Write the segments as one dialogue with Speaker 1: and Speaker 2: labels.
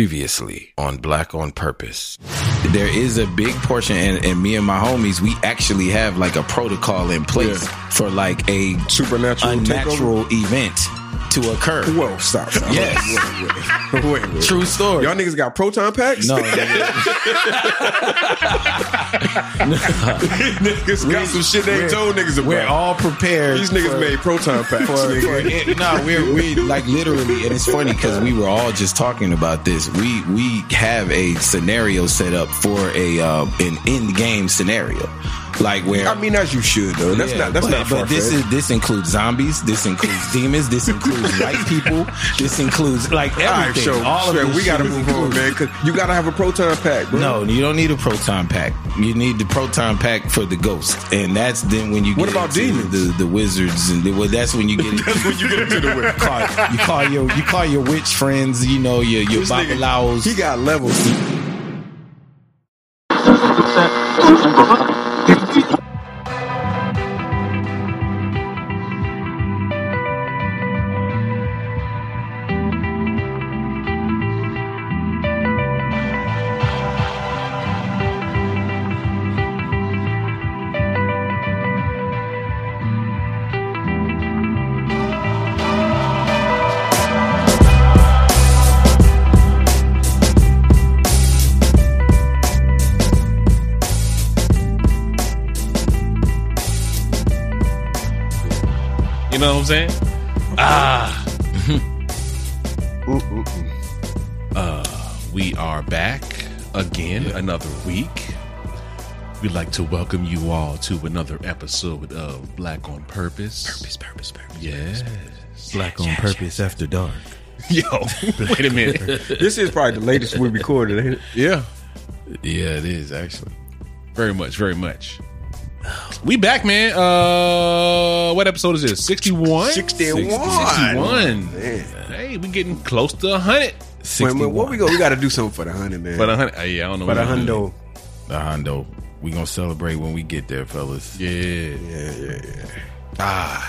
Speaker 1: previously on Black on Purpose. There is a big portion, and, and me and my homies, we actually have like a protocol in place
Speaker 2: Yeah.
Speaker 1: for like a
Speaker 2: Supernatural
Speaker 1: unnatural event to occur.
Speaker 2: takeover? Whoa, stop. stop.
Speaker 1: Yes.
Speaker 2: Wait, wait, wait. wait.
Speaker 1: True story.
Speaker 2: Y'all niggas got proton packs?
Speaker 1: no,
Speaker 2: niggas got some shit they ain't told niggas about.
Speaker 1: we're all prepared.
Speaker 2: These niggas
Speaker 1: for-
Speaker 2: made proton packs.
Speaker 1: for, for
Speaker 2: nigga.
Speaker 1: it. No, we're we like literally, and it's funny because we were all just talking about this. We we have a scenario set up for a uh, an in game scenario, like where.
Speaker 2: I mean, as you should though. That's
Speaker 1: Yeah,
Speaker 2: not. That's
Speaker 1: but,
Speaker 2: not.
Speaker 1: But this
Speaker 2: far-fetched.
Speaker 1: is this includes zombies. This includes demons. This includes white people. This includes like everything.
Speaker 2: All right, show.
Speaker 1: all of
Speaker 2: Sure,
Speaker 1: this
Speaker 2: we gotta
Speaker 1: shit is
Speaker 2: move on,
Speaker 1: included.
Speaker 2: man. Cause you gotta have a proton pack, bro.
Speaker 1: No, you don't need a proton pack. You need the proton pack for the ghost, and that's then when you.
Speaker 2: What
Speaker 1: get
Speaker 2: about
Speaker 1: into
Speaker 2: demons?
Speaker 1: The, the wizards, and the, well, that's when you get. into
Speaker 2: when you get into the way.
Speaker 1: call, you call your you call your witch friends, you know your your
Speaker 2: This nigga,
Speaker 1: babalaos.
Speaker 2: He got levels.
Speaker 3: You know what I'm saying? Ah. uh, we are back again, another week. We'd like to welcome you all to another episode of Black on Purpose. Purpose, purpose, purpose. Yes.
Speaker 4: Black on purpose after dark.
Speaker 3: Yo, wait a minute.
Speaker 2: This is probably the latest we recorded. Ain't it?
Speaker 3: yeah. Yeah, it is actually. Very much, very much. We back, man. Uh what episode is this? 61?
Speaker 2: 61.
Speaker 3: 61. Hey, we getting close to 100.
Speaker 2: Wait, man, what we go? We gotta do something for the hundred, man.
Speaker 3: But a hundred, yeah, I don't know.
Speaker 2: But a
Speaker 3: what I'm
Speaker 2: hundo.
Speaker 4: The Hondo. We gonna celebrate when we get there, fellas.
Speaker 3: doing. Yeah, Ah,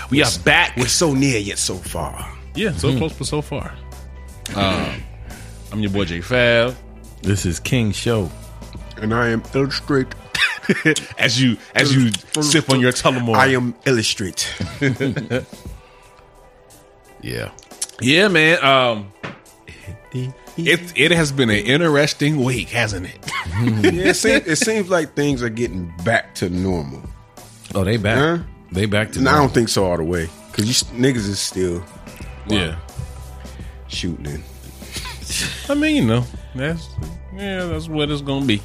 Speaker 2: Yeah, yeah, yeah.
Speaker 3: we are back.
Speaker 2: We're so near yet so far.
Speaker 3: yeah, so close but so far. Hmm. Um, I'm your boy J Fav.
Speaker 4: This is King Show.
Speaker 2: And I am illustrate.
Speaker 3: As you as you sip on your Tullamore,
Speaker 2: I am illustrate.
Speaker 4: Yeah.
Speaker 3: yeah, man. Um, it it has been an interesting week, hasn't it?
Speaker 2: Yeah, it seems, it seems like things are getting back to normal.
Speaker 4: Oh, they back.
Speaker 2: Huh?
Speaker 4: They back to
Speaker 2: And I
Speaker 4: now.
Speaker 2: don't think so all the way because you s- niggas is still
Speaker 3: Yeah,
Speaker 2: shooting. In.
Speaker 3: I mean, you know, that's yeah, that's what it's gonna be.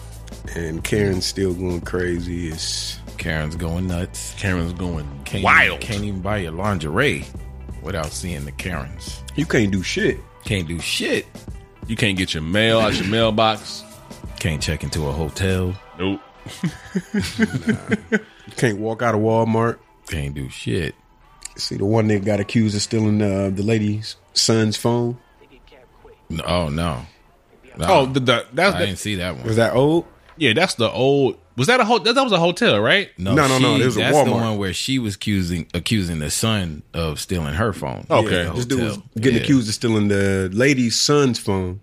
Speaker 2: And Karen's still going crazy. It's
Speaker 4: Karen's going nuts.
Speaker 3: Karen's going
Speaker 4: Can't
Speaker 3: wild.
Speaker 4: Even, can't even buy your lingerie without seeing the Karens.
Speaker 2: you can't do shit.
Speaker 4: Can't do shit.
Speaker 3: you can't get your mail out your mailbox.
Speaker 4: Can't check into a hotel.
Speaker 3: Nope.
Speaker 2: You can't walk out of Walmart.
Speaker 4: Can't do shit.
Speaker 2: See the one that got accused of stealing uh, the lady's son's phone.
Speaker 4: No, oh no. No,
Speaker 3: Oh, the, the that's
Speaker 4: I
Speaker 3: the,
Speaker 4: didn't see that one.
Speaker 2: Was that old?
Speaker 3: yeah, that's the old. Was that a ho- that, that was a hotel, right?
Speaker 4: No,
Speaker 2: No, no, no,
Speaker 4: she-
Speaker 2: it was a
Speaker 4: that's the
Speaker 2: Walmart.
Speaker 4: one where she was accusing accusing the son of stealing her phone.
Speaker 3: Okay.
Speaker 2: This dude was
Speaker 4: Hotel.
Speaker 2: getting
Speaker 4: Yeah.
Speaker 2: accused of stealing the lady's son's phone.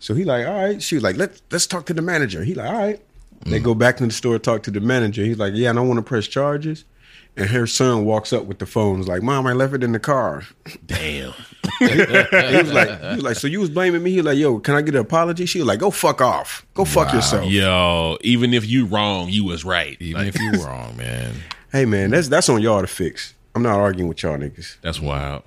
Speaker 2: So he like, all right. She was like, let let's talk to the manager. He like, all right. They
Speaker 4: Mm.
Speaker 2: go back to the store, talk to the manager. He's like, yeah, I don't want to press charges. And her son walks up with the phone. He's like, mom, I left it in the car.
Speaker 3: Damn.
Speaker 2: And he was like, he was like, so you was blaming me. He was like, yo, can I get an apology? She was like, go fuck off. Go fuck yourself.
Speaker 3: Yo, even if you wrong, you was right.
Speaker 4: Even
Speaker 3: Like,
Speaker 4: if you wrong, man.
Speaker 2: Hey man, that's that's on y'all to fix. I'm not arguing with y'all niggas.
Speaker 3: that's wild.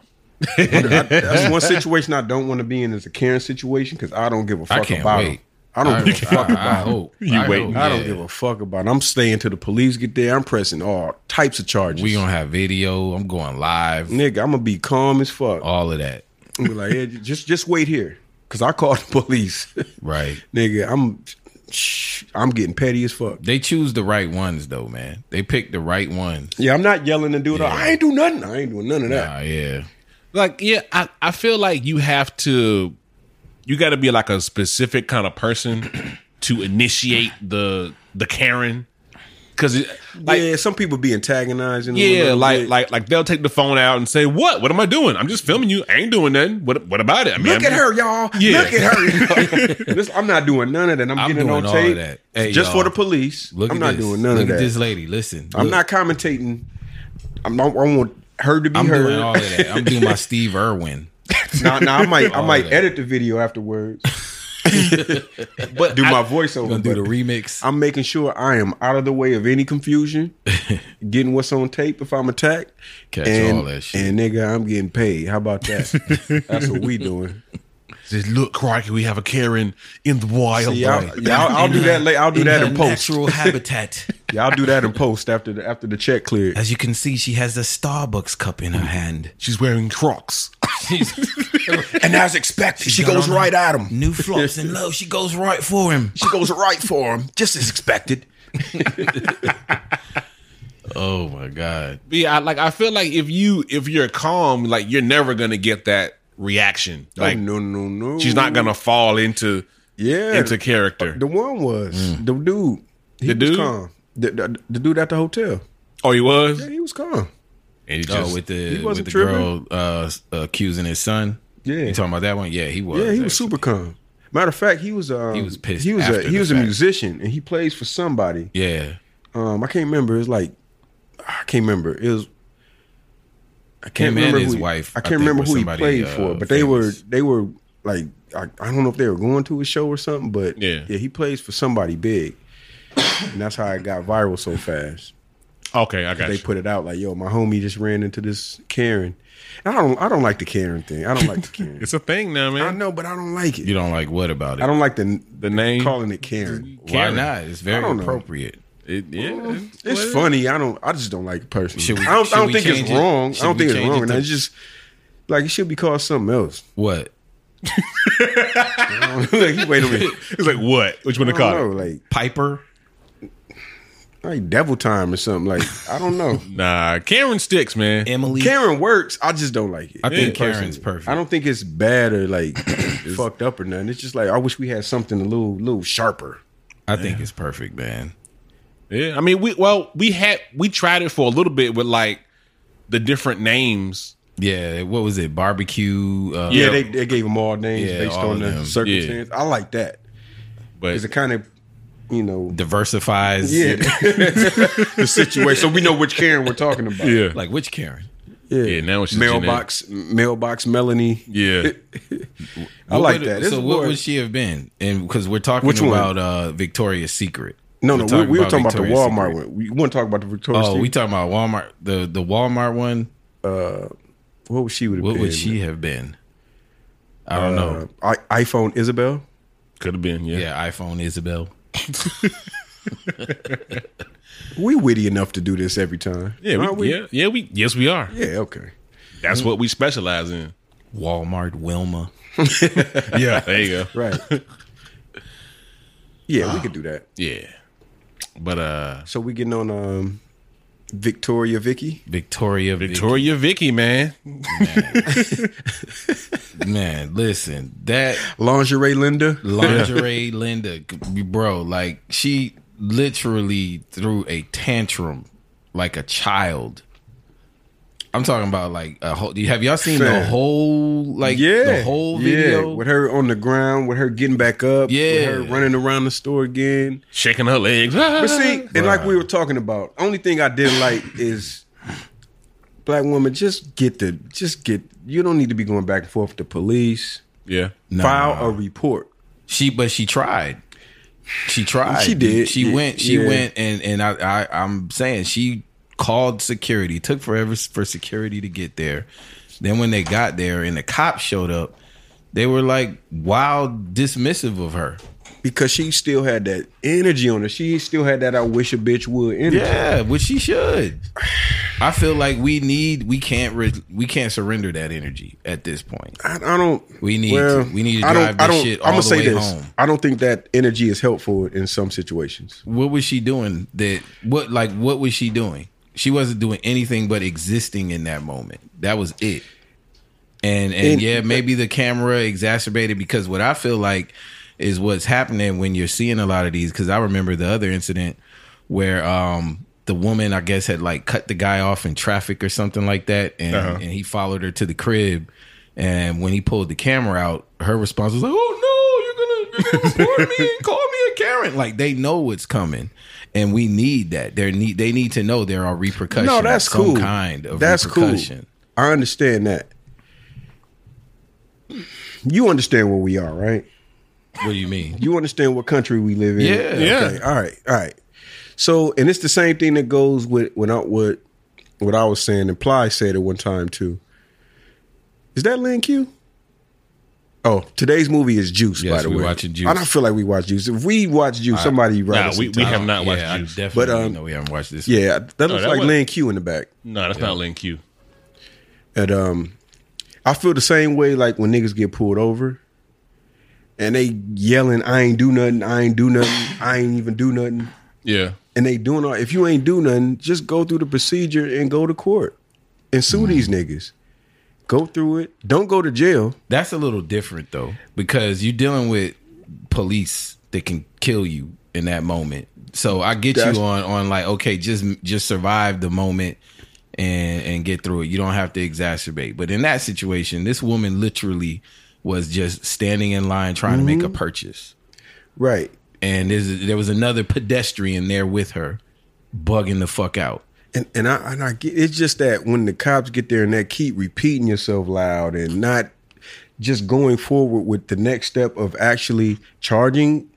Speaker 2: That's one situation I don't want to be in is a Karen situation because I don't give a fuck
Speaker 4: can't
Speaker 2: about
Speaker 4: wait.
Speaker 2: him. I don't give a fuck
Speaker 4: I,
Speaker 2: about
Speaker 4: I
Speaker 2: him.
Speaker 4: hope.
Speaker 3: You
Speaker 4: I
Speaker 3: waiting.
Speaker 4: hope,
Speaker 2: I don't
Speaker 4: yeah.
Speaker 2: give a fuck about it. I'm staying till the police get there. I'm pressing all types of charges.
Speaker 4: We gonna have video. I'm going live.
Speaker 2: Nigga, I'm gonna be calm as fuck.
Speaker 4: All of that.
Speaker 2: I'm be like, yeah, just just wait here, cause I called the police.
Speaker 4: Right.
Speaker 2: Nigga, I'm shh, I'm getting petty as fuck.
Speaker 4: They choose the right ones though, man. They pick the right ones.
Speaker 2: Yeah, I'm not yelling and doing. I ain't do nothing. I ain't doing none of that.
Speaker 4: Ah, yeah.
Speaker 3: Like, yeah, I, I feel like you have to you gotta be like a specific kind of person to initiate the the Karen. because like
Speaker 2: yeah, some people be antagonizing. them a
Speaker 3: yeah,
Speaker 2: little
Speaker 3: like
Speaker 2: bit.
Speaker 3: like like they'll take the phone out and say, "What? What am I doing? I'm just filming you. I ain't doing nothing. What what about it? I mean,
Speaker 2: look
Speaker 3: I'm-
Speaker 2: at her, y'all.
Speaker 3: Yeah.
Speaker 2: Look at her. This- I'm not doing none of that. I'm,
Speaker 4: I'm
Speaker 2: getting
Speaker 4: doing
Speaker 2: on
Speaker 4: all
Speaker 2: tape
Speaker 4: of that. Hey,
Speaker 2: just
Speaker 4: y'all.
Speaker 2: for the police.
Speaker 4: Look
Speaker 2: I'm
Speaker 4: at
Speaker 2: not
Speaker 4: this.
Speaker 2: doing none
Speaker 4: Look
Speaker 2: of that.
Speaker 4: at this lady. Listen,
Speaker 2: I'm
Speaker 4: Look,
Speaker 2: not commentating. I'm, I want her to be
Speaker 4: I'm
Speaker 2: heard.
Speaker 4: doing all of that. I'm doing my Steve Irwin.
Speaker 2: Nah, nah, I might, I
Speaker 4: All
Speaker 2: might
Speaker 4: that.
Speaker 2: edit the video afterwards.
Speaker 3: But
Speaker 2: Do
Speaker 3: I-
Speaker 2: my
Speaker 4: Gonna
Speaker 2: voiceover.
Speaker 4: do the
Speaker 2: but
Speaker 4: remix.
Speaker 2: I'm making sure I am out of the way of any confusion. getting what's on tape if I'm attacked.
Speaker 4: Catch
Speaker 2: And,
Speaker 4: all that shit.
Speaker 2: and nigga, I'm getting paid. How about that? That's what we doing.
Speaker 3: says, look, Crikey, we have a Karen in the wild.
Speaker 2: See, I'll,
Speaker 3: boy."
Speaker 2: yeah, I'll, I'll do that later. I'll do
Speaker 4: in
Speaker 2: that
Speaker 4: her
Speaker 2: in post.
Speaker 4: natural habitat.
Speaker 2: Yeah, I'll do that in post after the after the check cleared.
Speaker 4: As you can see, she has a Starbucks cup in her hand.
Speaker 3: She's wearing Crocs.
Speaker 4: She's
Speaker 2: And as expected, she
Speaker 4: got
Speaker 2: goes
Speaker 4: on
Speaker 2: right at him.
Speaker 4: new flops and low. She goes right for him.
Speaker 2: She goes right for him, just as expected.
Speaker 4: Oh my god.
Speaker 3: But yeah, I, like I feel like if you if you're calm, like you're never gonna get that reaction. Like
Speaker 2: Like Oh, no, no, no.
Speaker 3: she's not gonna fall into
Speaker 2: Yeah,
Speaker 3: into character.
Speaker 2: The one was the dude. He
Speaker 3: The
Speaker 2: was
Speaker 3: dude?
Speaker 2: calm. The, the, the dude at the hotel.
Speaker 3: oh, he was.
Speaker 2: Yeah, he was calm.
Speaker 3: And he just,
Speaker 4: Oh, with the
Speaker 2: he
Speaker 4: with
Speaker 2: wasn't
Speaker 4: the girl uh, accusing his son.
Speaker 2: Yeah.
Speaker 4: you talking about that one? Yeah, he was.
Speaker 2: Yeah, he was
Speaker 4: actually.
Speaker 2: super calm. Matter of fact, he was um,
Speaker 4: He was pissed
Speaker 2: He was
Speaker 4: after
Speaker 2: a he
Speaker 4: the
Speaker 2: was a
Speaker 4: fact.
Speaker 2: musician and he plays for somebody.
Speaker 4: Yeah,
Speaker 2: Um, I can't remember. It's like I can't remember. It was I
Speaker 4: Him
Speaker 2: can't
Speaker 4: and
Speaker 2: remember
Speaker 4: his
Speaker 2: who he-
Speaker 4: wife,
Speaker 2: I
Speaker 4: I
Speaker 2: can't
Speaker 4: think,
Speaker 2: remember
Speaker 4: was
Speaker 2: who he
Speaker 4: somebody,
Speaker 2: played
Speaker 4: uh,
Speaker 2: for, but they were
Speaker 4: famous.
Speaker 2: they were like I, I don't know if they were going to a show or something, but
Speaker 3: Yeah.
Speaker 2: yeah he plays for somebody big, and that's how it got viral so fast.
Speaker 3: okay, I got
Speaker 2: they
Speaker 3: you.
Speaker 2: put it out like, "Yo, my homie just ran into this Karen." And I don't, I don't like the Karen thing. I don't like the Karen.
Speaker 3: It's a thing now,
Speaker 2: I
Speaker 3: man.
Speaker 2: know, but I don't like it.
Speaker 4: you don't like what about it?
Speaker 2: I don't like the the
Speaker 3: name?
Speaker 2: calling it Karen.
Speaker 4: Why
Speaker 3: Karen.
Speaker 4: not? It's
Speaker 2: I
Speaker 4: very
Speaker 2: don't know.
Speaker 4: appropriate.
Speaker 3: It- yeah,
Speaker 2: It's
Speaker 3: Well,
Speaker 2: funny. I don't. I just don't like it personally.
Speaker 4: Should we-
Speaker 2: I don't, I
Speaker 4: should
Speaker 2: don't
Speaker 4: we
Speaker 2: think
Speaker 4: change
Speaker 2: it's
Speaker 4: it?
Speaker 2: wrong.
Speaker 4: Should
Speaker 2: I don't
Speaker 4: we
Speaker 2: think it's
Speaker 4: change
Speaker 2: wrong.
Speaker 4: it
Speaker 2: and
Speaker 4: to-
Speaker 2: it's just like it should be called something else.
Speaker 4: What?
Speaker 2: like, you wait a minute.
Speaker 3: It's like what? Which one
Speaker 2: I
Speaker 3: to call
Speaker 2: don't
Speaker 3: it?
Speaker 2: know, like
Speaker 4: Piper?
Speaker 2: like devil time or something. Like I don't know.
Speaker 3: Nah, Karen sticks, man.
Speaker 4: Emily?
Speaker 2: Karen works. I just don't like it.
Speaker 4: I think
Speaker 2: Personally.
Speaker 4: Karen's perfect.
Speaker 2: I don't think it's bad or like fucked up or nothing. It's just like I wish we had something a little little sharper.
Speaker 4: I think it's perfect, man.
Speaker 3: Yeah, I mean, we well, we had we tried it for a little bit with like the different names.
Speaker 4: Yeah, what was it? Barbecue? Uh,
Speaker 2: Yeah,
Speaker 3: Yeah.
Speaker 2: they, they gave them all names
Speaker 4: Yeah,
Speaker 2: based
Speaker 4: all
Speaker 2: on
Speaker 4: of
Speaker 2: the
Speaker 4: them.
Speaker 2: circumstance. I like that
Speaker 3: But
Speaker 2: because it kind of, you know,
Speaker 4: diversifies.
Speaker 2: yeah, the situation. So we know which Karen we're talking about.
Speaker 4: Like which Karen?
Speaker 3: yeah, now it's just
Speaker 2: mailbox, mailbox Melanie.
Speaker 3: genetic. Yeah,
Speaker 2: I like
Speaker 4: What-
Speaker 2: that. This
Speaker 4: so
Speaker 2: is
Speaker 4: what
Speaker 2: more-
Speaker 4: would she have been? And because we're talking
Speaker 2: Which one?
Speaker 4: about uh, Victoria's Secret.
Speaker 2: no, no, we, we were talking about the
Speaker 4: Victoria's
Speaker 2: Walmart
Speaker 4: Secret.
Speaker 2: one. We want to talk about the Victoria's.
Speaker 4: Oh, we
Speaker 2: Secret.
Speaker 4: talking about Walmart. The the Walmart one.
Speaker 2: what would she would have
Speaker 4: What
Speaker 2: been?
Speaker 4: would she have been? I don't know.
Speaker 2: Uh, I, iPhone Isabel.
Speaker 3: could have been. Yeah,
Speaker 4: Yeah, iPhone Isabel.
Speaker 2: We witty enough to do this every time.
Speaker 3: yeah, we,
Speaker 2: Aren't we?
Speaker 3: yeah, yeah. We yes, we are.
Speaker 2: Yeah, Okay.
Speaker 3: That's what we specialize in.
Speaker 4: Walmart Wilma.
Speaker 3: Yeah, there you go.
Speaker 2: Right. yeah,
Speaker 4: Ah.
Speaker 2: we could do that.
Speaker 3: Yeah, but uh,
Speaker 2: So we getting on um, Victoria Vicky.
Speaker 4: Victoria Victoria.
Speaker 3: Victoria Vicky, man.
Speaker 4: Man, listen. That
Speaker 2: lingerie Linda.
Speaker 4: lingerie Linda bro, like she literally threw a tantrum like a child. I'm talking about like a whole have y'all seen the
Speaker 2: Fam.
Speaker 4: whole like
Speaker 2: Yeah,
Speaker 4: the whole video?
Speaker 2: yeah, with her on the ground, with her getting back up, with
Speaker 4: Yeah.
Speaker 2: her running around the store again.
Speaker 3: Shaking her legs.
Speaker 2: But see, and like we were talking about, only thing I didn't like is black woman. Just get the, just get. You don't need to be going back and forth with the police.
Speaker 3: yeah,
Speaker 4: Nah.
Speaker 2: File a report.
Speaker 4: She but she tried. She tried.
Speaker 2: She did.
Speaker 4: She
Speaker 2: Yeah,
Speaker 4: went. She
Speaker 2: yeah.
Speaker 4: went. And and I, I I'm saying she called security. Took forever for security to get there. Then when they got there and the cops showed up, they were like wild dismissive of her.
Speaker 2: because she still had that energy on her. She still had that I wish a bitch would energy.
Speaker 4: Yeah, which she should. I feel like we need. We can't. Re, we can't surrender that energy at this point.
Speaker 2: I, I don't.
Speaker 4: We need
Speaker 2: well,
Speaker 4: to- we need to
Speaker 2: I don't.
Speaker 4: drive
Speaker 2: I
Speaker 4: this
Speaker 2: don't.
Speaker 4: shit
Speaker 2: I'm gonna
Speaker 4: all the
Speaker 2: say
Speaker 4: way
Speaker 2: this.
Speaker 4: home.
Speaker 2: I don't think that energy is helpful in some situations.
Speaker 4: What was she doing? That what? Like what was she doing? She wasn't doing anything but existing in that moment. That was it. And and
Speaker 2: And-
Speaker 4: yeah, maybe the camera exacerbated because what I feel like is what's happening when you're seeing a lot of these. Because I remember the other incident where um the woman I guess had like cut the guy off in traffic or something like that, and
Speaker 2: Uh-huh.
Speaker 4: and he followed her to the crib. And when he pulled the camera out, her response was like, "Oh no, you're gonna, you're gonna report me and call me a Karen." Like they know what's coming, and we need that. They need they need to know there are repercussions.
Speaker 2: No, that's
Speaker 4: some
Speaker 2: cool.
Speaker 4: Kind of
Speaker 2: that's cool.
Speaker 4: repercussion.
Speaker 2: I understand that. You understand where we are, right?
Speaker 4: What do you mean?
Speaker 2: You understand what country we live in.
Speaker 4: Yeah.
Speaker 2: Okay. All right. All right. So, and it's the same thing that goes with when I what what I was saying. And Ply said it one time too. Is that Lin Q? Oh, today's movie is Juice. by
Speaker 4: Yes,
Speaker 2: the
Speaker 4: we
Speaker 2: way,
Speaker 4: watching Juice.
Speaker 2: I don't feel like we watch Juice. If we watch Juice, somebody right.
Speaker 3: Nah,
Speaker 2: us
Speaker 3: we,
Speaker 2: some
Speaker 3: we
Speaker 2: time.
Speaker 3: have not watched
Speaker 4: yeah,
Speaker 3: Juice.
Speaker 4: I definitely
Speaker 2: But, um,
Speaker 4: know we haven't watched this.
Speaker 2: Yeah, that looks
Speaker 3: that
Speaker 2: like
Speaker 3: was-
Speaker 2: Lin Q in the back.
Speaker 3: No, that's not Lin Q.
Speaker 2: And um, I feel the same way like when niggas get pulled over and they yelling, I ain't do nothing, I ain't do nothing, I ain't even do nothing.
Speaker 3: Yeah.
Speaker 2: And they doing all, if you ain't do nothing, just go through the procedure and go to court and sue these
Speaker 4: Mm-hmm.
Speaker 2: niggas. Go through it. Don't go to jail.
Speaker 4: That's a little different though, because you're dealing with police that can kill you in that moment. So I get
Speaker 2: That's-
Speaker 4: you on on like okay, just just survive the moment and and get through it. You don't have to exacerbate. But in that situation, this woman literally was just standing in line trying to make a purchase,
Speaker 2: Right.
Speaker 4: and there's, there was another pedestrian there with her, bugging the fuck out.
Speaker 2: And and I and I get it's just that when the cops get there and that keep repeating yourself loud and not just going forward with the next step of actually charging,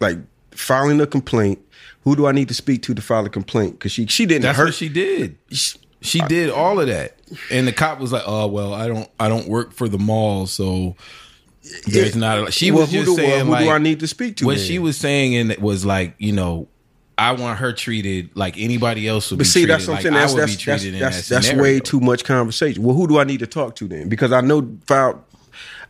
Speaker 2: like filing a complaint. Who do I need to speak to to file a complaint? Because she she didn't
Speaker 4: That's
Speaker 2: hurt.
Speaker 4: what she did.
Speaker 2: she-
Speaker 4: She did all of that, and the cop was like, "Oh well, I don't, I don't work for the mall, so there's not." A, she
Speaker 2: well,
Speaker 4: was
Speaker 2: who
Speaker 4: just
Speaker 2: do, well,
Speaker 4: saying,
Speaker 2: who
Speaker 4: like,
Speaker 2: do I need to speak to?
Speaker 4: what
Speaker 2: then?
Speaker 4: she was saying, and it was like, you know, I want her treated like anybody else would
Speaker 2: But
Speaker 4: be
Speaker 2: see,
Speaker 4: treated.
Speaker 2: that's what I'm
Speaker 4: like
Speaker 2: saying.
Speaker 4: I
Speaker 2: That's
Speaker 4: would
Speaker 2: that's
Speaker 4: be
Speaker 2: that's
Speaker 4: treated in
Speaker 2: that's,
Speaker 4: that
Speaker 2: that's way
Speaker 4: scenario.
Speaker 2: too much conversation. Well, who do I need to talk to then? Because I know filed,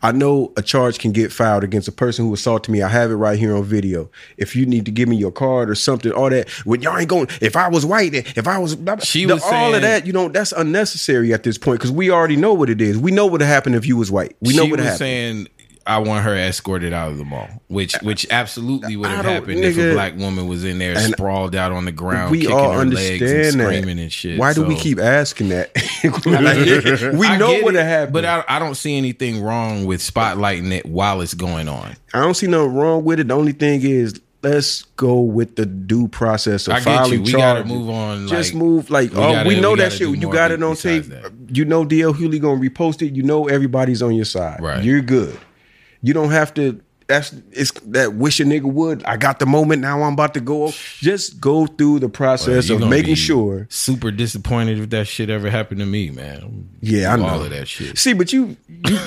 Speaker 2: I know a charge can get filed against a person who assaulted me. I have it right here on video. If you need to give me your card or something, all that. When y'all ain't going, if I was white, if I was, blah, blah,
Speaker 4: She
Speaker 2: the-
Speaker 4: was
Speaker 2: all of
Speaker 4: saying-
Speaker 2: that. You know, that's unnecessary at this point because we already know what it is. We know what happened if you was white. We know
Speaker 4: she
Speaker 2: what
Speaker 4: was
Speaker 2: happened.
Speaker 4: saying, "I want her escorted out of the mall," which which absolutely would
Speaker 2: I
Speaker 4: have
Speaker 2: don't-
Speaker 4: happened if
Speaker 2: nigga.
Speaker 4: a black woman was in there
Speaker 2: And
Speaker 4: sprawled out on the ground,
Speaker 2: we
Speaker 4: kicking
Speaker 2: all
Speaker 4: her legs
Speaker 2: understand
Speaker 4: and
Speaker 2: that.
Speaker 4: screaming and shit.
Speaker 2: Why do we
Speaker 4: so-
Speaker 2: keep asking that? we
Speaker 4: I
Speaker 2: know
Speaker 4: get
Speaker 2: what
Speaker 4: it,
Speaker 2: happened.
Speaker 4: But I, I don't see anything wrong with spotlighting it while it's going on.
Speaker 2: I don't see nothing wrong with it. The only thing is, let's go with the due process of
Speaker 4: I get
Speaker 2: filing
Speaker 4: you. We
Speaker 2: charges.
Speaker 4: gotta move on.
Speaker 2: Just
Speaker 4: like-
Speaker 2: move. Like
Speaker 4: we
Speaker 2: oh,
Speaker 4: gotta-
Speaker 2: we know
Speaker 4: we
Speaker 2: that
Speaker 4: gotta
Speaker 2: shit.
Speaker 4: do
Speaker 2: You
Speaker 4: more
Speaker 2: got it on tape.
Speaker 4: besides that.
Speaker 2: You know DL Hewley gonna repost it. You know everybody's on your side.
Speaker 4: Right.
Speaker 2: You're good. You don't have to. That's it's that wish a nigga would. I got the moment. Now I'm about to go. Just go through the process
Speaker 4: You
Speaker 2: of
Speaker 4: gonna
Speaker 2: making
Speaker 4: be
Speaker 2: sure.
Speaker 4: Super disappointed if that shit ever happened to me, man.
Speaker 2: Yeah, I know
Speaker 4: all of that shit.
Speaker 2: See, but you, you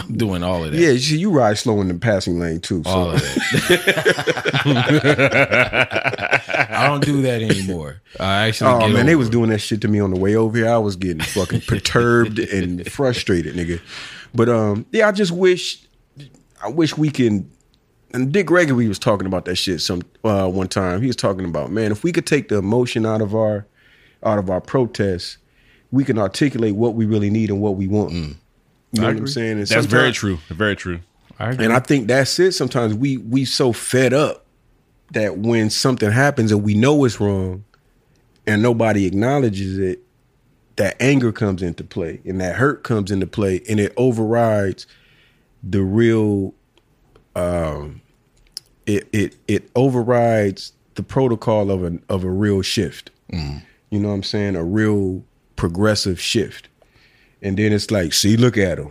Speaker 4: I'm doing all of that.
Speaker 2: yeah, you, see, you ride slow in the passing lane too. So.
Speaker 4: All of that. I don't do that anymore. I actually.
Speaker 2: Oh
Speaker 4: get
Speaker 2: man, they
Speaker 4: over
Speaker 2: was
Speaker 4: it.
Speaker 2: doing that shit to me on the way over here. I was getting fucking perturbed and frustrated, nigga. But um, yeah, I just wish, I wish we can. And Dick Gregory was talking about that shit some uh, one time. He was talking about man, if we could take the emotion out of our, out of our protests, we can articulate what we really need and what we want. You know what I'm saying? And
Speaker 3: Mm. That's very
Speaker 2: sometimes-
Speaker 3: true. Very true.
Speaker 2: and I think that's it. Sometimes we we so fed up that when something happens and we know it's wrong and nobody acknowledges it, that anger comes into play and that hurt comes into play and it overrides the real um it it it overrides the protocol of an of a real shift. You know what I'm saying? A real progressive shift. And then it's like, see, look at him.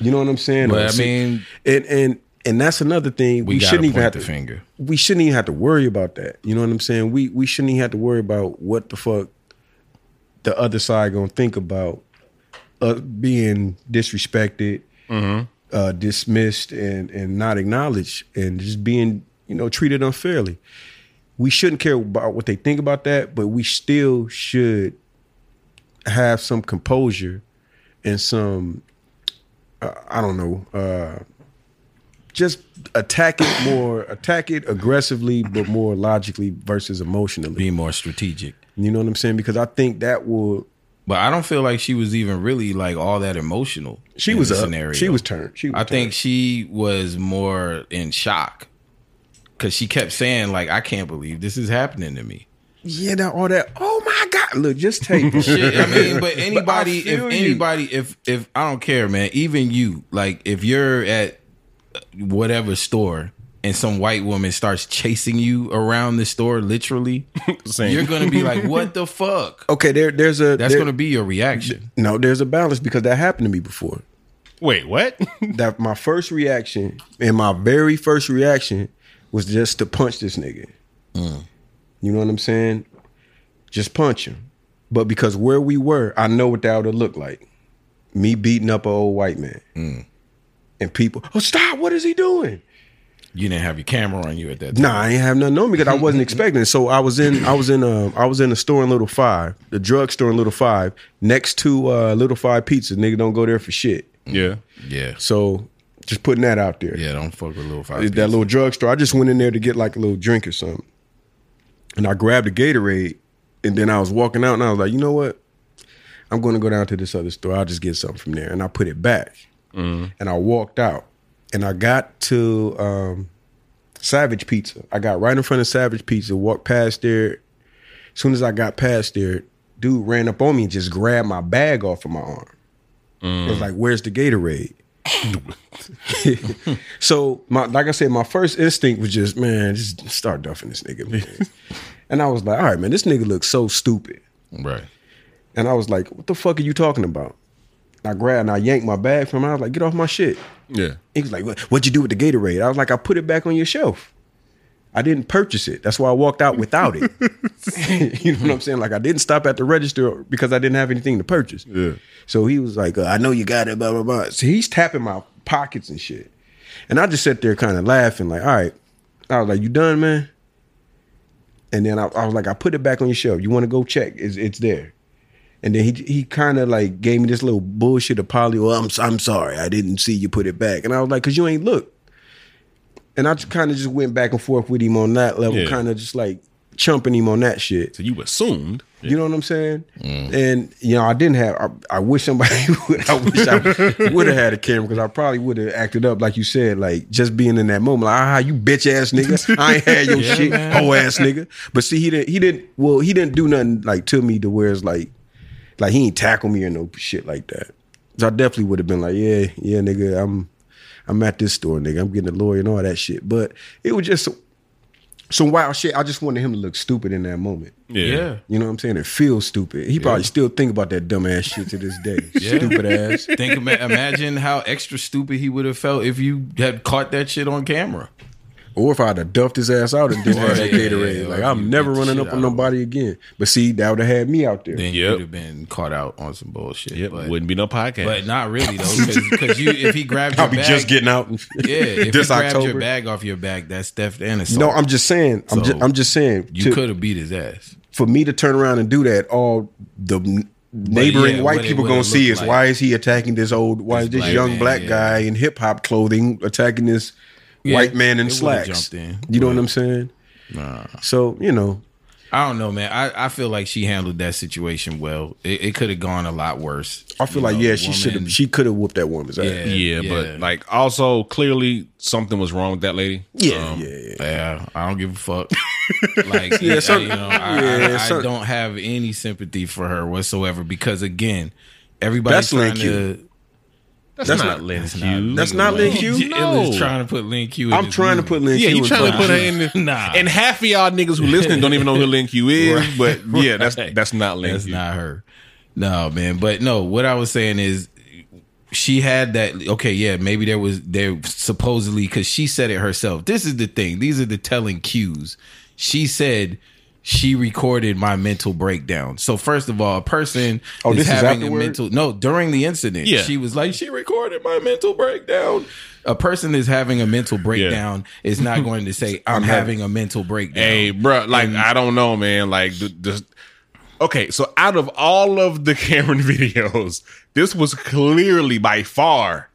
Speaker 2: You know what I'm saying?
Speaker 4: But
Speaker 2: Or
Speaker 4: I
Speaker 2: see-
Speaker 4: mean-
Speaker 2: and and and that's another thing we,
Speaker 4: We,
Speaker 2: shouldn't even have
Speaker 4: the
Speaker 2: to
Speaker 4: finger.
Speaker 2: we shouldn't even have to worry about that. You know what I'm saying? We we shouldn't even have to worry about what the fuck the other side gonna think about uh, being disrespected, uh, dismissed, and and not acknowledged, and just being you know treated unfairly. We shouldn't care about what they think about that, but we still should have some composure and some uh, I don't know. Uh, just attack it more, attack it aggressively, but more logically versus emotionally.
Speaker 4: Be more strategic.
Speaker 2: You know what I'm saying? Because I think that will.
Speaker 4: But I don't feel like she was even really like all that emotional.
Speaker 2: She
Speaker 4: in
Speaker 2: was
Speaker 4: the
Speaker 2: up.
Speaker 4: Scenario.
Speaker 2: She was turned. She was
Speaker 4: I think
Speaker 2: turned.
Speaker 4: she was more in shock because she kept saying like, "I can't believe this is happening to me."
Speaker 2: yeah, that all that. Oh my God! Look, just take it.
Speaker 4: shit. I mean, but anybody, if
Speaker 2: feel you.
Speaker 4: anybody, if if I don't care, man. Even you, like, if you're at whatever store and some white woman starts chasing you around the store, literally,
Speaker 3: Same.
Speaker 4: you're gonna be like, "What the fuck?"
Speaker 2: Okay, there, there's a
Speaker 4: That's
Speaker 2: there-
Speaker 4: gonna be your reaction.
Speaker 2: no, there's a balance because that happened to me before.
Speaker 3: Wait, what?
Speaker 2: That my first reaction and my very first reaction was just to punch this nigga.
Speaker 4: Mm.
Speaker 2: You know what I'm saying? Just punch him. But because where we were, I know what that would have looked like. Me beating up an old white man.
Speaker 4: Mm.
Speaker 2: And people, oh stop! What is he doing?
Speaker 4: You didn't have your camera on you at that. time.
Speaker 2: Nah, I ain't have nothing on me because I wasn't expecting. it. So I was in, I was in, um, I was in a store in Little Five, the drugstore in Little Five, next to uh, Little Five Pizza. Nigga, don't go there for shit.
Speaker 3: yeah.
Speaker 4: Yeah,
Speaker 2: So just putting that out there.
Speaker 4: yeah. Don't fuck with little five.
Speaker 2: It's that little drugstore. I just went in there to get like a little drink or something, and I grabbed a Gatorade, and then I was walking out, and I was like, you know what? I'm going to go down to this other store. I'll just get something from there, and I put it back, and I walked out, and I got to um, Savage Pizza. I got right in front of Savage Pizza, walked past there. As soon as I got past there, dude ran up on me and just grabbed my bag off of my arm. It was like, "Where's the Gatorade?" So my like I said, my first instinct was just, man, just start duffing this nigga. man. and I was like, all right, man, this nigga looks so stupid.
Speaker 4: Right.
Speaker 2: And I was like, what the fuck are you talking about? And I grabbed and I yanked my bag from him. I was like, get off my shit.
Speaker 3: Yeah.
Speaker 2: He was like, what, what'd you do with the Gatorade? I was like, I put it back on your shelf. I didn't purchase it. That's why I walked out without it. you know what I'm saying? Like I didn't stop at the register because I didn't have anything to purchase.
Speaker 3: Yeah.
Speaker 2: So he was like, uh, I know you got it, blah, blah, blah. So he's tapping my pockets and shit. And I just sat there kind of laughing, like, all right. I was like, you done, man? And then I, I was like, I put it back on your shelf. You want to go check? It's, it's there. And then he he kind of like gave me this little bullshit apology. Well, I'm I'm sorry, I didn't see you put it back. And I was like, cause you ain't look. And I kind of just went back and forth with him on that level,
Speaker 3: Yeah.
Speaker 2: kind of just like chumping him on that shit.
Speaker 3: So you assumed.
Speaker 2: You know what I'm saying? And you know, I didn't have. I, I wish somebody would. I wish I would have had a camera because I probably would have acted up like you said, like just being in that moment. Like, ah, you bitch ass nigga, I ain't had your shit, hoe ass nigga. But see, he didn't. He didn't. Well, he didn't do nothing like to me to where it's like, like he ain't tackle me or no shit like that. So I definitely would have been like, yeah, yeah, nigga, I'm, I'm at this store, nigga. I'm getting a lawyer and all that shit. But it was just some, some wild shit. I just wanted him to look stupid in that moment.
Speaker 3: Yeah.
Speaker 4: Yeah.
Speaker 2: You know what I'm saying? It feels stupid. He probably still think about that dumb ass shit to this day. Stupid ass.
Speaker 4: Think ima- imagine how extra stupid he would have felt if you had caught that shit on camera.
Speaker 2: Or if I'd have duffed his ass out and did all
Speaker 4: Yeah,
Speaker 2: that
Speaker 4: yeah, yeah,
Speaker 2: Gatorade.
Speaker 4: yeah.
Speaker 2: Like
Speaker 4: Or you
Speaker 2: I'm never
Speaker 4: beat the
Speaker 2: running
Speaker 4: shit
Speaker 2: up
Speaker 4: out
Speaker 2: on
Speaker 4: of him.
Speaker 2: nobody again. But see, that would have had me out there.
Speaker 4: Then
Speaker 3: Yep.
Speaker 4: you would have been caught out on some bullshit.
Speaker 3: Yep.
Speaker 4: But,
Speaker 3: Wouldn't be no podcast.
Speaker 4: but not really though, because you if he grabbed your
Speaker 2: I'll be
Speaker 4: bag,
Speaker 2: just getting out. And
Speaker 4: yeah, if he
Speaker 2: this
Speaker 4: grabbed your
Speaker 2: October.
Speaker 4: bag off your back, that's theft and assault.
Speaker 2: no, I'm just saying. I'm,
Speaker 4: So,
Speaker 2: just, I'm just saying.
Speaker 4: you
Speaker 2: to-
Speaker 4: could have beat his ass.
Speaker 2: for me to turn around and do that, all the n- neighboring
Speaker 4: yeah,
Speaker 2: white
Speaker 4: what it-
Speaker 2: people
Speaker 4: what
Speaker 2: gonna
Speaker 4: it
Speaker 2: see
Speaker 4: look
Speaker 2: is
Speaker 4: like.
Speaker 2: why is he attacking this old, why is this
Speaker 4: black
Speaker 2: young
Speaker 4: man,
Speaker 2: black
Speaker 4: yeah.
Speaker 2: guy in hip hop clothing attacking this
Speaker 4: Yeah,
Speaker 2: white man in
Speaker 4: it would've
Speaker 2: slacks?
Speaker 4: jumped in,
Speaker 2: you know what I'm saying? So you know,
Speaker 4: I don't know, man. I, I feel like she handled that situation well. It, it could have gone a lot worse.
Speaker 2: I feel
Speaker 4: You
Speaker 2: like
Speaker 4: know,
Speaker 2: yeah,
Speaker 4: the
Speaker 2: she should
Speaker 4: woman-
Speaker 2: have. She could have whooped that woman's ass.
Speaker 4: Yeah.
Speaker 3: yeah,
Speaker 4: Yeah.
Speaker 3: but like also clearly something was wrong with that lady.
Speaker 2: Yeah,
Speaker 3: Um,
Speaker 2: yeah, yeah.
Speaker 4: Yeah, I don't give a fuck. like, yeah,
Speaker 2: some-
Speaker 4: you know, I,
Speaker 2: yeah,
Speaker 4: I, I
Speaker 2: some-
Speaker 4: don't have any sympathy for her whatsoever because again, everybody's
Speaker 2: That's
Speaker 4: trying
Speaker 2: Lin
Speaker 4: to.
Speaker 3: That's,
Speaker 2: That's
Speaker 3: not
Speaker 2: not-
Speaker 3: Lynn Hughes.
Speaker 2: That's not Lin
Speaker 4: Like,
Speaker 2: Hughes.
Speaker 4: J- Illa's
Speaker 3: No.
Speaker 4: trying to put Lin Q. In
Speaker 2: I'm
Speaker 4: this
Speaker 2: trying to
Speaker 4: movie.
Speaker 2: put Lin.
Speaker 3: Yeah,
Speaker 2: Q
Speaker 3: you
Speaker 2: in
Speaker 3: trying to
Speaker 2: front of
Speaker 3: put her
Speaker 2: me.
Speaker 3: in the
Speaker 4: Nah.
Speaker 3: And half of y'all niggas who listening don't even know who Lin Q is. But yeah, that's
Speaker 4: Right.
Speaker 3: that's not Lin
Speaker 4: That's
Speaker 3: Q.
Speaker 4: not her. No, man. But no, what I was saying is she had that okay, yeah, maybe there was there supposedly cuz she said it herself. This is the thing. These are the telling cues. She said she recorded my mental breakdown. So first of all, a person
Speaker 2: Oh,
Speaker 4: is
Speaker 2: this is
Speaker 4: having a
Speaker 2: afterward?
Speaker 4: mental no, during the incident.
Speaker 3: Yeah.
Speaker 4: She was like she recorded my mental breakdown. A person is having a mental breakdown is not going to say I'm having a mental breakdown.
Speaker 3: Hey, bro, like I don't know, man. Like the, the okay, so out of all of the Cameron videos, this was clearly by far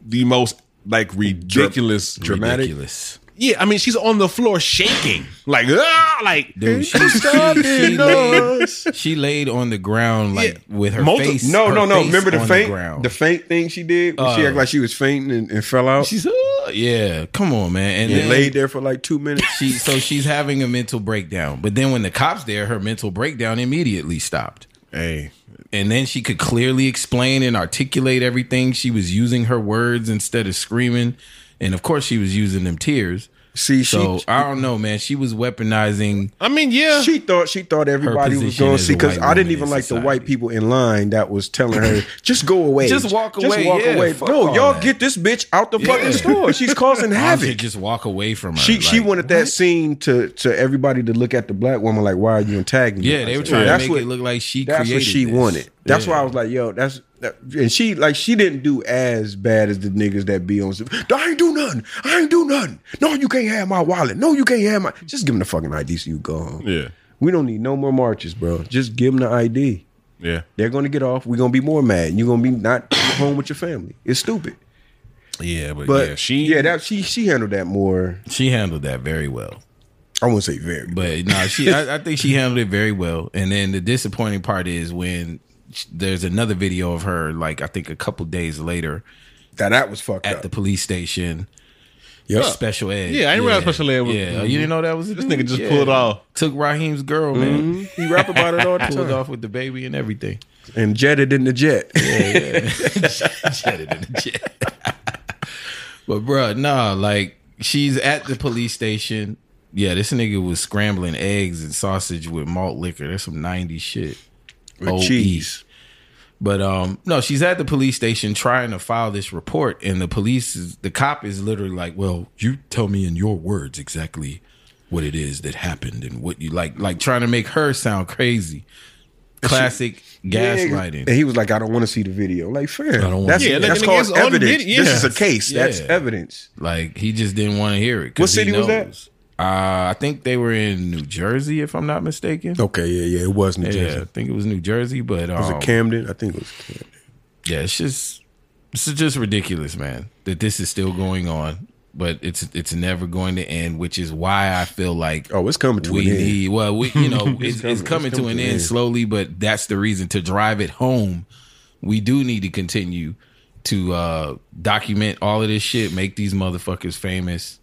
Speaker 3: the most like ridiculous, dramatic.
Speaker 4: Ridiculous.
Speaker 3: Yeah, I mean, she's on the floor shaking, like ah, like
Speaker 4: Dude, she, she, she laid, she laid on the ground like with her
Speaker 3: Multi-
Speaker 4: face.
Speaker 2: No,
Speaker 4: her
Speaker 2: no, no.
Speaker 4: face
Speaker 2: Remember the
Speaker 4: on
Speaker 2: faint,
Speaker 4: The
Speaker 2: the,
Speaker 4: ground. Uh,
Speaker 2: faint thing she did. When she acted like she was fainting and, and fell out.
Speaker 4: She's, "Oh," yeah, come on, man. And
Speaker 2: You
Speaker 4: then
Speaker 2: laid there for like two minutes.
Speaker 4: she so she's having a mental breakdown. But then when the cops there, her mental breakdown immediately stopped.
Speaker 2: Hey,
Speaker 4: And then she could clearly explain and articulate everything. She was using her words instead of screaming. And of course she was using them tears.
Speaker 2: see,
Speaker 4: So
Speaker 2: she
Speaker 4: I don't know, man. She was weaponizing
Speaker 3: I mean, yeah.
Speaker 2: she thought she thought everybody was
Speaker 4: position
Speaker 2: going
Speaker 4: as
Speaker 2: to
Speaker 4: a
Speaker 2: see because
Speaker 4: white
Speaker 2: I didn't
Speaker 4: woman
Speaker 2: even
Speaker 4: in
Speaker 2: like the white
Speaker 4: society.
Speaker 2: people in line that was telling her just go away,
Speaker 4: Just walk away, yeah, fuck
Speaker 2: No,
Speaker 4: all
Speaker 2: y'all
Speaker 4: that.
Speaker 2: get this bitch out the fucking store. She's causing
Speaker 4: Honestly,
Speaker 2: havoc.
Speaker 4: just walk away from her.
Speaker 2: She she
Speaker 4: Like,
Speaker 2: wanted that scene to to everybody to look at the black woman like why are you antagonizing?
Speaker 4: Yeah, they were trying to
Speaker 2: That's
Speaker 4: make
Speaker 2: what-
Speaker 4: it look like she
Speaker 2: that's
Speaker 4: created.
Speaker 2: what she
Speaker 4: this.
Speaker 2: wanted. That's
Speaker 4: Yeah.
Speaker 2: why I was like, yo, that's that, and she like she didn't do as bad as the niggas that be on. some, I ain't do nothing. I ain't do nothing. No, you can't have my wallet. No, you can't have my. Just give him the fucking ID so you go home.
Speaker 3: yeah.
Speaker 2: We don't need no more marches, bro. Just give him the ID.
Speaker 3: Yeah.
Speaker 2: They're gonna get off. We're gonna be more mad. and You're gonna be not home with your family. It's stupid.
Speaker 3: Yeah, but,
Speaker 2: But
Speaker 3: yeah, she
Speaker 2: yeah, that she she handled that more.
Speaker 4: She handled that very well.
Speaker 2: I won't say very. But
Speaker 4: But no, she. I, I think she handled it very well. And then the disappointing part is when sh- there's another video of her, like I think a couple days later
Speaker 2: that that was fucked
Speaker 4: at
Speaker 2: up.
Speaker 4: the police station.
Speaker 2: Yep.
Speaker 4: Special ed.
Speaker 3: Yeah, I didn't realize Special Ed was-
Speaker 4: Yeah, Oh, you didn't know that was a
Speaker 3: This
Speaker 4: dude?
Speaker 3: nigga just
Speaker 4: Yeah.
Speaker 3: pulled off.
Speaker 4: Took Raheem's girl, man.
Speaker 2: Mm-hmm. he rap about it all the
Speaker 4: Pulled
Speaker 2: time.
Speaker 4: off with the baby and everything.
Speaker 2: And jetted in the jet.
Speaker 4: jetted in the jet. but bruh, nah, like she's at the police station. Yeah, this nigga was scrambling eggs and sausage with malt liquor. That's some 90s shit.
Speaker 2: With
Speaker 4: OE.
Speaker 2: cheese.
Speaker 4: But um, no, she's at the police station trying to file this report, and the police, is, the cop is literally like, "Well, you tell me in your words exactly what it is that happened and what you like, like trying to make her sound crazy." Classic gaslighting.
Speaker 2: And he was like, I don't want to see the video. Like, fair.
Speaker 4: don't wanna
Speaker 2: that's
Speaker 4: see it.
Speaker 2: that's
Speaker 3: Yeah, like,
Speaker 2: called
Speaker 3: it's on the
Speaker 2: evidence.
Speaker 3: video.
Speaker 2: This is
Speaker 3: Yeah.
Speaker 2: a case. That's
Speaker 4: Yeah.
Speaker 2: evidence.
Speaker 4: Like he just didn't want to hear it.
Speaker 2: What city was that?
Speaker 4: that? Uh, I think they were in New Jersey, if I'm not mistaken.
Speaker 2: Okay, yeah, yeah. It was New
Speaker 4: Yeah, I think it was New Jersey, but um,
Speaker 2: Was it Camden? I think it was Camden.
Speaker 4: yeah, it's just it's just ridiculous, man, that this is still going on. But it's it's never going to end, which is why I feel like
Speaker 2: Oh, it's coming to
Speaker 4: we
Speaker 2: an end.
Speaker 4: need well, we you know it's, it's, coming,
Speaker 2: coming- it's
Speaker 4: to an end slowly, but that's the reason to drive it home. We do need to continue to uh document all of this shit, make these motherfuckers famous,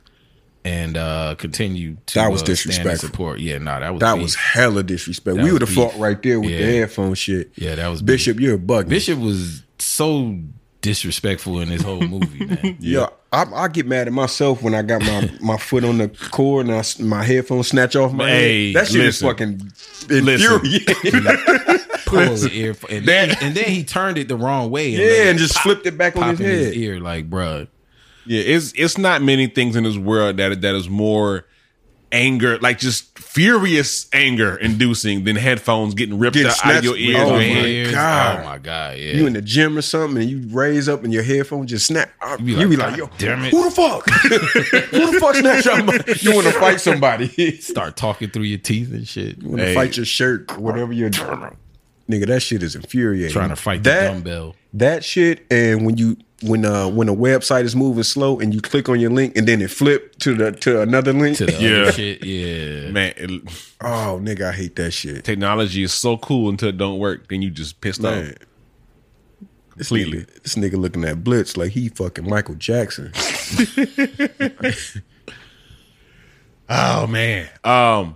Speaker 4: and uh continue to
Speaker 2: That was
Speaker 4: uh, stand and
Speaker 2: disrespectful.
Speaker 4: support. Yeah, nah, that was
Speaker 2: That
Speaker 4: beef.
Speaker 2: was hella disrespect. we
Speaker 4: was
Speaker 2: would have fought
Speaker 4: beef.
Speaker 2: right there with the
Speaker 4: Yeah.
Speaker 2: headphone shit.
Speaker 4: yeah, that was beef.
Speaker 2: Bishop, you're a bug.
Speaker 4: Bishop was so disrespectful in this whole movie, man.
Speaker 2: Yeah, I, I get mad at myself when I got my, my foot on the cord and I s my headphones snatch off my
Speaker 3: Hey,
Speaker 2: head. That shit
Speaker 3: listen.
Speaker 2: is fucking infuriating.
Speaker 4: pull his ear, and then, and then he turned it the wrong way. And
Speaker 2: yeah,
Speaker 4: let
Speaker 2: and
Speaker 4: it
Speaker 2: just flipped it back on
Speaker 4: pop
Speaker 2: his
Speaker 4: in his
Speaker 2: head.
Speaker 4: ear, like, bruh.
Speaker 3: Yeah, it's it's not many things in this world that that is more anger, like just furious anger inducing than headphones getting ripped
Speaker 2: Getting
Speaker 3: out, out of your
Speaker 2: snatched-
Speaker 3: ears.
Speaker 2: Oh
Speaker 3: or
Speaker 2: my
Speaker 3: head.
Speaker 4: ears.
Speaker 2: God.
Speaker 4: Oh my god! Yeah,
Speaker 2: You in the gym or something, and you raise up and your headphone just snap. I- You be like,
Speaker 4: like, "God
Speaker 2: yo,
Speaker 4: damn it."
Speaker 2: who the fuck? who the fuck snatched out my? You want to fight somebody? you
Speaker 4: start talking through your teeth and shit.
Speaker 2: want to
Speaker 4: Hey,
Speaker 2: fight your shirt, whatever you're. Nigga, that shit is infuriating.
Speaker 4: trying to fight
Speaker 2: that,
Speaker 4: the dumbbell.
Speaker 2: That shit, and when you when uh when a website is moving slow and you click on your link and then it flip to the to another link.
Speaker 4: To the
Speaker 3: Yeah.
Speaker 4: other shit, yeah.
Speaker 3: Man, it-
Speaker 2: oh, nigga, I hate that shit.
Speaker 3: technology is so cool until it don't work, then you just pissed
Speaker 2: Man.
Speaker 3: off completely.
Speaker 2: This nigga looking at Blitz like he fucking Michael Jackson.
Speaker 3: Oh man. Um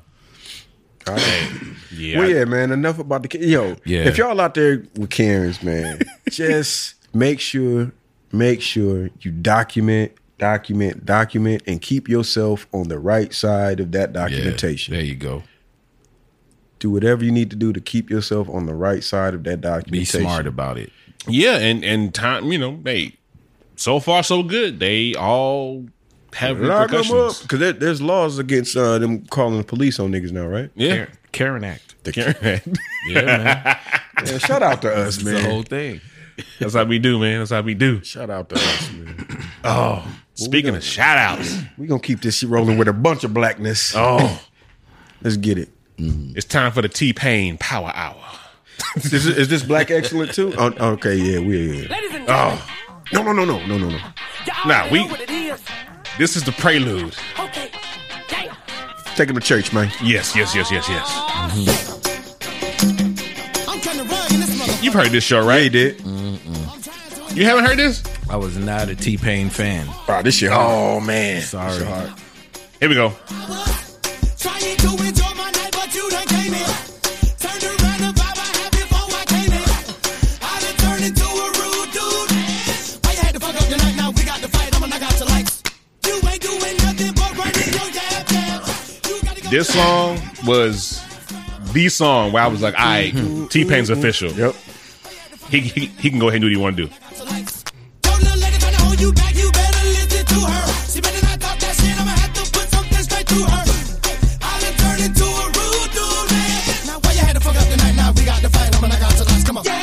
Speaker 2: I-
Speaker 3: yeah.
Speaker 2: Well, yeah, man. Enough about the Ka- yo.
Speaker 4: Yeah.
Speaker 2: If y'all out there with Karens, man, just make sure, make sure you document, document, document, and keep yourself on the right side of that
Speaker 4: Yeah.
Speaker 2: documentation.
Speaker 4: There you go.
Speaker 2: Do whatever you need to do to keep yourself on the right side of that documentation.
Speaker 4: Be smart about it.
Speaker 3: Yeah, and and time, you know, hey, so far so good. They all have
Speaker 2: Lock them up
Speaker 3: repercussions.
Speaker 2: because there, there's laws against uh, them calling the police on niggas now, right?
Speaker 3: Yeah.
Speaker 4: Karen Act.
Speaker 2: The
Speaker 4: Yeah, man.
Speaker 2: Man, shout out to us,
Speaker 4: It's the
Speaker 2: man.
Speaker 4: whole thing.
Speaker 3: That's how we do, man. That's how we do.
Speaker 2: Shout out to us, man.
Speaker 3: Oh, speaking of shout outs.
Speaker 2: We gonna keep this shit rolling with a bunch of blackness.
Speaker 3: Oh,
Speaker 2: Let's get it.
Speaker 3: it's time for the T Pain Power Hour.
Speaker 2: Is, is this black excellent too? Oh, okay, yeah, we. Yeah.
Speaker 5: Ladies and gentlemen,
Speaker 3: Oh,
Speaker 2: No, no, no, no, no, no, no.
Speaker 5: y'all
Speaker 3: nah,
Speaker 5: already
Speaker 3: we-
Speaker 5: know what it is.
Speaker 3: this is the prelude.
Speaker 5: Okay. Damn.
Speaker 2: Take him to church, man.
Speaker 3: Yes, yes, yes, yes, yes.
Speaker 6: I'm trying to run in this motherfucker.
Speaker 3: You've heard this show, right?
Speaker 2: He did.
Speaker 6: I'm trying to
Speaker 3: You haven't heard this?
Speaker 4: I I was not a T Pain fan.
Speaker 2: Wow, this shit. Oh man,
Speaker 4: Sorry.
Speaker 2: This shit hard.
Speaker 3: Here we go.
Speaker 5: Trying to enjoy my night, but you done came in. Turned around the vibe I had before I came in. I done turned into a rude dude. Why you had to fuck up your night? Now we got to fight. I'ma knock out your lights. You ain't doing nothing but running your jab jab. You gotta go.
Speaker 3: This song was the song where I was like, "All right, T Pain's official.
Speaker 2: Yep.
Speaker 3: He, he he can go ahead and do what he want to do."
Speaker 5: Your little lady tryna hold you back, you better listen to her. She better not talk that shit, I'ma have to put something straight through her. I done turned into a rude dude, man. Now why you had to fuck up tonight? Now we got to fight, I'ma knock out your lights, come on. Yeah,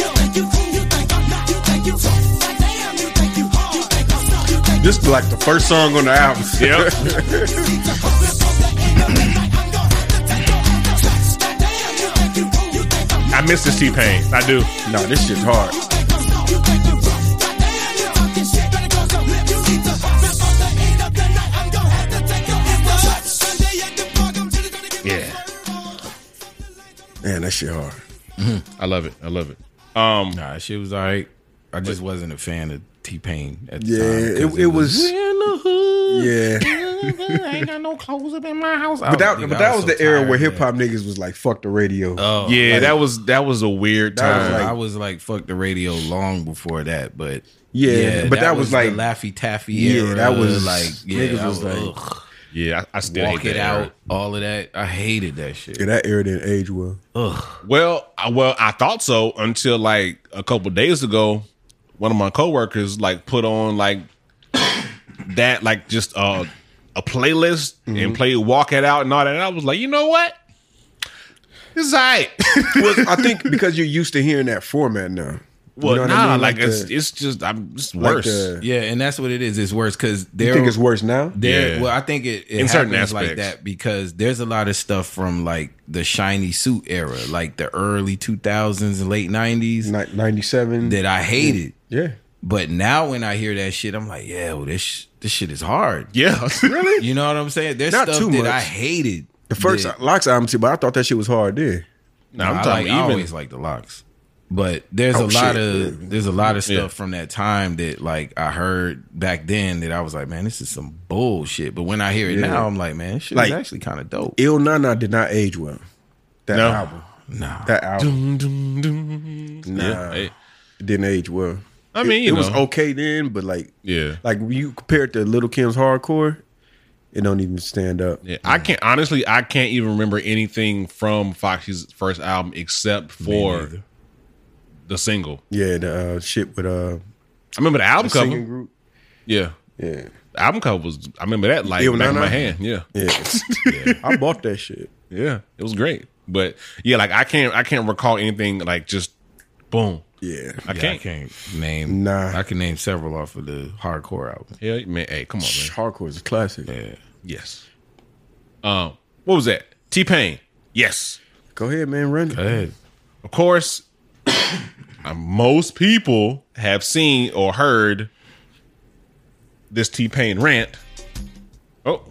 Speaker 5: you think you cool, you think I'm not, you think you soft. Goddamn, you think you hard, you think I'm soft, you think
Speaker 2: This is like the first song on the album.
Speaker 3: Yep.
Speaker 5: you need to hold this from the end of the night. I'm gonna have to take your ass outside. Goddamn, you think you cool, you think I'm
Speaker 3: I miss this T Pain. I do.
Speaker 2: No, this shit's hard.
Speaker 5: You think I'm soft, you think you rough. Goddamn, you talking shit, better close your lips. You need to hop. That's all the end of the night. I'm gonna have to take your ass to church. Sunday at the park, I'm chilling, gonna get my
Speaker 3: Yeah.
Speaker 2: Man, that shit hard.
Speaker 3: I love it. I love it. Um,
Speaker 4: Nah, that shit was all right. I just wasn't a fan of T Pain at the
Speaker 2: Yeah,
Speaker 4: time. 'cause
Speaker 2: it, it was.
Speaker 4: in the hood.
Speaker 2: Yeah,
Speaker 4: I ain't got no clothes up in my house.
Speaker 2: but that, but that was the era where hip hop niggas was like, "Fuck the radio."
Speaker 4: Oh,
Speaker 3: yeah, that was that was a weird
Speaker 2: That was
Speaker 3: time.
Speaker 2: like-
Speaker 4: I was like, fuck the radio long before that, but
Speaker 2: Yeah, but that was like-
Speaker 4: the Laffy Taffy.
Speaker 2: Yeah,
Speaker 4: era,
Speaker 2: that was-
Speaker 4: like yeah,
Speaker 2: niggas
Speaker 4: I
Speaker 2: was like,
Speaker 4: ugh,
Speaker 3: yeah, I, I still
Speaker 4: walk
Speaker 3: hate
Speaker 4: it
Speaker 3: that
Speaker 4: out,
Speaker 3: era.
Speaker 4: all of that. I hated that shit.
Speaker 2: yeah, that era didn't age well.
Speaker 3: Well, I, well, I thought so until like a couple days ago, one of my coworkers like put on like that, like just uh, a playlist and played "Walk It Out" and all that. And I was like, you know what? This is all right.
Speaker 2: Well, I think because you're used to hearing that format now. You
Speaker 3: well,
Speaker 2: know what I
Speaker 3: nah,
Speaker 2: mean?
Speaker 3: like, it's
Speaker 2: the-
Speaker 3: it's just I'm just
Speaker 2: like
Speaker 3: worse.
Speaker 2: the-
Speaker 4: Yeah, and that's what it is. It's worse because
Speaker 2: you
Speaker 4: there
Speaker 2: think it's worse now?
Speaker 4: There,
Speaker 3: Yeah.
Speaker 4: well, I think it, it
Speaker 3: In certain
Speaker 4: happens like
Speaker 3: aspects.
Speaker 4: that because there's a lot of stuff from like the shiny suit era, like the early 2000s and late 90s
Speaker 2: Ni- Ninety-seven.
Speaker 4: that I hated.
Speaker 2: yeah,
Speaker 4: But now when I hear that shit, I'm like, yeah, well, this sh- this shit is hard.
Speaker 3: yeah, really.
Speaker 4: You know what I'm saying? There's
Speaker 2: Not
Speaker 4: stuff
Speaker 2: too
Speaker 4: that
Speaker 2: much.
Speaker 4: I hated.
Speaker 2: the first
Speaker 4: that,
Speaker 2: Locks album too, but I thought that shit was hard. There,
Speaker 3: No,
Speaker 4: i
Speaker 3: I'm
Speaker 4: like,
Speaker 3: talking
Speaker 4: I
Speaker 3: about even.
Speaker 4: always like the locks. But there's
Speaker 2: Oh,
Speaker 4: a lot
Speaker 2: shit.
Speaker 4: of there's a lot of stuff
Speaker 3: Yeah.
Speaker 4: from that time that like I heard back then that I was like, man, this is some bullshit. But when I hear it
Speaker 2: Yeah.
Speaker 4: now, I'm like, man, this shit
Speaker 2: Like-
Speaker 4: is actually kind of dope.
Speaker 2: Il Nana did not age well. That
Speaker 3: No.
Speaker 2: album,
Speaker 4: Nah.
Speaker 2: that album
Speaker 3: Yeah,
Speaker 2: Nah.
Speaker 3: hey,
Speaker 2: didn't age well.
Speaker 3: I mean,
Speaker 2: it,
Speaker 3: you
Speaker 2: it was
Speaker 3: know.
Speaker 2: okay then, but like,
Speaker 3: Yeah.
Speaker 2: like you compare it to Little Kim's hardcore, it don't even stand up.
Speaker 3: Yeah, I can't honestly. I can't even remember anything from Foxy's first album except for the single.
Speaker 2: Yeah, the uh, shit with uh,
Speaker 3: I remember the album
Speaker 2: the
Speaker 3: cover.
Speaker 2: singing group.
Speaker 3: Yeah,
Speaker 2: Yeah,
Speaker 3: the album cover was. I remember that like
Speaker 2: Yo,
Speaker 3: back in
Speaker 2: Nana?
Speaker 3: my hand. Yeah. yeah,
Speaker 2: yeah. I bought that shit.
Speaker 3: it was great. But yeah, like I can't. I can't recall anything like just boom.
Speaker 2: Yeah,
Speaker 3: I
Speaker 4: Yeah, I
Speaker 3: can't.
Speaker 4: can't name.
Speaker 2: Nah.
Speaker 4: I can name several off of the hardcore album.
Speaker 3: Yeah, man. Hey, come on, man.
Speaker 2: hardcore is a classic.
Speaker 4: Yeah.
Speaker 3: Yes. Um, what was that? T Pain. Yes.
Speaker 2: Go ahead, man, run. it.
Speaker 4: Good.
Speaker 3: Of course, uh, most people have seen or heard this T Pain rant. Oh.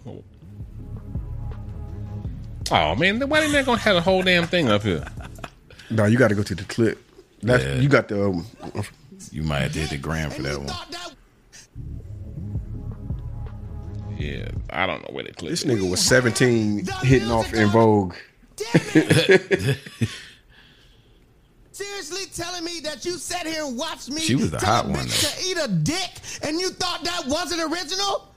Speaker 3: Oh man, why didn't they gonna have a whole damn thing up here?
Speaker 2: No, you got to go to the clip. That's
Speaker 4: Yeah.
Speaker 2: you got the. Um,
Speaker 4: You might have did the gram for that one.
Speaker 3: Yeah, I don't know where they clip.
Speaker 2: this
Speaker 3: it.
Speaker 2: nigga was seventeen, hitting off in Vogue.
Speaker 5: Seriously telling me that you sat here and watched me
Speaker 4: She was the
Speaker 5: tell
Speaker 4: hot
Speaker 5: a
Speaker 4: one,
Speaker 5: bitch to eat a dick and you thought that wasn't original?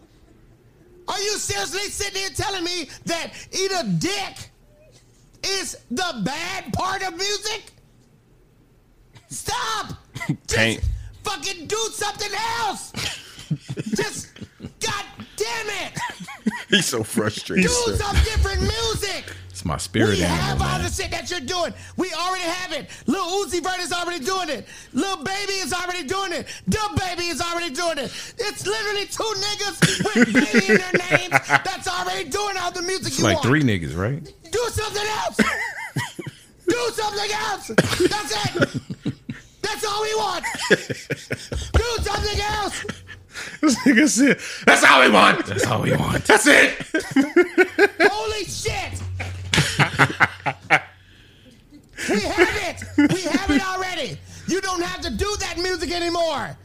Speaker 5: Are you seriously sitting here telling me that eat a dick is the bad part of music? Stop!
Speaker 3: Tank.
Speaker 5: Just fucking do something else! Just god damn it!
Speaker 2: He's so frustrated.
Speaker 5: Do some different music!
Speaker 4: It's my spirit
Speaker 5: We
Speaker 4: animal.
Speaker 5: have all
Speaker 4: Man.
Speaker 5: the shit that you're doing. We already have it. Lil Uzi Vert is already doing it. Lil Baby is already doing it. Dub Baby is already doing it. It's literally two niggas with baby in their names that's already doing all the music
Speaker 4: It's
Speaker 5: you
Speaker 4: like
Speaker 5: want.
Speaker 4: three niggas, right?
Speaker 5: Do something else. Do something else. That's it. That's all we want. Do something else.
Speaker 3: This nigga said, "That's all we want.
Speaker 4: That's all we want.
Speaker 3: That's it."
Speaker 5: Holy shit! we have it! We have it already! You don't have to do that music anymore!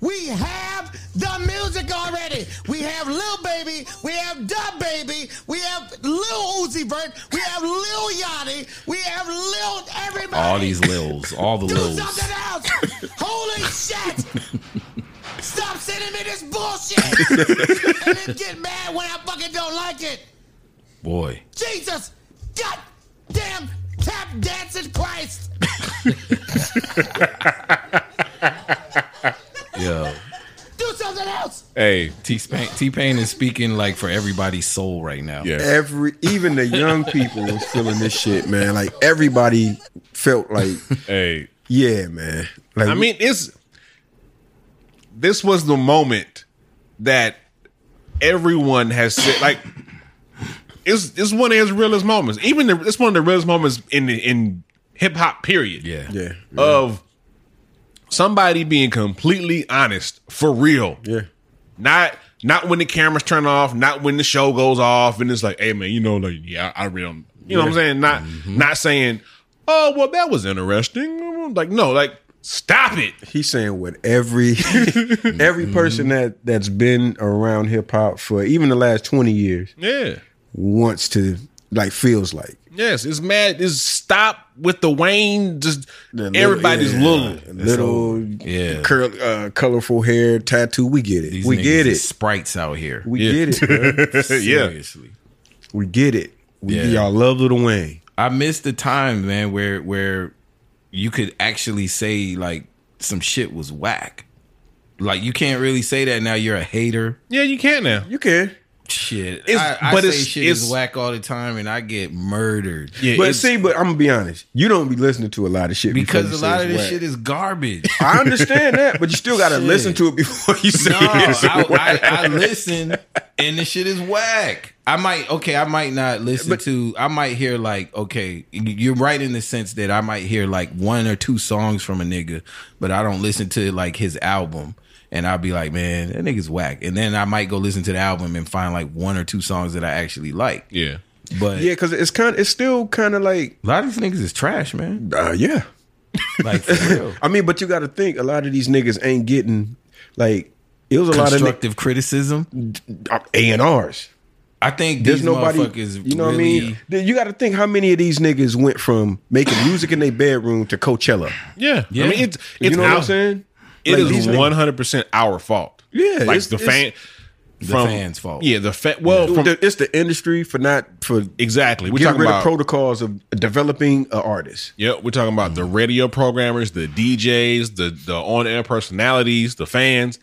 Speaker 6: We have the music already. We have Lil Baby. We have Dub Baby. We have Lil Uzi Vert. We have Lil Yachty. We have Lil everybody.
Speaker 4: All these lils, all the
Speaker 6: Do
Speaker 4: lils.
Speaker 6: something else. Holy shit. Stop sending me this bullshit. and then get mad when I fucking don't like it.
Speaker 4: Boy,
Speaker 6: Jesus. God damn. Tap dancing Christ.
Speaker 4: yeah.
Speaker 6: Do something else.
Speaker 3: Hey,
Speaker 4: T Pain T Pain is speaking like for everybody's soul right now.
Speaker 3: yeah.
Speaker 2: Every even the young people was feeling this shit, man. Like everybody felt like,
Speaker 3: Hey,
Speaker 2: yeah, man. Like
Speaker 3: I mean, it's this was the moment that everyone has said like it's it's one of his realest moments. Even the, it's one of the realest moments in the, in hip hop period.
Speaker 4: Yeah.
Speaker 2: yeah,
Speaker 3: Of somebody being completely honest for real.
Speaker 2: yeah,
Speaker 3: Not not when the cameras turn off, not when the show goes off, and it's like, hey man, you know, like yeah, I really, don't- you know what I'm saying? Not not saying, oh well, that was interesting. Like no, like stop it.
Speaker 2: He's saying what every every person that that's been around hip hop for even the last twenty years
Speaker 3: Yeah.
Speaker 2: wants to like feels like
Speaker 3: Yes, it's mad. It's stop with the Wayne. Just
Speaker 2: The little-
Speaker 3: everybody's
Speaker 2: yeah,
Speaker 3: little.
Speaker 2: little
Speaker 4: Yeah.
Speaker 2: curl, uh, colorful hair tattoo. We get it.
Speaker 4: These
Speaker 2: we
Speaker 4: niggas
Speaker 2: get
Speaker 4: is
Speaker 2: it.
Speaker 4: Sprites out here.
Speaker 2: We get it. bro.
Speaker 4: Seriously.
Speaker 2: We get it. We
Speaker 4: Yeah.
Speaker 2: y'all love Little Wayne.
Speaker 4: I miss the time, man, where where you could actually say like some shit was whack. Like you can't really say that now. You're a hater.
Speaker 3: Yeah, you can now.
Speaker 2: You can.
Speaker 4: Shit.
Speaker 3: It's-
Speaker 4: I, I
Speaker 3: but
Speaker 4: say
Speaker 3: it's-
Speaker 4: shit
Speaker 3: it's-
Speaker 4: is whack all the time, and I get murdered.
Speaker 3: Yeah,
Speaker 2: But
Speaker 3: it's-
Speaker 2: see, but I'm gonna be honest. You don't be listening to a lot of shit before
Speaker 4: Because
Speaker 2: you
Speaker 4: a
Speaker 2: say
Speaker 4: lot of
Speaker 2: it's
Speaker 4: this
Speaker 2: whack.
Speaker 4: shit is garbage.
Speaker 2: I understand that, but you still gotta listen to it before you say
Speaker 4: No,
Speaker 2: it's
Speaker 4: I, I,
Speaker 2: whack.
Speaker 4: I listen, and the shit is whack. I might okay, I might not listen to. I might hear like okay, you're right in the sense that I might hear like one or two songs from a nigga, but I don't listen to like his album. And I'll be like, man, that nigga's whack. And then I might go listen to the album and find like one or two songs that I actually like.
Speaker 3: yeah,
Speaker 4: But
Speaker 2: yeah, because it's kind. It's still kind of like,
Speaker 4: a lot of these niggas is trash, man.
Speaker 2: uh, yeah.
Speaker 4: Like for real.
Speaker 2: I mean, but you got to think a lot of these niggas ain't getting like it was a lot of uh,
Speaker 4: constructive criticism.
Speaker 2: A and R's.
Speaker 4: I think
Speaker 2: There's
Speaker 4: these
Speaker 2: nobody,
Speaker 4: motherfuckers.
Speaker 2: you know
Speaker 4: really-
Speaker 2: what I mean? Then You got to think how many of these niggas went from making music in their bedroom to Coachella.
Speaker 3: yeah.
Speaker 4: Yeah.
Speaker 3: I mean, it's it's
Speaker 2: You know what
Speaker 3: our,
Speaker 2: I'm saying?
Speaker 3: it
Speaker 2: Like,
Speaker 3: is
Speaker 2: these niggas-
Speaker 3: one hundred percent our fault.
Speaker 2: Yeah,
Speaker 3: like
Speaker 2: it's-
Speaker 3: the
Speaker 2: it's-
Speaker 3: fan, from,
Speaker 4: fans' fault.
Speaker 3: Yeah, the fan. Well,
Speaker 2: Dude,
Speaker 3: from,
Speaker 2: the- it's the industry for not for
Speaker 3: exactly. We're
Speaker 2: getting
Speaker 3: talking
Speaker 2: rid
Speaker 3: about
Speaker 2: of protocols of developing an artist.
Speaker 3: Yeah, we're talking about the radio programmers, the DJs, the the on air personalities, the fans.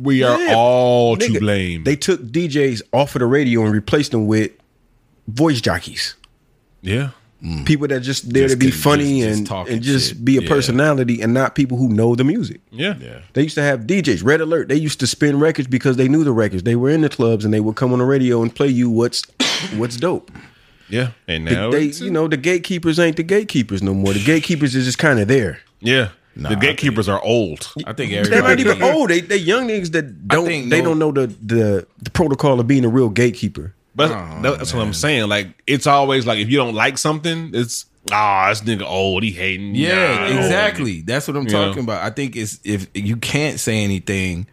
Speaker 3: We are
Speaker 2: Yeah,
Speaker 3: all to
Speaker 2: Nigga,
Speaker 3: blame.
Speaker 2: They took DJs off of the radio and replaced them with voice jockeys.
Speaker 3: yeah,
Speaker 2: People that just there
Speaker 4: Just
Speaker 2: to be
Speaker 4: could- just-
Speaker 2: funny
Speaker 4: just
Speaker 2: and
Speaker 4: talking
Speaker 2: and just
Speaker 4: shit.
Speaker 2: be a
Speaker 4: Yeah.
Speaker 2: personality and not people who know the music.
Speaker 3: yeah, yeah.
Speaker 2: They used to have DJs, Red Alert. They used to spin records because they knew the records. They were in the clubs and they would come on the radio and play you what's what's dope.
Speaker 3: Yeah, and
Speaker 2: The-
Speaker 3: now
Speaker 2: they,
Speaker 3: it's-
Speaker 2: you know, the gatekeepers ain't the gatekeepers no more. The gatekeepers is just kind of there.
Speaker 3: yeah.
Speaker 4: Nah, I
Speaker 3: the
Speaker 4: think-
Speaker 3: gatekeepers are old.
Speaker 4: I think
Speaker 2: They're
Speaker 4: everybody.
Speaker 2: not even old. They they young niggas that don't
Speaker 4: think
Speaker 2: they
Speaker 4: no-
Speaker 2: don't know the, the the protocol of being a real gatekeeper.
Speaker 3: But that's what I'm saying. Like it's always like if you don't like something, it's ah, this nigga old, he hating. Nah,
Speaker 4: Yeah,
Speaker 3: I don't-
Speaker 4: exactly. That's what I'm talking
Speaker 3: know?
Speaker 4: about. I think it's if you can't say anything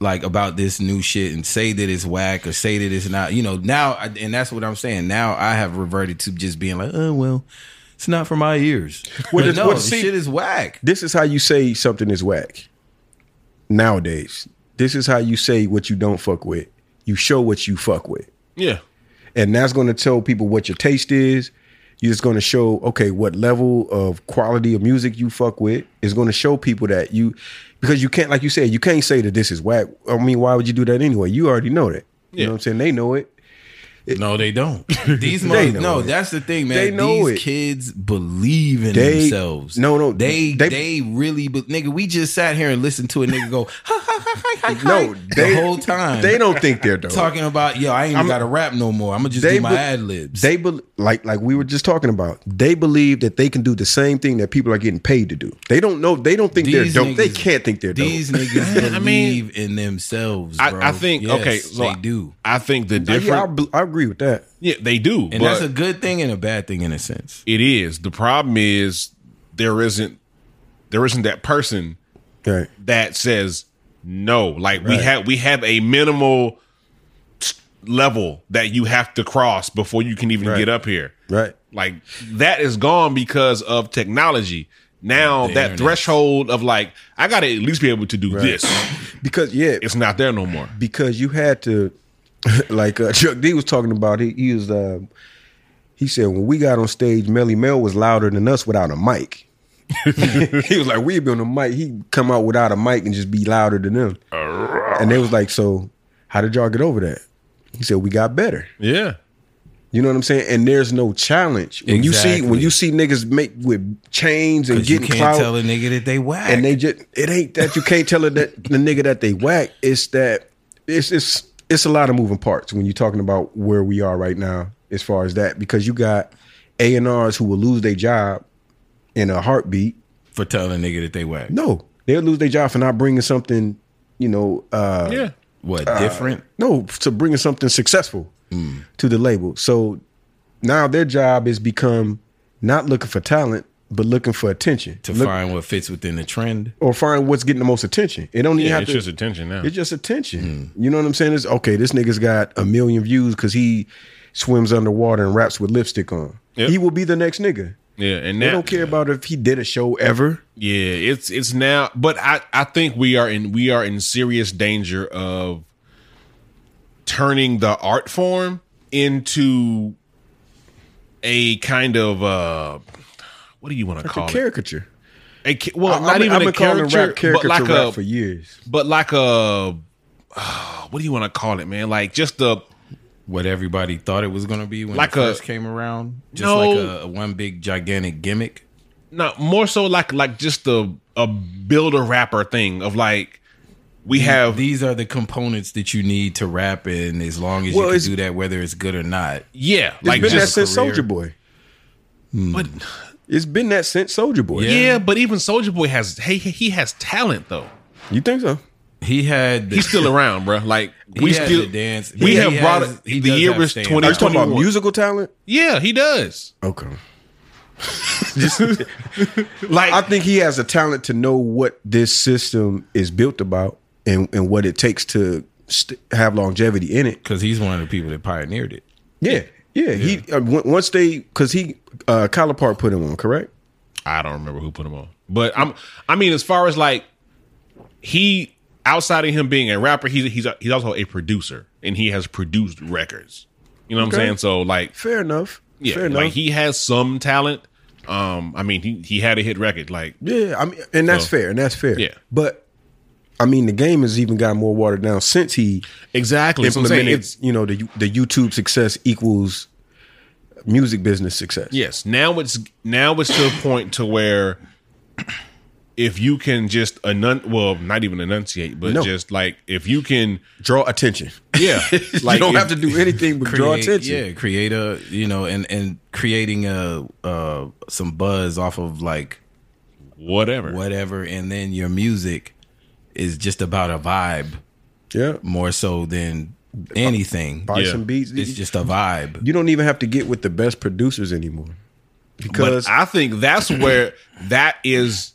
Speaker 4: like about this new shit and say that it's whack or say that it's not, you know, now I- and that's what I'm saying. Now I have reverted to just being like, oh well, it's not for my ears.
Speaker 2: What
Speaker 4: But
Speaker 2: is-
Speaker 4: no,
Speaker 2: what-
Speaker 4: the
Speaker 2: see-
Speaker 4: shit is whack.
Speaker 2: This is how you say something is whack. Nowadays, this is how you say what you don't fuck with. You show what you fuck with.
Speaker 3: Yeah,
Speaker 2: and that's going to tell people what your taste is. You're just going to show okay what level of quality of music you fuck with. It's going to show people that you because you can't like you said you can't say that this is whack. I mean, why would you do that anyway? You already know that. You
Speaker 3: Yeah.
Speaker 2: know what I'm saying? They know it.
Speaker 4: No, they don't. These
Speaker 2: They
Speaker 4: they
Speaker 2: know
Speaker 4: no,
Speaker 2: it.
Speaker 4: that's the thing, man.
Speaker 2: They know
Speaker 4: These
Speaker 2: it.
Speaker 4: kids believe in
Speaker 2: They-
Speaker 4: themselves.
Speaker 2: no, no,
Speaker 4: they
Speaker 2: they-
Speaker 4: they, really. But nigga, we just sat here and listened to a nigga go ha ha ha ha ha. ha,"
Speaker 2: No, they
Speaker 4: the whole time
Speaker 2: They don't think they're dope.
Speaker 4: talking about yo, I ain't even got to rap no more. I'm gonna just
Speaker 2: They
Speaker 4: do my
Speaker 2: be-
Speaker 4: ad libs.
Speaker 2: They be, like like we were just talking about. They believe that they can do the same thing that people are getting paid to do. They don't know. They don't think
Speaker 4: These
Speaker 2: they're dope. they
Speaker 4: niggas-
Speaker 2: can't think they're dope.
Speaker 4: These niggas believe
Speaker 3: I mean,
Speaker 4: in themselves. Bro.
Speaker 3: I, I think
Speaker 4: Yes,
Speaker 3: okay, so
Speaker 4: they
Speaker 3: I-
Speaker 4: do,
Speaker 3: I think the
Speaker 2: Uh, yeah, I,
Speaker 3: different.
Speaker 2: bel- I agree with that.
Speaker 3: Yeah, they do,
Speaker 4: and
Speaker 3: but
Speaker 4: that's a good thing and a bad thing in a sense.
Speaker 3: it is the problem is there isn't there isn't that person
Speaker 2: Right.
Speaker 3: that says No, like we have we have a minimal s- level that you have to cross before you can even
Speaker 2: Right.
Speaker 3: get up here.
Speaker 2: Right.
Speaker 3: Like that is gone because of technology. Now that
Speaker 4: internet.
Speaker 3: threshold of like I got to at least be able to do this.
Speaker 2: Because yeah,
Speaker 3: It's not there no more.
Speaker 2: because you had to like uh, Chuck D was talking about he, he was uh, he said when we got on stage Melly Mel was louder than us without a mic. he was like we'd be on a mic he'd come out without a mic and just be louder than them. And they was like so how did y'all get over that? He said we got better.
Speaker 3: Yeah.
Speaker 2: You know what I'm saying? And there's no challenge. When you see when
Speaker 4: Exactly.
Speaker 2: you see niggas make with chains and
Speaker 4: 'Cause you
Speaker 2: getting
Speaker 4: can't
Speaker 2: clout
Speaker 4: tell a nigga that they whack.
Speaker 2: and they just it ain't that you can't tell it that the nigga that they whack. It's that it's it's it's a lot of moving parts when you're talking about where we are right now as far as that because you got A and R's who will lose their job in a heartbeat.
Speaker 4: for telling a nigga that they whack.
Speaker 2: No, they'll lose their job for not bringing something. You know, uh,
Speaker 3: Yeah.
Speaker 4: What different?
Speaker 2: no, to bringing something successful to the label. So now their job is become not looking for talent, but looking for attention
Speaker 4: To
Speaker 2: Look-
Speaker 4: find what fits within the trend.
Speaker 2: or find what's getting the most attention. It don't even
Speaker 3: Yeah,
Speaker 2: have
Speaker 3: it's
Speaker 2: to.
Speaker 3: just attention now.
Speaker 2: It's just attention. You know what I'm saying? It's okay. This nigga's got a million views because he swims underwater and raps with lipstick on.
Speaker 3: Yep.
Speaker 2: He will be the next nigga.
Speaker 3: yeah, and
Speaker 2: They
Speaker 3: now,
Speaker 2: don't care about if he did a show ever.
Speaker 3: Yeah, it's it's now, but I I think we are in we are in serious danger of turning the art form into a kind of uh what do you want to
Speaker 2: A
Speaker 3: call it?
Speaker 2: caricature.
Speaker 3: A ca- well, not
Speaker 2: I've been-
Speaker 3: even
Speaker 2: I've
Speaker 3: a
Speaker 2: been calling
Speaker 3: caricature,
Speaker 2: rap caricature
Speaker 3: but like
Speaker 2: rap
Speaker 3: a
Speaker 2: for years.
Speaker 3: but like a uh, what do you want to call it, man? Like just the
Speaker 4: What everybody thought it was gonna be when
Speaker 3: Like
Speaker 4: it
Speaker 3: a-
Speaker 4: first came around. Just
Speaker 3: No.
Speaker 4: like a, a one big gigantic gimmick.
Speaker 3: not more so like like just the a builder rapper thing of like we have
Speaker 4: These are the components that you need to rap in as long as
Speaker 2: Well,
Speaker 4: you
Speaker 2: it's-
Speaker 4: can do that, whether it's good or not.
Speaker 3: yeah
Speaker 2: It's
Speaker 3: like
Speaker 2: been that
Speaker 3: just
Speaker 2: since
Speaker 4: career.
Speaker 2: Soldier Boy.
Speaker 3: but
Speaker 2: It's been that since Soldier Boy.
Speaker 3: Yeah, but even Soldier Boy has hey he- he has talent though.
Speaker 2: You think so?
Speaker 4: He had the,
Speaker 3: He's still around, bro. Like
Speaker 4: He
Speaker 3: we
Speaker 4: has
Speaker 3: still
Speaker 4: the dance.
Speaker 3: We
Speaker 4: He
Speaker 3: have
Speaker 4: has-
Speaker 3: brought it.
Speaker 4: he
Speaker 3: the
Speaker 4: does
Speaker 3: year
Speaker 4: have
Speaker 3: was
Speaker 4: stand
Speaker 3: twenty
Speaker 2: Are you talking
Speaker 3: twenty
Speaker 2: about
Speaker 3: one.
Speaker 2: musical talent?
Speaker 3: Yeah, he does.
Speaker 2: Okay.
Speaker 3: Like
Speaker 2: I think he has a talent to know what this system is built about and, and what it takes to st- have longevity in it.
Speaker 4: because he's one of the people that pioneered it.
Speaker 2: Yeah, yeah. He uh, on- once they because he uh, Collar Park put him on, correct?
Speaker 3: I don't remember who put him on, but I'm. I mean, as far as like he outside of him being a rapper, he's he's he's also a producer, and he has produced records. You know what
Speaker 2: Okay.
Speaker 3: I'm saying? So like
Speaker 2: Fair enough.
Speaker 3: yeah,
Speaker 2: Fair enough.
Speaker 3: like he has some talent. Um, I mean, he he had a hit record. Like
Speaker 2: yeah, I mean, and that's
Speaker 3: So-
Speaker 2: fair, and that's fair.
Speaker 3: Yeah.
Speaker 2: but I mean, the game has even gotten more watered down since he
Speaker 3: exactly. that's what I'm saying.
Speaker 2: implemented.
Speaker 3: It's-
Speaker 2: you know, the the YouTube success equals music business success.
Speaker 3: Yes. Now it's now it's to a point to where if you can just enun well, not even enunciate, but
Speaker 2: No.
Speaker 3: just like if you can
Speaker 2: draw attention.
Speaker 3: Yeah.
Speaker 2: Like, you don't
Speaker 3: if-
Speaker 2: have to do anything but draw attention.
Speaker 4: Yeah, create a you know, and and creating a uh some buzz off of like
Speaker 3: whatever.
Speaker 4: whatever, and then your music is just about a vibe
Speaker 2: Yeah,
Speaker 4: more so than anything.
Speaker 2: buy
Speaker 3: Yeah.
Speaker 2: some beats.
Speaker 4: It's just a vibe.
Speaker 2: you don't even have to get with the best producers anymore because
Speaker 3: But I think that's where that is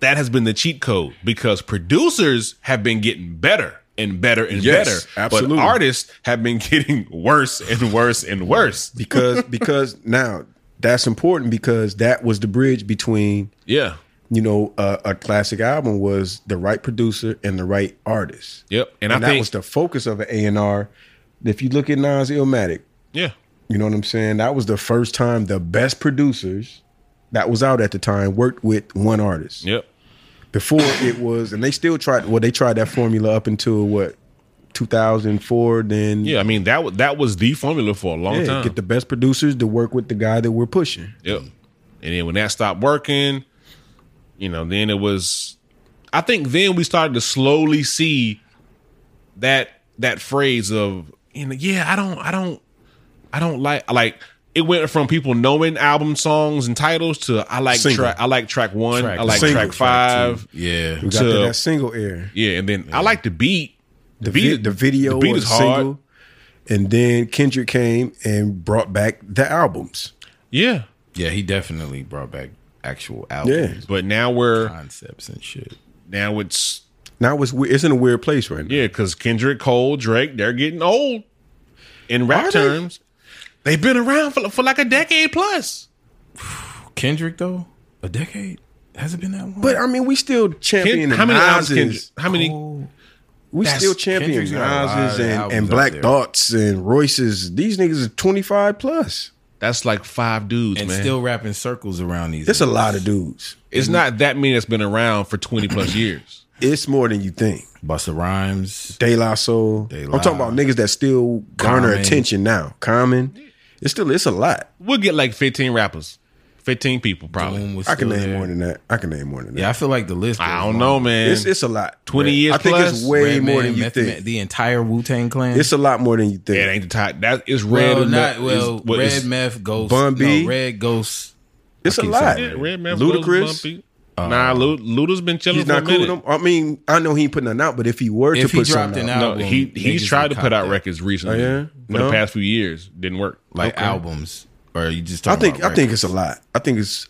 Speaker 3: that has been the cheat code because producers have been getting better and better and
Speaker 2: Yes,
Speaker 3: better.
Speaker 2: absolutely.
Speaker 3: But artists have been getting worse and worse and worse.
Speaker 2: because because now that's important because that was the bridge between
Speaker 3: Yeah.
Speaker 2: you know a, a classic album was the right producer and the right artist.
Speaker 3: Yep.
Speaker 2: and,
Speaker 3: And, I
Speaker 2: that
Speaker 3: think
Speaker 2: was the focus of an A and R. If you look at Nas Illmatic,
Speaker 3: Yeah.
Speaker 2: you know what I'm saying. That was the first time the best producers that was out at the time worked with one artist.
Speaker 3: Yep.
Speaker 2: Before it was, and they still tried. Well, they tried that formula up until what 2004. Then
Speaker 3: Yeah, I mean that wa- that was the formula for a long
Speaker 2: Yeah,
Speaker 3: time.
Speaker 2: get the best producers to work with the guy that we're pushing.
Speaker 3: Yep. And then when that stopped working, you know, then it was I think then we started to slowly see that that phrase of you know, yeah, I don't I don't I don't like like it went from people knowing album songs and titles to I like
Speaker 2: Single.
Speaker 3: track I like track one,
Speaker 4: Track
Speaker 3: I like
Speaker 2: single,
Speaker 3: track
Speaker 2: track
Speaker 3: five.
Speaker 4: Yeah.
Speaker 2: We got to
Speaker 3: To-
Speaker 2: that single air.
Speaker 3: yeah, and then I like the beat. The,
Speaker 2: vi- the video
Speaker 3: the beat
Speaker 2: was
Speaker 3: is
Speaker 2: single.
Speaker 3: hard.
Speaker 2: And then Kendrick came and brought back the albums.
Speaker 3: Yeah.
Speaker 4: Yeah, he definitely brought back actual
Speaker 2: Yeah.
Speaker 4: albums,
Speaker 3: But now we're
Speaker 4: concepts and shit.
Speaker 3: now it's
Speaker 2: Now it's we- it's in a weird place right now.
Speaker 3: Yeah, because Kendrick Cole, Drake, they're getting old in rap
Speaker 2: Are they?
Speaker 3: terms. They? have been around for, for like a decade plus.
Speaker 4: Kendrick though, a decade has it been that long?
Speaker 2: But I mean, we still champion
Speaker 3: Ken- how many albums? Kendrick,
Speaker 2: Nas's.
Speaker 3: how many?
Speaker 4: Oh.
Speaker 2: We
Speaker 4: That's-
Speaker 2: still champion
Speaker 4: Kendrick's got a lot
Speaker 2: Nas's
Speaker 4: of
Speaker 2: and,
Speaker 4: albums
Speaker 2: and
Speaker 4: up
Speaker 2: Black
Speaker 4: there.
Speaker 2: Thoughts and Royces. These niggas are twenty five plus.
Speaker 3: That's like five dudes,
Speaker 4: and
Speaker 3: man.
Speaker 4: still wrapping circles around these.
Speaker 2: It's a lot of dudes.
Speaker 3: it's not that many that's been around for twenty plus years.
Speaker 2: It's more than you think.
Speaker 4: Busta Rhymes.
Speaker 2: De La Soul.
Speaker 4: De
Speaker 2: I'm
Speaker 4: La.
Speaker 2: talking about niggas that still garner
Speaker 4: Common.
Speaker 2: attention now. Common. It's still it's a lot.
Speaker 3: We'll get like fifteen rappers, fifteen people probably.
Speaker 4: Boom was
Speaker 2: I can
Speaker 4: still
Speaker 2: name
Speaker 4: there.
Speaker 2: more than that. I can name more than that.
Speaker 4: Yeah, I feel like the list.
Speaker 3: I
Speaker 4: goes
Speaker 3: don't
Speaker 4: on.
Speaker 3: know, man.
Speaker 2: It's it's a lot.
Speaker 3: 20 years
Speaker 2: I think it's
Speaker 3: plus,
Speaker 2: way
Speaker 4: Redman,
Speaker 2: more than you
Speaker 4: Method
Speaker 2: think.
Speaker 4: Man- the entire Wu Tang Clan.
Speaker 2: It's a lot more than you think.
Speaker 3: it ain't the top. That is red.
Speaker 4: well,
Speaker 3: and
Speaker 4: not
Speaker 3: that
Speaker 4: well.
Speaker 3: is- what
Speaker 4: Red
Speaker 3: is-
Speaker 4: Meth Ghost.
Speaker 2: Bun B.
Speaker 4: No, Red Ghost.
Speaker 2: it's a
Speaker 4: keep
Speaker 2: lot.
Speaker 4: saying
Speaker 3: Yeah, red man.
Speaker 2: Ludacris?
Speaker 3: nah, Lu- Luda's been chilling
Speaker 2: He's
Speaker 3: for
Speaker 2: not
Speaker 3: a
Speaker 2: cool
Speaker 3: minute.
Speaker 2: with them. I mean, I know he ain't putting nothing out, but if he were
Speaker 4: If
Speaker 2: to
Speaker 4: he
Speaker 2: put
Speaker 4: dropped
Speaker 2: something
Speaker 4: an
Speaker 2: out,
Speaker 3: No,
Speaker 4: album,
Speaker 3: he he's
Speaker 4: niggas
Speaker 3: tried
Speaker 4: would
Speaker 3: to
Speaker 4: cop
Speaker 3: put out
Speaker 4: that.
Speaker 3: records recently.
Speaker 2: Oh, yeah?
Speaker 3: For
Speaker 2: No.
Speaker 3: the past few years, didn't work.
Speaker 4: like albums, or you just.
Speaker 2: I
Speaker 4: Talking
Speaker 2: think
Speaker 4: about
Speaker 2: I think
Speaker 4: records?
Speaker 2: it's a lot. I think it's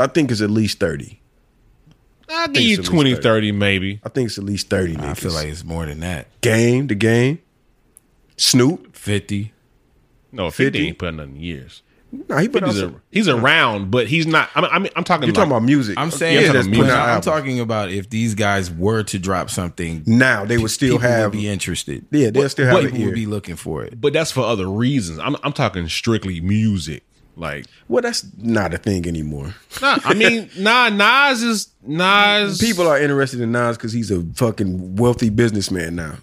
Speaker 2: I think it's at least thirty.
Speaker 3: I'll give you
Speaker 2: it's at least
Speaker 3: 20, 30 maybe.
Speaker 2: I think it's at least thirty. Niggas.
Speaker 4: I feel like it's more than that.
Speaker 2: game the game. Snoop,
Speaker 4: Fifty.
Speaker 3: No, 50,
Speaker 2: 50?
Speaker 3: ain't putting nothing in years.
Speaker 2: no, he put out.
Speaker 3: He's,
Speaker 2: Some,
Speaker 3: a, he's around, but he's not. I mean, I mean I'm talking
Speaker 2: you're
Speaker 3: like,
Speaker 2: talking about music.
Speaker 4: I'm saying.
Speaker 2: yeah,
Speaker 3: talking
Speaker 2: that's
Speaker 3: about
Speaker 4: but
Speaker 2: putting
Speaker 3: music.
Speaker 2: out
Speaker 4: I'm
Speaker 2: albums.
Speaker 4: talking about if these guys were to drop something,
Speaker 2: now they would still
Speaker 4: people
Speaker 2: have.
Speaker 4: would be interested.
Speaker 2: yeah, they'll still have
Speaker 4: What
Speaker 2: an
Speaker 4: people
Speaker 2: ear.
Speaker 4: would be looking for it.
Speaker 3: But that's for other reasons. I'm I'm talking strictly music. Like,
Speaker 2: well, that's not a thing anymore.
Speaker 3: nah, I mean, nah, Nas is Nas.
Speaker 2: People are interested in Nas because he's a fucking wealthy businessman now.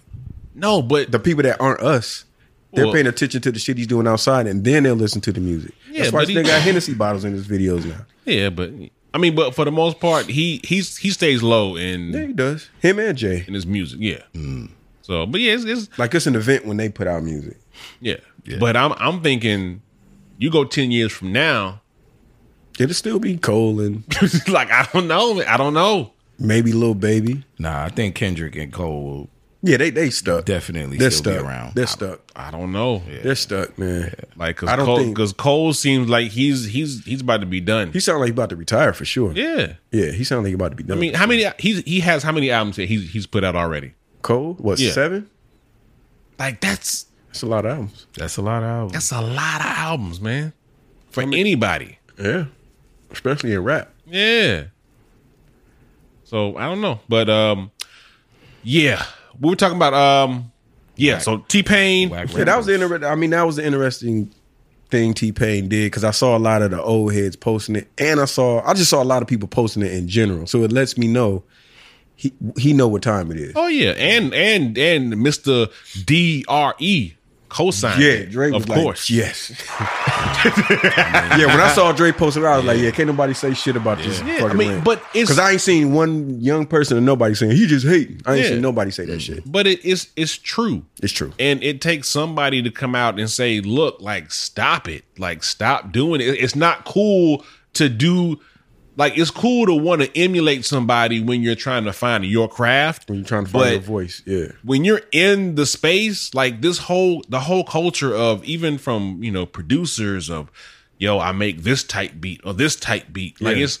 Speaker 3: no, but
Speaker 2: The people that aren't us, they're
Speaker 3: Well-
Speaker 2: paying attention to the shit he's doing outside, and then they'll listen to the music.
Speaker 3: Yeah,
Speaker 2: that's why
Speaker 3: but
Speaker 2: they
Speaker 3: he-
Speaker 2: got Hennessy bottles in his videos now.
Speaker 3: yeah, but I mean, but for the most part, he he's he stays low in
Speaker 2: Yeah, Mm. he does. Him and Jay.
Speaker 3: in his music. Yeah. So, but yeah, it's, it's
Speaker 2: Like it's an event when they put out music.
Speaker 3: yeah. But I'm I'm thinking, you go ten years from now,
Speaker 2: It'll still be Cole and
Speaker 3: like I don't know, I don't know.
Speaker 2: maybe Lil Baby.
Speaker 4: Nah, I think Kendrick and Cole will
Speaker 2: Yeah, they they stuck.
Speaker 4: definitely
Speaker 2: They're
Speaker 4: still
Speaker 2: stuck.
Speaker 4: be around.
Speaker 2: They're stuck.
Speaker 3: I don't know.
Speaker 2: They're stuck, man.
Speaker 3: Like,
Speaker 2: I
Speaker 3: cause
Speaker 2: don't
Speaker 3: Cole,
Speaker 2: think-
Speaker 3: 'cause Cole seems like he's he's he's about to be done.
Speaker 2: He sound like he about to retire for sure.
Speaker 3: yeah.
Speaker 2: Yeah, he sound like he about to be done.
Speaker 3: I mean, how many he's he has how many albums that he's he's put out already?
Speaker 2: Cole, what
Speaker 3: Yeah.
Speaker 2: seven?
Speaker 3: Like that's
Speaker 2: That's a lot of albums.
Speaker 4: That's a lot of albums.
Speaker 3: that's a lot of albums, man. For anybody.
Speaker 2: Yeah, especially in rap.
Speaker 3: Yeah. So I don't know. But um yeah. We were talking about um yeah, so T Pain.
Speaker 4: Whack
Speaker 2: Yeah, that was the inter- I mean, that was the interesting thing T Pain did because I saw a lot of the old heads posting it, and I saw I just saw a lot of people posting it in general. So it lets me know he he know what time it is.
Speaker 3: Oh yeah. And and and Mr. D R E cosign.
Speaker 2: Yeah, Dre was
Speaker 3: of
Speaker 2: like,
Speaker 3: course.
Speaker 2: yes. yeah, when I saw Dre post it, I was like, yeah, can't nobody say shit about this.
Speaker 3: Yeah,
Speaker 2: fucking
Speaker 3: I mean, but it's-
Speaker 2: because I ain't seen one young person or nobody saying he just hating. I ain't
Speaker 3: Yeah.
Speaker 2: seen nobody say that shit.
Speaker 3: But it is it's true.
Speaker 2: It's true.
Speaker 3: And it takes somebody to come out and say, look, like, stop it. Like, stop doing it. It's not cool to do, like, it's cool to want to emulate somebody when you're trying to find your craft.
Speaker 2: When you're trying to find
Speaker 3: But
Speaker 2: your voice, yeah,
Speaker 3: When you're in the space, like, this whole, the whole culture of even from, you know, producers of, yo, I make this type beat or this type beat. Like,
Speaker 2: Yeah.
Speaker 3: it's,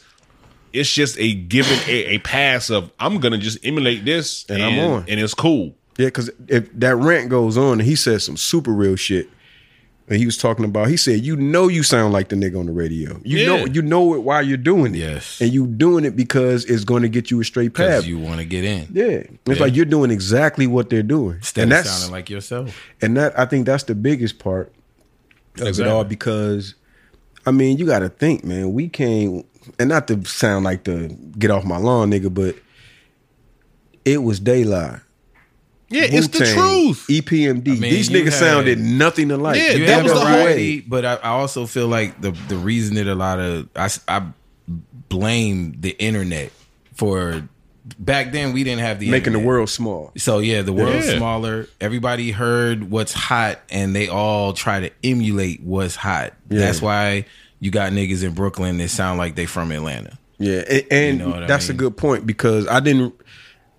Speaker 3: it's just a given a, a pass of I'm gonna just emulate this
Speaker 2: And I'm on.
Speaker 3: and it's cool.
Speaker 2: yeah. Because if that rant goes on, and he said some super real shit. And he was talking about. He said, "You know, you sound like the nigga on the radio. You
Speaker 3: Yeah.
Speaker 2: know, you know it while you're doing it.
Speaker 4: Yes.
Speaker 2: and you doing it because it's going to get you a straight path.
Speaker 4: because you want to get in.
Speaker 2: yeah, it's like you're doing exactly what they're doing.
Speaker 4: Instead
Speaker 2: and
Speaker 4: of
Speaker 2: that's
Speaker 4: sounding like yourself.
Speaker 2: And that I think that's the biggest part of
Speaker 4: Exactly.
Speaker 2: it all because I mean, you gotta think, man, we came and not to sound like the get off my lawn nigga, but it was daylight.
Speaker 3: Yeah, it's the truth.
Speaker 2: E EPMD.
Speaker 4: mean,
Speaker 2: These
Speaker 4: you
Speaker 2: niggas
Speaker 4: had-
Speaker 2: sounded nothing alike.
Speaker 3: Yeah,
Speaker 4: You
Speaker 3: that
Speaker 4: have
Speaker 3: was
Speaker 4: a
Speaker 3: the whole-
Speaker 4: variety, But I, I also feel like the the reason that a lot of I, s- I blame the internet for back then we didn't have the
Speaker 2: making the
Speaker 4: internet.
Speaker 2: world small.
Speaker 4: So yeah, the world's
Speaker 3: Yeah.
Speaker 4: smaller. Everybody heard what's hot, and they all try to emulate what's hot.
Speaker 2: Yeah.
Speaker 4: That's why you got niggas in Brooklyn that sound like they from Atlanta.
Speaker 2: Yeah, and, and
Speaker 4: You know what I
Speaker 2: that's
Speaker 4: mean?
Speaker 2: a good point because I didn't,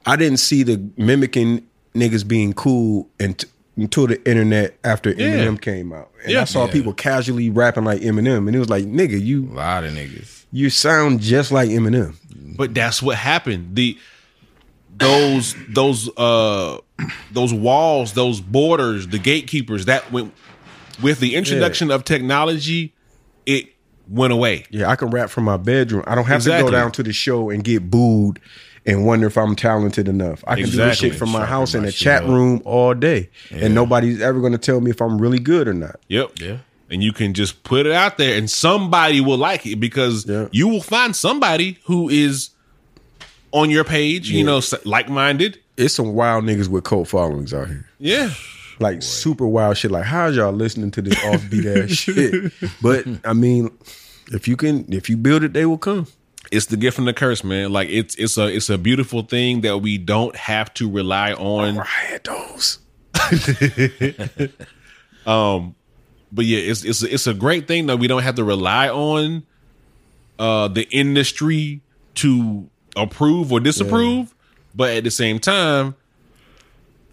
Speaker 2: I didn't see the mimicking niggas being cool and until the internet after Eminem came out, and
Speaker 3: Yeah.
Speaker 2: I saw
Speaker 4: Yeah.
Speaker 2: people casually rapping like Eminem, and it was like, nigga,
Speaker 4: A
Speaker 2: you
Speaker 4: lot of niggas.
Speaker 2: you sound just like Eminem.
Speaker 3: But that's what happened. The those those uh those walls, those borders, the gatekeepers that went with the introduction of technology, it went away.
Speaker 2: Yeah, I can rap from my bedroom. I don't have to go
Speaker 3: Exactly.
Speaker 2: down to the show and get booed and wonder if I'm talented enough. I can do this
Speaker 3: Exactly.
Speaker 2: shit from my
Speaker 3: Sharpen
Speaker 2: house in
Speaker 3: my
Speaker 2: a
Speaker 3: shit
Speaker 2: chat
Speaker 3: up.
Speaker 2: room all day, and nobody's ever going to tell me if I'm really good or not.
Speaker 3: Yep. Yeah. And you can just put it out there and somebody will like it because
Speaker 2: Yeah.
Speaker 3: you will find somebody who is on your page, you know, s- like-minded.
Speaker 2: It's some wild niggas with cult followings out here.
Speaker 3: Yeah.
Speaker 2: Like super wild shit. Like, how's y'all listening to this offbeat ass shit? But I mean, if you can, if you build it, they will come.
Speaker 3: it's the gift and the curse, man. Like it's it's a it's a beautiful thing that we don't have to rely on.
Speaker 2: I had those.
Speaker 3: But yeah, it's it's it's a great thing that we don't have to rely on uh the industry to approve or disapprove. But at the same time,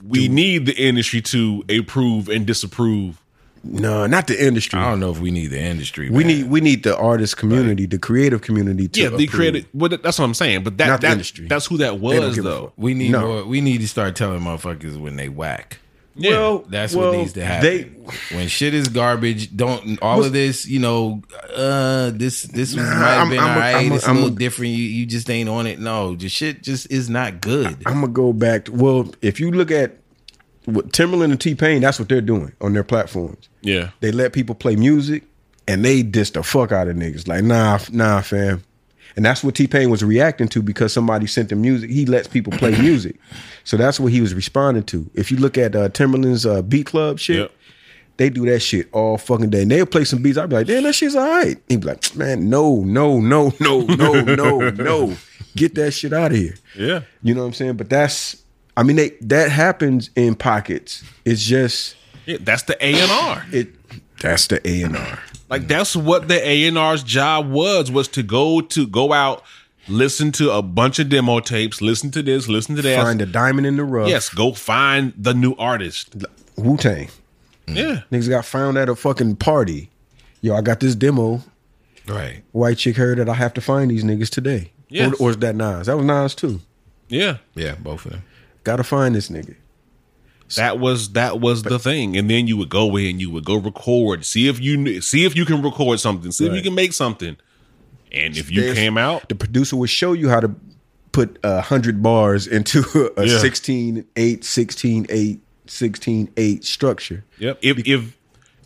Speaker 3: we need the industry to approve and disapprove.
Speaker 2: No, not the industry.
Speaker 4: I don't know if we need the industry.
Speaker 2: We
Speaker 4: Oh, man.
Speaker 2: need we need the artist community, the creative community. To
Speaker 3: yeah, the
Speaker 2: approve.
Speaker 3: credit. Well, that- that's what I'm saying. But
Speaker 2: Not
Speaker 3: that,
Speaker 2: the
Speaker 3: that
Speaker 2: industry.
Speaker 3: that's who that
Speaker 2: don't
Speaker 3: was
Speaker 2: give a
Speaker 3: though.
Speaker 4: We need
Speaker 2: No.
Speaker 4: more. We need to start telling motherfuckers when they whack.
Speaker 3: Yeah.
Speaker 4: That's
Speaker 2: well,
Speaker 4: what needs to happen. when shit is garbage, don't all of this. You know, uh, this this might have
Speaker 2: I'm-
Speaker 4: been
Speaker 2: I'm a-
Speaker 4: all right.
Speaker 2: I'm a-
Speaker 4: it's a
Speaker 2: I'm a-
Speaker 4: little different. You you just ain't on it. No, the shit just is not good.
Speaker 2: I'm gonna go back. To, well, if you look at what Timberland and T Pain, that's what they're doing on their platforms.
Speaker 3: Yeah.
Speaker 2: They let people play music, and they diss the fuck out of niggas. Like nah, f- nah, fam. And that's what T Pain was reacting to because somebody sent him music. He lets people play music, so that's what he was responding to. If you look at uh, Timberland's uh, Beat Club shit.
Speaker 3: Yep.
Speaker 2: They do that shit all fucking day. And they'll play some beats. I'll be like, damn, that shit's all right. He'd be like, man, no, no, no, no, no, no, no. Get that shit out of here.
Speaker 3: Yeah.
Speaker 2: You know what I'm saying? But that's, I mean, they, that happens in pockets. It's just,
Speaker 3: yeah. That's the A and R.
Speaker 2: it. that's the A&R.
Speaker 3: Like that's what the A and R's job was was to go to go out, listen to a bunch of demo tapes, listen to this, listen to that.
Speaker 2: Find a diamond in the rough.
Speaker 3: yes, go find the new artist.
Speaker 2: Mm-hmm. Wu-Tang.
Speaker 3: Yeah,
Speaker 2: Niggas got found at a fucking party. Yo, I got this demo.
Speaker 4: Right.
Speaker 2: White chick heard that I have to find these niggas today.
Speaker 3: Yes.
Speaker 2: Or, or is that Nas? That was Nas too.
Speaker 3: yeah.
Speaker 4: Yeah, both of them.
Speaker 2: Gotta find this nigga.
Speaker 3: That was that was the thing, and then you would go in, you would go record, see if you kn- see if you can record something, see if you
Speaker 2: Right.
Speaker 3: can make something, and if you
Speaker 2: There's-
Speaker 3: came out,
Speaker 2: the producer would show you how to put a hundred bars into a
Speaker 3: Yeah.
Speaker 2: 16 8 16 8 16 8 structure
Speaker 3: Yep. If if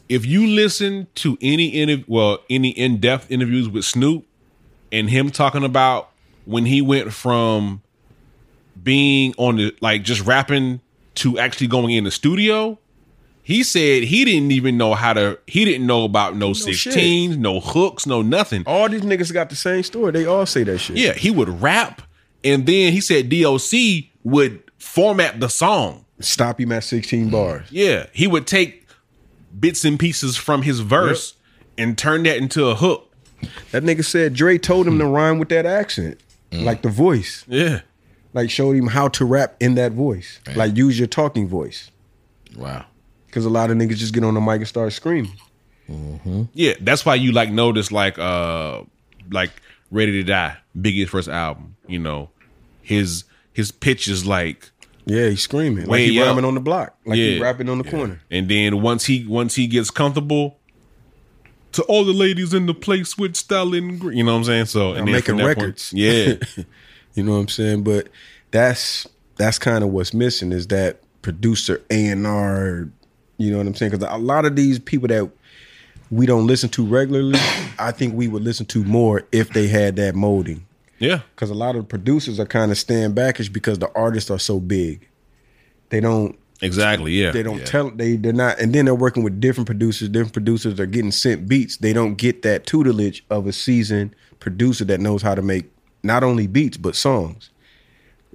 Speaker 3: if you listen to any interv- well any in depth interviews with Snoop and him talking about when he went from being on the like just rapping to actually going in the studio, he said he didn't even know how to he didn't know about no,
Speaker 2: shit.
Speaker 3: sixteens, no hooks, no nothing.
Speaker 2: all these niggas got the same story they all say that shit
Speaker 3: Yeah, he would rap and then he said DOC would format the song.
Speaker 2: stop him at 16 bars
Speaker 3: Yeah, he would take bits and pieces from his verse and turn that into a hook.
Speaker 2: that nigga said Dre told him to rhyme with that accent
Speaker 3: Mm.
Speaker 2: like the voice
Speaker 3: Yeah,
Speaker 2: like showed him how to rap in that voice like use your talking voice
Speaker 4: Wow.
Speaker 2: because a lot of niggas just get on the mic and start screaming
Speaker 3: yeah. That's why you like notice like uh like Ready to Die, Biggie's first album. You know, his his pitch is like,
Speaker 2: yeah he's screaming like
Speaker 3: Way
Speaker 2: he
Speaker 3: up.
Speaker 2: rhyming on the block like he
Speaker 3: Yeah.
Speaker 2: rapping on the corner
Speaker 3: and then once he once he gets comfortable. To all the ladies in the place with style and gr- you know what I'm saying. So and
Speaker 2: I'm
Speaker 3: then
Speaker 2: making
Speaker 3: from that point-
Speaker 2: records.
Speaker 3: yeah,
Speaker 2: You know what I'm saying? But that's that's kind of what's missing is that producer A and R. You know what I'm saying? Because a lot of these people that we don't listen to regularly, I think we would listen to more if they had that molding.
Speaker 3: yeah.
Speaker 2: Because a lot of the producers are kind of stand back is because the artists are so big. They don't
Speaker 3: Exactly. Yeah.
Speaker 2: they don't tell they they're not and then they're working with different producers. Different producers are getting sent beats. They don't get that tutelage of a seasoned producer that knows how to make not only beats but songs,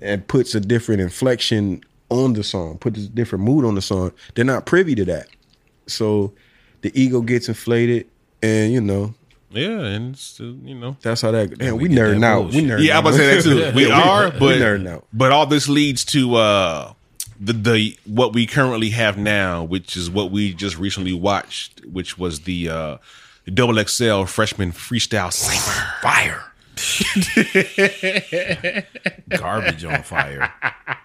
Speaker 2: and puts a different inflection on the song, puts a different mood on the song. They're not privy to that, so the ego gets inflated, and you know
Speaker 3: Yeah, and it's, uh, you know
Speaker 2: that's how that. Damn, we,
Speaker 4: get
Speaker 2: nerding
Speaker 4: that
Speaker 2: out. We
Speaker 4: bullshit.
Speaker 2: nerding
Speaker 3: Yeah, I'm about to say that too.
Speaker 2: out.
Speaker 3: We
Speaker 2: Yeah,
Speaker 3: are,
Speaker 2: we
Speaker 3: but
Speaker 2: nerding out.
Speaker 3: but all this leads to uh, the the what we currently have now, which is what we just recently watched, which was the uh, Double XL Freshman Freestyle Slammer. Fire.
Speaker 4: Garbage on fire.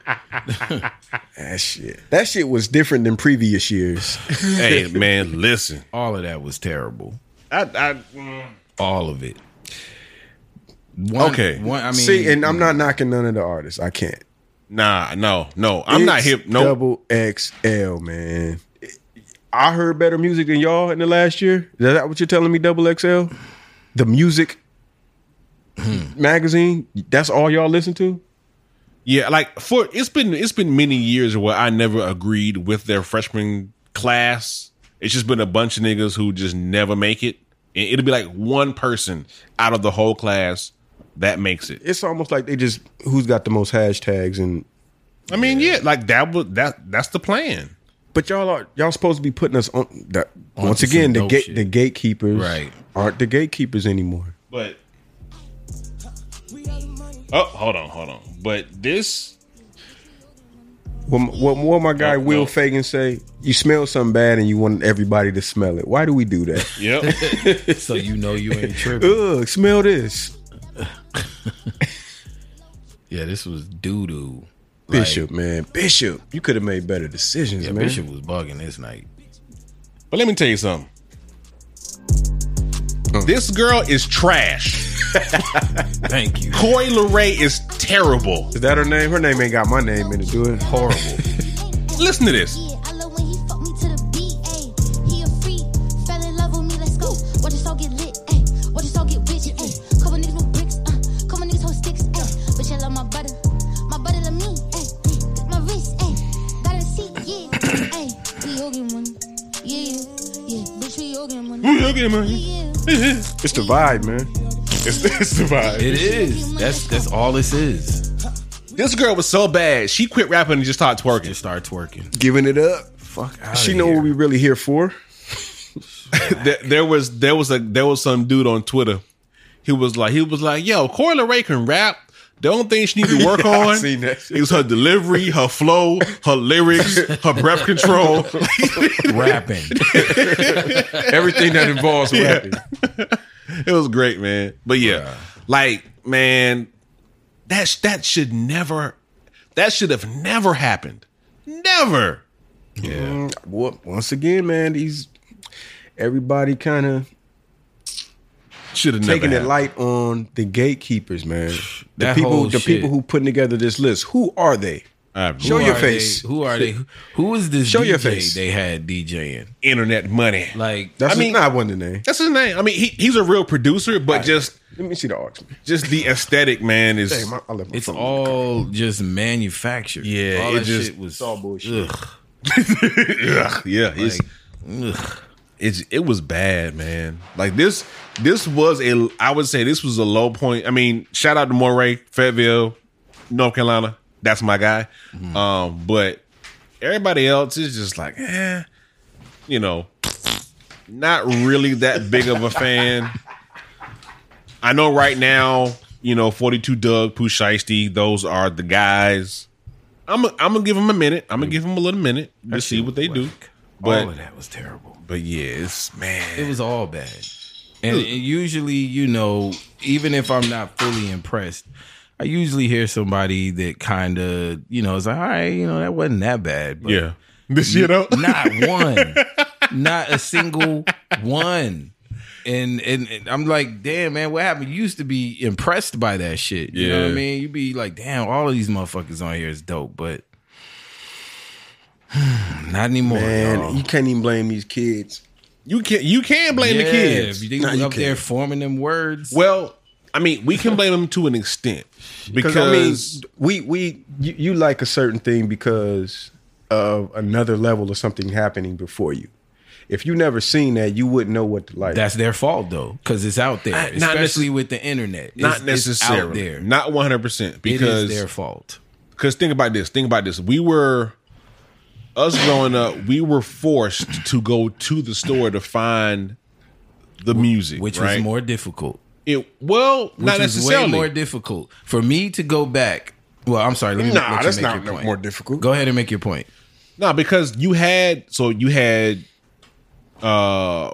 Speaker 2: That Ah, shit. That shit was different than previous years.
Speaker 3: hey man, listen.
Speaker 4: All of that was terrible.
Speaker 2: I, mm. I
Speaker 4: All of it. One-
Speaker 3: Okay.
Speaker 4: One, I mean,
Speaker 2: see, and I'm not knocking none of the artists. I can't.
Speaker 3: Nah, no, no. I'm not
Speaker 2: It's
Speaker 3: hip. No.
Speaker 2: Double XL, man. I heard better music than y'all in the last year. Is that what you're telling me? Double XL, the music
Speaker 4: Hmm.
Speaker 2: magazine. That's all y'all listen to.
Speaker 3: Yeah, like for it's been it's been many years where I never agreed with their freshman class. It's just been a bunch of niggas who just never make it. And it'll be like one person out of the whole class that makes it.
Speaker 2: It's almost like they just who's got the most hashtags and.
Speaker 3: I mean, yeah, like that was that that's the plan.
Speaker 2: But y'all are y'all supposed to be putting us on. That, once
Speaker 4: some
Speaker 2: again, the
Speaker 4: dope
Speaker 2: gate
Speaker 4: shit.
Speaker 2: the gatekeepers
Speaker 4: Right.
Speaker 2: aren't the gatekeepers anymore.
Speaker 3: But Oh, hold on, hold on. But this
Speaker 2: What, what, what my guy
Speaker 3: No,
Speaker 2: Will
Speaker 3: no.
Speaker 2: Fagan say? You smell something bad and you want everybody to smell it. Why do we do that?
Speaker 3: Yep.
Speaker 4: so you know you ain't tripping.
Speaker 2: Ugh, smell this,
Speaker 4: yeah, this was doo doo.
Speaker 2: Bishop, man, Bishop. You could have made better decisions,
Speaker 4: Yeah,
Speaker 2: man.
Speaker 4: Bishop was bugging this night.
Speaker 3: But let me tell you something. This girl is trash.
Speaker 4: Thank you.
Speaker 3: Koi Leray is terrible.
Speaker 2: Is that her name? Her name ain't got my name in it, do it.
Speaker 4: Horrible.
Speaker 3: Listen to this.
Speaker 7: Yeah, I love when he fuck me to the beat. Ay, he a freak, fell in love with me. Let's go. Watch us all get lit. Ay, watch us all get rich. Ay, couple niggas with bricks. Uh, couple niggas hold sticks. Ay, but you love my butter. My butter to me. Ay, my wrist. Ay, got a seat. Yeah. Ay, we all get money. Yeah, yeah, bitch, we all get money. Yeah,
Speaker 2: It's the vibe, man.
Speaker 3: It's, it's the vibe.
Speaker 4: It is. That's that's all this is.
Speaker 3: This girl was so bad, she quit rapping and just started twerking.
Speaker 4: Just start twerking.
Speaker 2: Giving it up.
Speaker 4: Fuck out
Speaker 2: She know what we really here for.
Speaker 3: There, there was there was a there was some dude on Twitter. He was like he was like, "Yo, Koi Leray can rap. The only thing she needs to work
Speaker 2: I
Speaker 3: on
Speaker 2: seen that shit.
Speaker 3: is her delivery, her flow, her lyrics, her breath control."
Speaker 4: rapping.
Speaker 2: Everything that involves rapping.
Speaker 3: it was great, man. But yeah, like man, that sh- that should never, that should have never happened. Never.
Speaker 4: Yeah.
Speaker 2: Well, once again, man, these everybody kind of
Speaker 3: Should have never
Speaker 2: taking it
Speaker 3: happened.
Speaker 2: light on the gatekeepers, man. The
Speaker 4: That
Speaker 2: people,
Speaker 4: whole
Speaker 2: the
Speaker 4: shit.
Speaker 2: people who putting together this list. Who are they?
Speaker 3: All right,
Speaker 2: Show
Speaker 3: bro.
Speaker 2: your
Speaker 4: Who are
Speaker 2: face.
Speaker 4: they- who are they? Who is this
Speaker 2: Show
Speaker 4: DJ
Speaker 2: your face.
Speaker 4: they had DJing?
Speaker 3: internet money.
Speaker 4: Like
Speaker 2: That's
Speaker 3: I mean-
Speaker 2: not one the name.
Speaker 3: That's his name. I mean, he, he's a real producer, but just
Speaker 2: Let me see the arcs. man.
Speaker 3: just the aesthetic, man, is
Speaker 2: Damn, I, I left my
Speaker 4: it's
Speaker 2: phone.
Speaker 4: all just manufactured.
Speaker 3: Yeah,
Speaker 4: all
Speaker 3: it
Speaker 4: that
Speaker 3: just-
Speaker 4: shit was
Speaker 2: it's all bullshit.
Speaker 4: Ugh,
Speaker 3: yeah, it's,
Speaker 4: like, ugh.
Speaker 3: it's it was bad, man. Like this, this was a I would say this was a low point. I mean, shout out to Moray, Fayetteville, North Carolina. That's my guy. Um, but everybody else is just like, eh, you know, not really that big of a fan. I know right now, you know, 42 Doug, Pooh Shiesty, those are the guys. I'm i I'm gonna give them a minute. I'm gonna give them a little minute to see what they do.
Speaker 4: all of
Speaker 3: But
Speaker 4: that was terrible.
Speaker 3: but yeah, it's man.
Speaker 4: It was all bad. And, and usually, you know, even if I'm not fully impressed, I usually hear somebody that kind of, you know, is like, all right, you know, that wasn't that bad. But
Speaker 3: Yeah. This year though.
Speaker 4: not one, not a single one. And, and and I'm like, damn, man, what happened? You used to be impressed by that shit. You know what I
Speaker 3: Yeah.
Speaker 4: mean? You'd be like, damn, all of these motherfuckers on here is dope, but not anymore. y'all.
Speaker 2: Man, you can't even blame these kids.
Speaker 3: You can you can blame the
Speaker 4: Yeah,
Speaker 3: kids.
Speaker 4: They
Speaker 2: Nah,
Speaker 4: was
Speaker 2: you
Speaker 4: up there
Speaker 2: can't.
Speaker 4: forming them words.
Speaker 3: Well, I mean, we can blame them to an extent because
Speaker 2: Because I mean, we we you, you like a certain thing because of another level of something happening before you. If you never seen that, you wouldn't know what to like.
Speaker 4: That's their fault though, because it's out there,
Speaker 3: Not- not
Speaker 4: especially
Speaker 3: necess-
Speaker 4: with the internet. It's-
Speaker 3: not
Speaker 4: it's out
Speaker 3: necessarily
Speaker 4: there.
Speaker 3: not 100%
Speaker 4: it
Speaker 3: because
Speaker 4: is their fault.
Speaker 3: Because think about this. Think about this. We were, us growing up, we were forced to go to the store to find the music,
Speaker 4: which
Speaker 3: right?
Speaker 4: was more difficult.
Speaker 3: It well,
Speaker 4: Which
Speaker 3: not
Speaker 4: was way
Speaker 3: necessarily.
Speaker 4: more difficult for me to go back. Well, I'm sorry. Let me
Speaker 2: Nah,
Speaker 4: let you
Speaker 2: that's
Speaker 4: make
Speaker 2: not
Speaker 4: your
Speaker 2: no
Speaker 4: point.
Speaker 2: more difficult.
Speaker 4: Go ahead and make your point.
Speaker 3: no, because you had so you had, uh,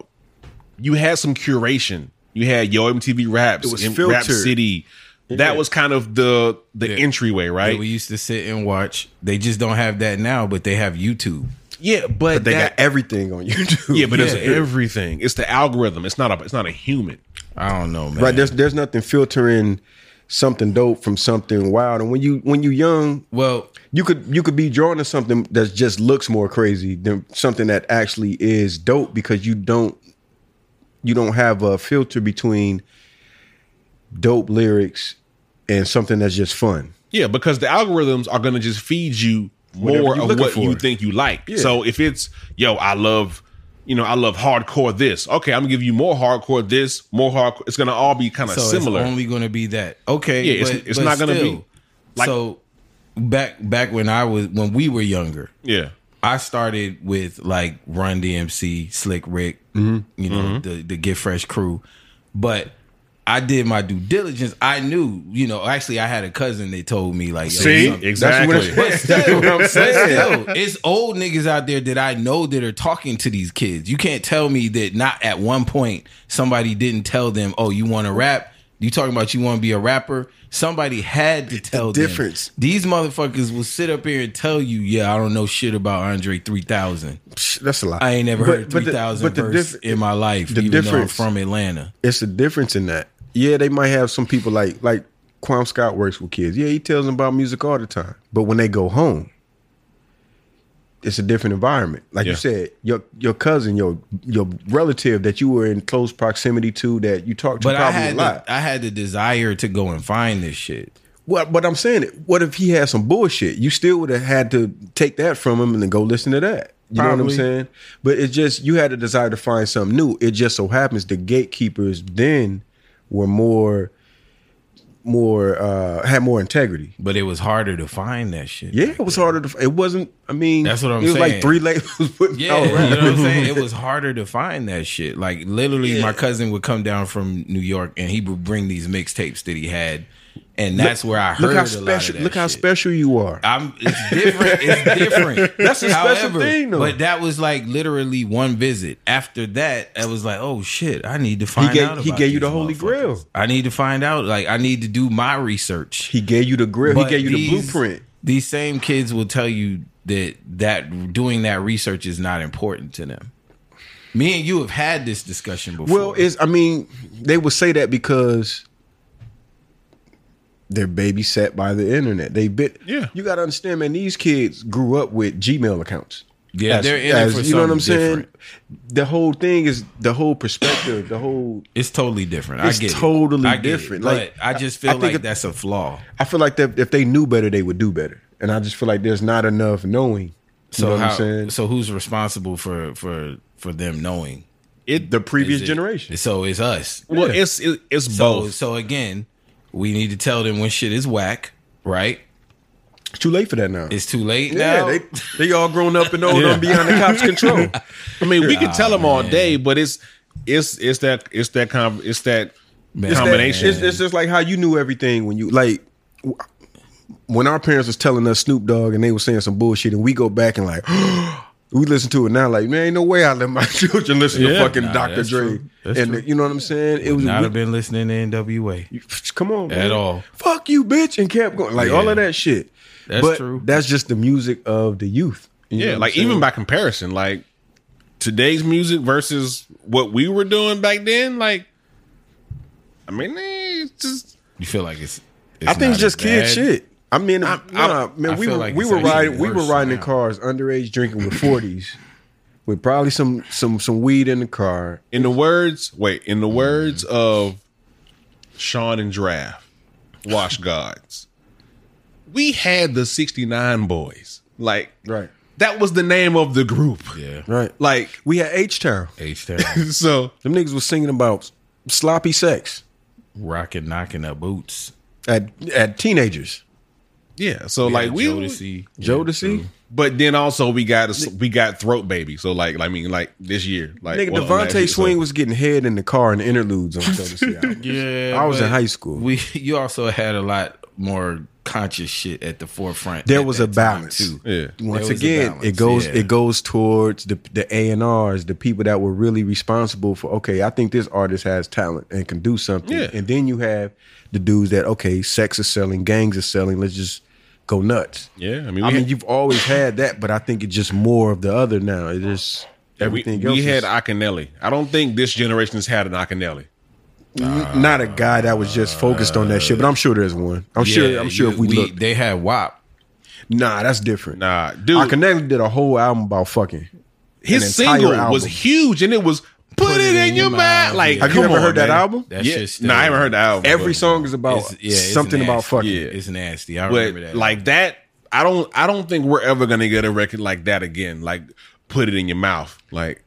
Speaker 3: you had some curation You had Yo MTV Raps,
Speaker 2: It was
Speaker 3: and Rap
Speaker 2: filtered.
Speaker 3: City. That was kind of the the entryway,
Speaker 4: that
Speaker 3: right?
Speaker 4: we used to sit and watch. They just don't have that now, but they have YouTube.
Speaker 3: yeah, but,
Speaker 2: But they
Speaker 3: that-
Speaker 2: got everything on YouTube.
Speaker 3: yeah, but it's
Speaker 4: Yeah.
Speaker 3: everything. It's the algorithm. It's not a it's not a human.
Speaker 4: I don't know, man.
Speaker 2: right. There's there's nothing filtering something dope from something wild. And when you when you young,
Speaker 4: well,
Speaker 2: you could you could be drawn to something that just looks more crazy than something that actually is dope because you don't you don't have a filter between dope lyrics and something that's just fun.
Speaker 3: Yeah, because the algorithms are going to just feed you
Speaker 2: Whatever
Speaker 3: more
Speaker 2: you're
Speaker 3: of
Speaker 2: looking
Speaker 3: what
Speaker 2: for.
Speaker 3: you think you like. So if it's yo, I love, you know, I love hardcore this. Okay, I'm gonna give you more hardcore this, more hardcore. It's gonna all be kind of
Speaker 4: so
Speaker 3: similar.
Speaker 4: it's only going to be that. Okay,
Speaker 3: Yeah, it's-
Speaker 4: but-
Speaker 3: it's
Speaker 4: but
Speaker 3: not gonna be
Speaker 4: still.
Speaker 3: like-
Speaker 4: so. Back back when I was when we were younger,
Speaker 3: yeah,
Speaker 4: I started with like Run DMC, Slick Rick,
Speaker 3: Mm-hmm.
Speaker 4: you know, the the Get Fresh crew. But I did my due diligence. I knew, you know, actually I had a cousin that told me like yo,
Speaker 3: see,
Speaker 4: something-
Speaker 3: exactly.
Speaker 2: That's what, it's,
Speaker 4: Still,
Speaker 2: what I'm saying.
Speaker 4: still, it's old niggas out there that I know that are talking to these kids. You can't tell me that not at one point somebody didn't tell them, "Oh, you want to rap? You talking about you want to be a rapper?" Somebody had to tell them.
Speaker 2: difference.
Speaker 4: These motherfuckers will sit up here and tell you, "Yeah, I don't know shit about Andre 3000.
Speaker 2: Psh, That's a lot.
Speaker 4: I ain't never
Speaker 2: But-
Speaker 4: heard
Speaker 2: but the-
Speaker 4: 3000
Speaker 2: but the
Speaker 4: verse
Speaker 2: diff-
Speaker 4: in my life,
Speaker 2: the
Speaker 4: even though I'm
Speaker 2: difference-
Speaker 4: from Atlanta."
Speaker 2: it's a difference in that. Yeah, they might have some people like like Quam Scott works with kids. Yeah, he tells them about music all the time. But when they go home, it's a different environment. Like
Speaker 3: Yeah.
Speaker 2: you said, your your cousin, your your relative that you were in close proximity to that you talked to
Speaker 4: But I
Speaker 2: probably a
Speaker 4: had
Speaker 2: lot.
Speaker 4: the, I had the desire to go and find this shit.
Speaker 2: Well, but I'm saying it. What if he had some bullshit? You still would have had to take that from him and then go listen to that. You know what
Speaker 4: Probably.
Speaker 2: I'm saying? But it's just you had a desire to find something new. It just so happens the gatekeepers then were more, more uh had more integrity.
Speaker 4: But it was harder to find that shit.
Speaker 2: Yeah, it was harder to. It wasn't. I mean,
Speaker 4: That's what I'm
Speaker 2: It was
Speaker 4: saying.
Speaker 2: like three labels putting
Speaker 4: Yeah,
Speaker 2: out
Speaker 4: you
Speaker 2: rap.
Speaker 4: know what I'm saying? It was harder to find that shit. Like literally, my
Speaker 2: Yeah.
Speaker 4: cousin would come down from New York and he would bring these mixtapes that he had, and that's where I heard
Speaker 2: Look
Speaker 4: a
Speaker 2: how
Speaker 4: lot of
Speaker 2: special.
Speaker 4: that
Speaker 2: Look how
Speaker 4: shit.
Speaker 2: special you are.
Speaker 4: I'm, it's different. It's different.
Speaker 2: That's a special thing, though.
Speaker 4: But that was like literally one visit. After that, I was like, oh shit, I need to
Speaker 2: He
Speaker 4: find out.
Speaker 2: gave he
Speaker 4: about
Speaker 2: gave you the
Speaker 4: these
Speaker 2: holy
Speaker 4: motherfuckers.
Speaker 2: grail.
Speaker 4: I need to find out. Like I need to do my research.
Speaker 2: He gave you the grail.
Speaker 4: But
Speaker 2: he gave you the
Speaker 4: these-
Speaker 2: blueprint.
Speaker 4: These same kids will tell you that that doing that research is not important to them. Me and you have had this discussion before.
Speaker 2: Well, it's I mean, they would say that because they're babysat by the internet. They bit
Speaker 3: Yeah.
Speaker 2: You gotta understand, man, these kids grew up with Gmail accounts.
Speaker 4: yeah,
Speaker 2: As-
Speaker 4: they're in
Speaker 2: as-
Speaker 4: it for
Speaker 2: you know what I'm
Speaker 4: something
Speaker 2: saying?
Speaker 4: different.
Speaker 2: The whole thing is the whole perspective, the whole
Speaker 4: It's totally different.
Speaker 2: It's
Speaker 4: I get it.
Speaker 2: totally
Speaker 4: I get it.
Speaker 2: different.
Speaker 4: But
Speaker 2: Like,
Speaker 4: I just
Speaker 2: I- I
Speaker 4: feel
Speaker 2: think
Speaker 4: like
Speaker 2: it-
Speaker 4: that's a flaw.
Speaker 2: I feel like that if they knew better, they would do better. And I just feel like there's not enough knowing. You
Speaker 4: So
Speaker 2: know what
Speaker 4: how-
Speaker 2: I'm saying?
Speaker 4: so who's responsible for for for them knowing?
Speaker 2: it the previous
Speaker 4: Is it-
Speaker 2: generation.
Speaker 4: So it's us.
Speaker 3: Well, it's it, it's
Speaker 4: So
Speaker 3: both.
Speaker 4: so again, we need to tell them when shit is whack, right?
Speaker 2: It's too late for that now.
Speaker 4: It's too late
Speaker 2: yeah,
Speaker 4: now.
Speaker 2: they they all grown up and old and beyond the cops' control.
Speaker 3: I mean, we can tell them all day, but it's it's it's that it's that com- it's that
Speaker 4: Man.
Speaker 3: combination.
Speaker 2: It's, it's just like how you knew everything when you like w- when our parents was telling us Snoop Dogg and they were saying some bullshit, and we go back and like we listen to it now, like man, ain't no way I let my children listen to
Speaker 3: Yeah.
Speaker 2: fucking
Speaker 4: Nah,
Speaker 2: Dr.
Speaker 4: that's
Speaker 2: Dre,
Speaker 4: true. That's
Speaker 2: and
Speaker 4: true.
Speaker 2: you know what I'm saying? It was
Speaker 4: not
Speaker 2: we-
Speaker 4: have been listening to NWA.
Speaker 2: come on
Speaker 4: At
Speaker 2: man.
Speaker 4: all.
Speaker 2: Fuck you, bitch, and kept going like
Speaker 4: Yeah.
Speaker 2: all of that shit.
Speaker 4: That's
Speaker 2: but
Speaker 4: true.
Speaker 2: That's just the music of the youth. You know
Speaker 3: yeah,
Speaker 2: what
Speaker 3: like
Speaker 2: I'm saying?
Speaker 3: even by comparison, like today's music versus what we were doing back then, like I mean, eh, it's just
Speaker 4: You feel like it's. it's
Speaker 2: I think it's
Speaker 4: not
Speaker 2: just
Speaker 4: as
Speaker 2: kid
Speaker 4: bad.
Speaker 2: shit. I mean, I, nah,
Speaker 4: I
Speaker 2: man, we
Speaker 4: feel
Speaker 2: were
Speaker 4: like
Speaker 2: we
Speaker 4: it's
Speaker 2: were
Speaker 4: actually
Speaker 2: riding we were
Speaker 4: worse
Speaker 2: riding in
Speaker 4: now.
Speaker 2: cars, underage drinking with forties, with probably some some some weed in the car.
Speaker 3: in the words, wait, in the words
Speaker 2: Mm-hmm.
Speaker 3: of Sean and Draft, Wash Gods, we had the 69 boys. Like,
Speaker 2: Right.
Speaker 3: that was the name of the group.
Speaker 4: Yeah.
Speaker 2: Right, like
Speaker 3: Like,
Speaker 2: we had H Town.
Speaker 4: H Town
Speaker 3: so
Speaker 2: Them niggas was singing about sloppy sex
Speaker 4: rocking, knocking up boots.
Speaker 2: at at teenagers.
Speaker 3: yeah, so
Speaker 4: Yeah,
Speaker 3: like we,
Speaker 4: Jodeci.
Speaker 2: Jodeci,
Speaker 3: but then also we got a, we got Throat Baby. So like, I mean, like this year, like
Speaker 2: nigga,
Speaker 3: well, last year,
Speaker 2: Devontae
Speaker 3: so-
Speaker 2: Swing was getting head in the car and interludes on Jodeci. album.
Speaker 4: Yeah,
Speaker 2: I was in
Speaker 4: but
Speaker 2: high school.
Speaker 4: We you also had a lot more conscious shit at the forefront.
Speaker 2: there
Speaker 4: at
Speaker 2: was
Speaker 4: that
Speaker 2: a
Speaker 4: time,
Speaker 2: balance.
Speaker 3: Yeah.
Speaker 2: Once
Speaker 4: There was a
Speaker 2: again, it
Speaker 4: balance,
Speaker 2: goes
Speaker 4: yeah.
Speaker 2: it goes towards the the A and R's, the people that were really responsible for. Okay, I think this artist has talent and can do something.
Speaker 3: Yeah.
Speaker 2: And then you have the dudes that okay, sex is selling, gangs is selling. Let's just go nuts.
Speaker 3: Yeah, I mean, we
Speaker 2: I mean,
Speaker 3: had-
Speaker 2: you've always had that, but I think it's just more of the other now. It just
Speaker 3: we,
Speaker 2: everything else.
Speaker 3: we had
Speaker 2: is-
Speaker 3: Akinelli. I don't think this generation has had an Akinelli.
Speaker 2: not a guy that was just focused on that shit, but I'm sure there's one. I'm sure. I'm sure
Speaker 4: you-
Speaker 2: if we, look,
Speaker 4: they had WAP.
Speaker 2: nah, that's different.
Speaker 3: Nah, dude.
Speaker 2: Akhenaten did a whole album about fucking. an
Speaker 3: His
Speaker 2: entire
Speaker 3: single
Speaker 2: album.
Speaker 3: was huge, and it was put, it, in, your mouth. Like,
Speaker 2: Have you
Speaker 3: come
Speaker 2: ever
Speaker 3: on,
Speaker 2: heard that
Speaker 3: man.
Speaker 2: album?
Speaker 4: That
Speaker 3: yeah,
Speaker 4: shit's
Speaker 3: nah, I haven't heard the album.
Speaker 2: Every
Speaker 3: but-
Speaker 2: song is about
Speaker 4: It's- yeah, it's
Speaker 2: Oh, something about
Speaker 4: nasty.
Speaker 2: fucking.
Speaker 3: Yeah.
Speaker 4: It's nasty. I
Speaker 3: but
Speaker 4: remember that.
Speaker 3: like that, I don't. I don't think we're ever gonna get a record like that again. Like, put it in your mouth. Like,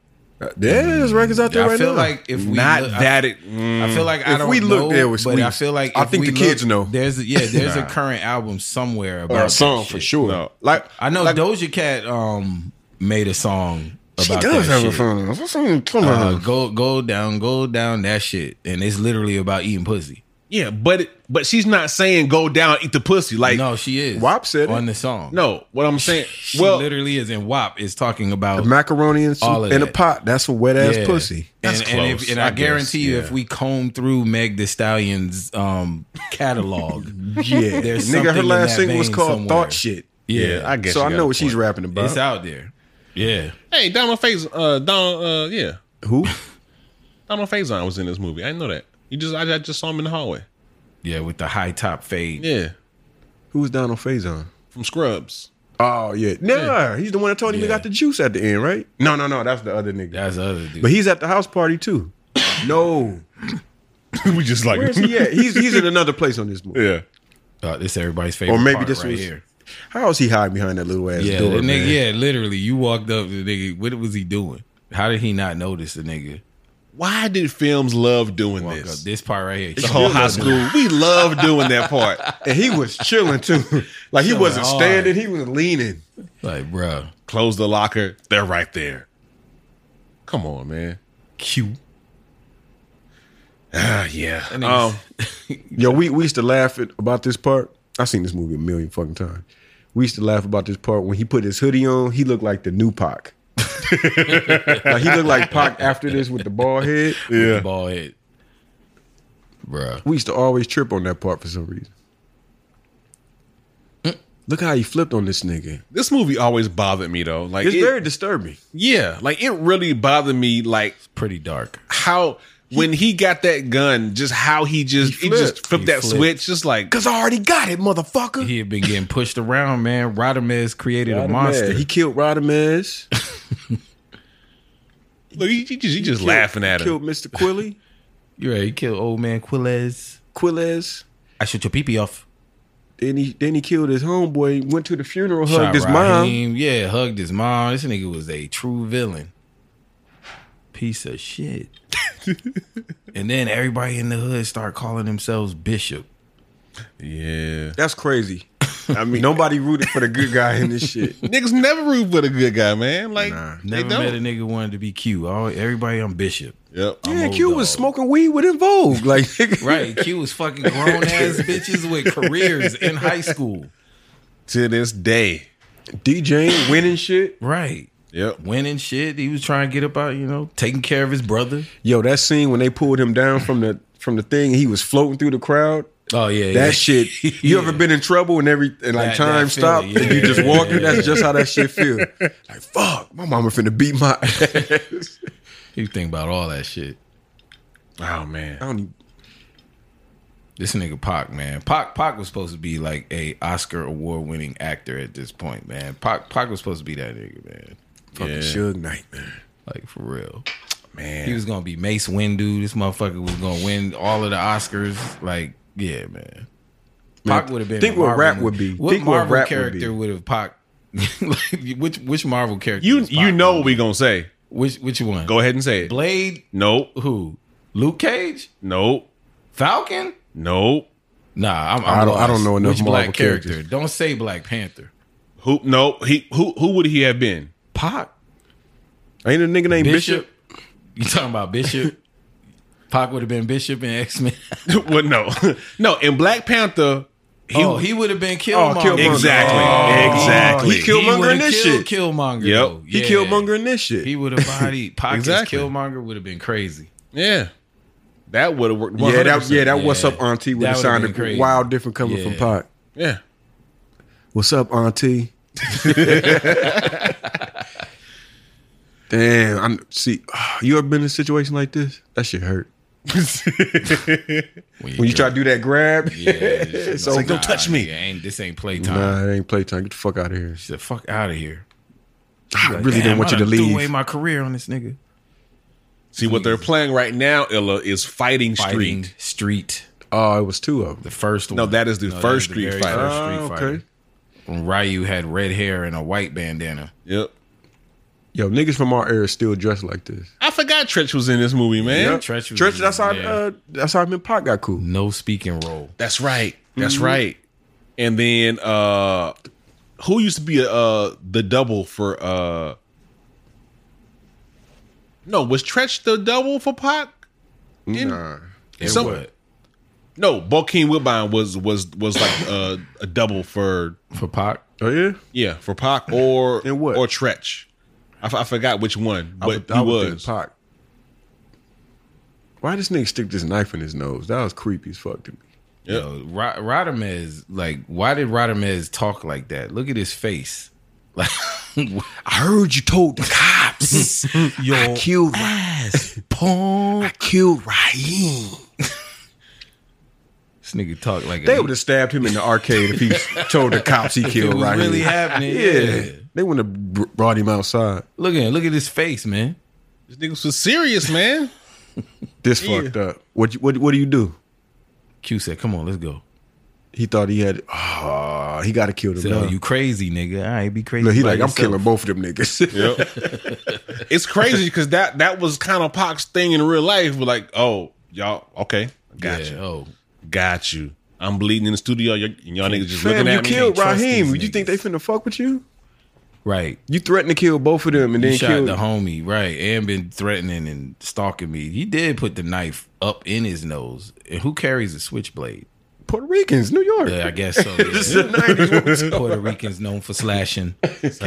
Speaker 2: There's records out there
Speaker 4: I
Speaker 2: right
Speaker 4: feel
Speaker 2: now.
Speaker 4: like if we
Speaker 3: not
Speaker 4: look- I-
Speaker 3: that. it, mm.
Speaker 4: I feel like I
Speaker 2: If
Speaker 4: don't
Speaker 2: we look,
Speaker 4: know,
Speaker 2: there was
Speaker 4: but I
Speaker 2: sweeps.
Speaker 4: feel like
Speaker 2: I
Speaker 4: if
Speaker 2: think
Speaker 4: we
Speaker 2: the kids
Speaker 4: look,
Speaker 2: know.
Speaker 4: There's yeah, there's a current album somewhere about
Speaker 2: or a
Speaker 4: that
Speaker 2: song
Speaker 4: shit.
Speaker 2: for sure.
Speaker 3: no, like
Speaker 4: I know
Speaker 3: Like-
Speaker 4: Doja Cat um made a song about
Speaker 2: She does
Speaker 4: that
Speaker 2: have
Speaker 4: shit.
Speaker 2: a phone. What's something talking
Speaker 4: Uh,
Speaker 2: about?
Speaker 4: go go down, go down that shit, and it's literally about eating pussy.
Speaker 3: yeah, but it- but she's not saying go down eat the pussy. Like, no,
Speaker 4: No, she is.
Speaker 2: WAP said it.
Speaker 4: on the song.
Speaker 3: what I'm saying.
Speaker 4: she
Speaker 3: well,
Speaker 4: literally is. And WAP is talking about
Speaker 2: Macaroni and
Speaker 4: Uh, All
Speaker 2: soup
Speaker 4: of
Speaker 2: in a
Speaker 4: that.
Speaker 2: pot. That's a wet ass
Speaker 4: Yeah.
Speaker 2: pussy.
Speaker 3: That's
Speaker 4: and, and,
Speaker 3: close,
Speaker 4: if, and
Speaker 3: I
Speaker 4: I,
Speaker 3: guess,
Speaker 4: guarantee you,
Speaker 3: yeah.
Speaker 4: if we comb through Meg The Stallion's um, catalog,
Speaker 2: Yeah,
Speaker 4: There's
Speaker 2: nigga.
Speaker 4: something
Speaker 2: Her
Speaker 4: in
Speaker 2: last
Speaker 4: that
Speaker 2: single was
Speaker 4: vein
Speaker 2: called
Speaker 4: somewhere.
Speaker 2: Thought Shit.
Speaker 3: yeah, I guess.
Speaker 2: So
Speaker 3: you
Speaker 2: I
Speaker 3: got
Speaker 2: know
Speaker 3: a
Speaker 2: what she's
Speaker 3: point.
Speaker 2: rapping about.
Speaker 4: it's out there. Yeah,
Speaker 3: Hey, Donald Faison, uh, Don, uh, yeah,
Speaker 2: Who?
Speaker 3: Donald Faison was in this movie. I didn't know that. You just, I, I just saw him in the hallway.
Speaker 4: yeah, with the high top fade.
Speaker 3: Yeah,
Speaker 2: Who's Donald Faison?
Speaker 3: from Scrubs.
Speaker 2: Oh yeah, nah. He's the one that told him he
Speaker 4: Yeah.
Speaker 2: got the juice at the end, right? No, no, no. That's the other nigga.
Speaker 4: That's the other dude.
Speaker 2: but he's at the house party too. no,
Speaker 3: we just like,
Speaker 2: where's he at? He's he's in another place on this movie.
Speaker 3: yeah.
Speaker 4: Uh, this everybody's favorite.
Speaker 2: Or maybe
Speaker 4: part
Speaker 2: this
Speaker 4: right
Speaker 2: was-
Speaker 4: here.
Speaker 2: How is he hiding behind that little ass
Speaker 4: Yeah,
Speaker 2: door?
Speaker 4: the nigga.
Speaker 2: man?
Speaker 4: Yeah, literally, you walked up to the nigga. What was he doing? How did he not notice the nigga?
Speaker 3: Why did films love doing
Speaker 4: Walk
Speaker 3: this?
Speaker 4: up this part right here.
Speaker 3: the whole high school, we love doing that part.
Speaker 2: And he was chilling too. like he
Speaker 4: Chilling
Speaker 2: wasn't
Speaker 4: hard.
Speaker 2: standing, he was leaning.
Speaker 4: like, bruh,
Speaker 3: Close the locker, they're right there. Come on, man.
Speaker 4: cute.
Speaker 3: Ah, yeah.
Speaker 4: That nigga's-
Speaker 3: Um,
Speaker 2: Yo, we, we used to laugh at, about this part. I've seen this movie a million fucking times. We used to laugh about this part when he put his hoodie on, he looked like the new Pac. like he looked like Pac after this with the bald head.
Speaker 3: yeah.
Speaker 4: ball head, bruh.
Speaker 2: We used to always trip on that part for some reason.
Speaker 4: Mm.
Speaker 2: Look how he flipped on this nigga.
Speaker 3: This movie always bothered me though. Like,
Speaker 2: It's
Speaker 3: it-
Speaker 2: very disturbing.
Speaker 3: yeah, like it really bothered me. Like
Speaker 4: Pretty dark.
Speaker 3: how when he got that gun, just how he just
Speaker 2: He
Speaker 3: he, just
Speaker 2: flipped.
Speaker 3: flipped
Speaker 4: He
Speaker 3: that
Speaker 4: flipped.
Speaker 3: switch, just like
Speaker 2: Cause I already got it, motherfucker.
Speaker 4: He had been getting pushed around, man. Rodamez created a
Speaker 2: Rodamez.
Speaker 4: monster.
Speaker 2: He killed Rodamez.
Speaker 3: look, he, he just, he just
Speaker 2: Killed-
Speaker 3: laughing at him.
Speaker 2: Killed Mr. Quilly.
Speaker 4: You're right. He killed old man Quiles.
Speaker 2: Quilles.
Speaker 4: I shoot your peepee off.
Speaker 2: Then he then he killed his homeboy. Went to the funeral,
Speaker 4: Shot
Speaker 2: hugged his mom.
Speaker 4: Raheem. Yeah, hugged his mom. This nigga was a true villain. Piece of shit. and then everybody in the hood start calling themselves Bishop.
Speaker 3: Yeah,
Speaker 2: That's crazy. I mean, nobody rooted for the good guy in this shit.
Speaker 3: niggas never root for the good guy, man. Like they
Speaker 4: Never
Speaker 3: don't.
Speaker 4: met a nigga wanted to be Q. All, everybody on Bishop.
Speaker 3: Yep.
Speaker 2: Yeah,
Speaker 4: old
Speaker 2: Q was
Speaker 4: Oh, dog.
Speaker 2: smoking weed with in Vogue. Like, nigga.
Speaker 4: Right. Q was fucking grown ass bitches with careers in high school.
Speaker 3: to this day.
Speaker 2: DJing, winning shit.
Speaker 4: Right.
Speaker 3: Yep.
Speaker 4: Winning shit. He was trying to get up out, you know, taking care of his brother.
Speaker 2: Yo, that scene when they pulled him down from the from the thing, he was floating through the crowd.
Speaker 4: Oh, yeah.
Speaker 2: That shit. You ever been in trouble and every and
Speaker 4: That-
Speaker 2: like time
Speaker 4: that feeling,
Speaker 2: stopped
Speaker 4: yeah,
Speaker 2: and you just
Speaker 4: yeah,
Speaker 2: walking?
Speaker 4: yeah,
Speaker 2: That's just how that shit feel. Like fuck, my mama finna beat my. ass.
Speaker 4: You think about all that shit.
Speaker 3: Oh man.
Speaker 2: I don't even-
Speaker 4: This nigga Pac, man. Pac Pac was supposed to be like a Oscar award winning actor at this point, man. Pac Pac was supposed to be that nigga, man.
Speaker 2: fucking
Speaker 3: Yeah.
Speaker 2: Suge Knight, man.
Speaker 4: Like for real.
Speaker 3: Man.
Speaker 4: He was gonna be Mace Windu. This motherfucker was gonna win all of the Oscars. Like, yeah, man. Pac would have been.
Speaker 2: think
Speaker 4: a
Speaker 2: what
Speaker 4: Marvel
Speaker 2: rap
Speaker 4: movie.
Speaker 2: would be.
Speaker 4: What
Speaker 2: Think what
Speaker 4: Marvel
Speaker 2: rap would
Speaker 4: character
Speaker 2: be.
Speaker 4: would have Pac? like, which which Marvel character?
Speaker 3: you
Speaker 4: was
Speaker 3: you
Speaker 4: Pac
Speaker 3: know
Speaker 4: gonna
Speaker 3: what
Speaker 4: be?
Speaker 3: we gonna say.
Speaker 4: which which one?
Speaker 3: Go ahead and say it.
Speaker 4: Blade.
Speaker 3: Nope.
Speaker 4: Who? Luke Cage?
Speaker 3: Nope.
Speaker 4: Falcon?
Speaker 3: Nope.
Speaker 4: Nah, I'm, I'm
Speaker 2: I don't- I
Speaker 4: lost.
Speaker 2: don't know enough
Speaker 4: Which
Speaker 2: Marvel
Speaker 4: black character?
Speaker 2: characters.
Speaker 4: Don't say Black Panther.
Speaker 3: Who? Nope. He who? Who would he have been?
Speaker 4: Pac.
Speaker 2: Ain't a nigga named Bishop.
Speaker 4: Bishop. You talking about Bishop? Pac would have been Bishop in X Men.
Speaker 3: well, no, no. In Black Panther,
Speaker 4: He, Oh, he would have been Killmonger.
Speaker 2: Oh, Killmonger. Oh,
Speaker 3: Exactly. Exactly.
Speaker 2: He Killmonger in this
Speaker 4: would've
Speaker 2: shit.
Speaker 4: killed Killmonger.
Speaker 2: Yep.
Speaker 4: though.
Speaker 2: He
Speaker 4: Yeah.
Speaker 2: Killmonger in this shit.
Speaker 4: He would have bodied pockets.
Speaker 3: Exactly.
Speaker 4: Killmonger would have been crazy.
Speaker 3: Yeah. That would have worked.
Speaker 2: yeah,
Speaker 3: 100%.
Speaker 2: that yeah, that what's
Speaker 4: Yeah.
Speaker 2: up, Auntie would
Speaker 4: That
Speaker 2: have
Speaker 4: would've been
Speaker 2: sounded
Speaker 4: crazy.
Speaker 2: wild different coming from
Speaker 4: Yeah.
Speaker 2: Pac.
Speaker 3: Yeah.
Speaker 2: What's up, Auntie? Damn, I'm see. You ever been in a situation like this? That shit hurt. When you try to do that grab,
Speaker 4: Yeah, it's
Speaker 2: So
Speaker 4: like,
Speaker 2: don't
Speaker 3: touch me.
Speaker 4: nigga, ain't, this ain't playtime.
Speaker 2: nah, it ain't playtime. Get the fuck out of here.
Speaker 4: Get the fuck out of here.
Speaker 2: I really
Speaker 4: Damn,
Speaker 2: didn't want
Speaker 4: I
Speaker 2: you to
Speaker 4: done Threw away
Speaker 2: leave.
Speaker 4: my career on this nigga.
Speaker 3: See what they're playing right now, Illa, is Fighting Street.
Speaker 4: Fighting Street,
Speaker 2: Oh, it was two of
Speaker 4: the
Speaker 2: them.
Speaker 4: first one.
Speaker 3: No, that is the first Street
Speaker 4: very
Speaker 3: Fighter.
Speaker 4: first
Speaker 2: Oh,
Speaker 4: Street Fighter.
Speaker 2: okay.
Speaker 4: When Ryu had red hair and a white bandana.
Speaker 3: Yep.
Speaker 2: Yo, niggas from our era still dressed like this.
Speaker 3: I forgot Tretch was in this movie, man.
Speaker 4: Yep. Tretch was
Speaker 2: Church,
Speaker 4: in-
Speaker 2: that's how
Speaker 4: yeah.
Speaker 2: uh, that's how him and Pac got cool.
Speaker 4: No speaking role.
Speaker 3: That's right.
Speaker 2: Mm-hmm.
Speaker 3: That's right. And then uh who used to be uh the double for uh No, was Tretch the double for Pac? Didn't-
Speaker 2: Nah.
Speaker 4: It
Speaker 3: Some-
Speaker 4: would.
Speaker 3: No, Bokeem Woodbine was was was like uh, a double for
Speaker 4: For Pac,
Speaker 2: Oh yeah,
Speaker 3: yeah, for Pac or
Speaker 2: And what?
Speaker 3: or Tretch. I, f- I forgot which one, but
Speaker 2: I would,
Speaker 3: he
Speaker 2: I would
Speaker 3: was.
Speaker 2: think Pac. Why this nigga stick this knife in his nose? That was creepy as fuck to me.
Speaker 4: you know, Ro- Rodamez, like, why did Rodamez talk like that? Look at his face. Like,
Speaker 2: I heard you told the cops.
Speaker 4: yo,
Speaker 2: killed ass. I killed Ryan.
Speaker 4: this nigga talk like a-
Speaker 2: They would have stabbed him in the arcade if he told the cops he
Speaker 4: If it
Speaker 2: killed
Speaker 4: was
Speaker 2: Raheem.
Speaker 4: really happening.
Speaker 2: yeah.
Speaker 4: Yeah.
Speaker 2: they wouldn't have br- brought him outside.
Speaker 4: Look at him. Look at his face, man.
Speaker 3: This nigga was serious, man.
Speaker 2: This fucked up. What, you- what what do you do?
Speaker 4: Q said, "Come on, let's go."
Speaker 2: He thought he had. Oh, he got to kill them.
Speaker 4: Said,
Speaker 2: now.
Speaker 4: "Oh, you crazy, nigga? I ain't be crazy."
Speaker 2: Look, he
Speaker 4: by
Speaker 2: like I'm
Speaker 4: yourself."
Speaker 2: killing both of them niggas.
Speaker 3: it's crazy because that that was kind of Pac's thing in real life. But like, oh y'all, okay, got
Speaker 4: Yeah,
Speaker 3: you,
Speaker 4: Oh,
Speaker 3: got you. I'm bleeding in the studio. y- and y'all niggas just
Speaker 2: Fam,
Speaker 3: looking
Speaker 2: you
Speaker 3: at me.
Speaker 2: killed
Speaker 4: trust
Speaker 2: Raheem.
Speaker 4: these
Speaker 2: You think they finna fuck with you?
Speaker 4: right.
Speaker 2: You threatened to kill both of them and
Speaker 4: He
Speaker 2: then
Speaker 4: shot
Speaker 2: killed
Speaker 4: the homie, right? And been threatening and stalking me. He did put the knife up in his nose. And who carries a switchblade?
Speaker 2: Puerto Ricans, New York.
Speaker 4: Yeah, I guess so.
Speaker 2: This is
Speaker 4: yeah.
Speaker 2: the 90s.
Speaker 4: Puerto Ricans known for slashing.
Speaker 2: Puerto Ricans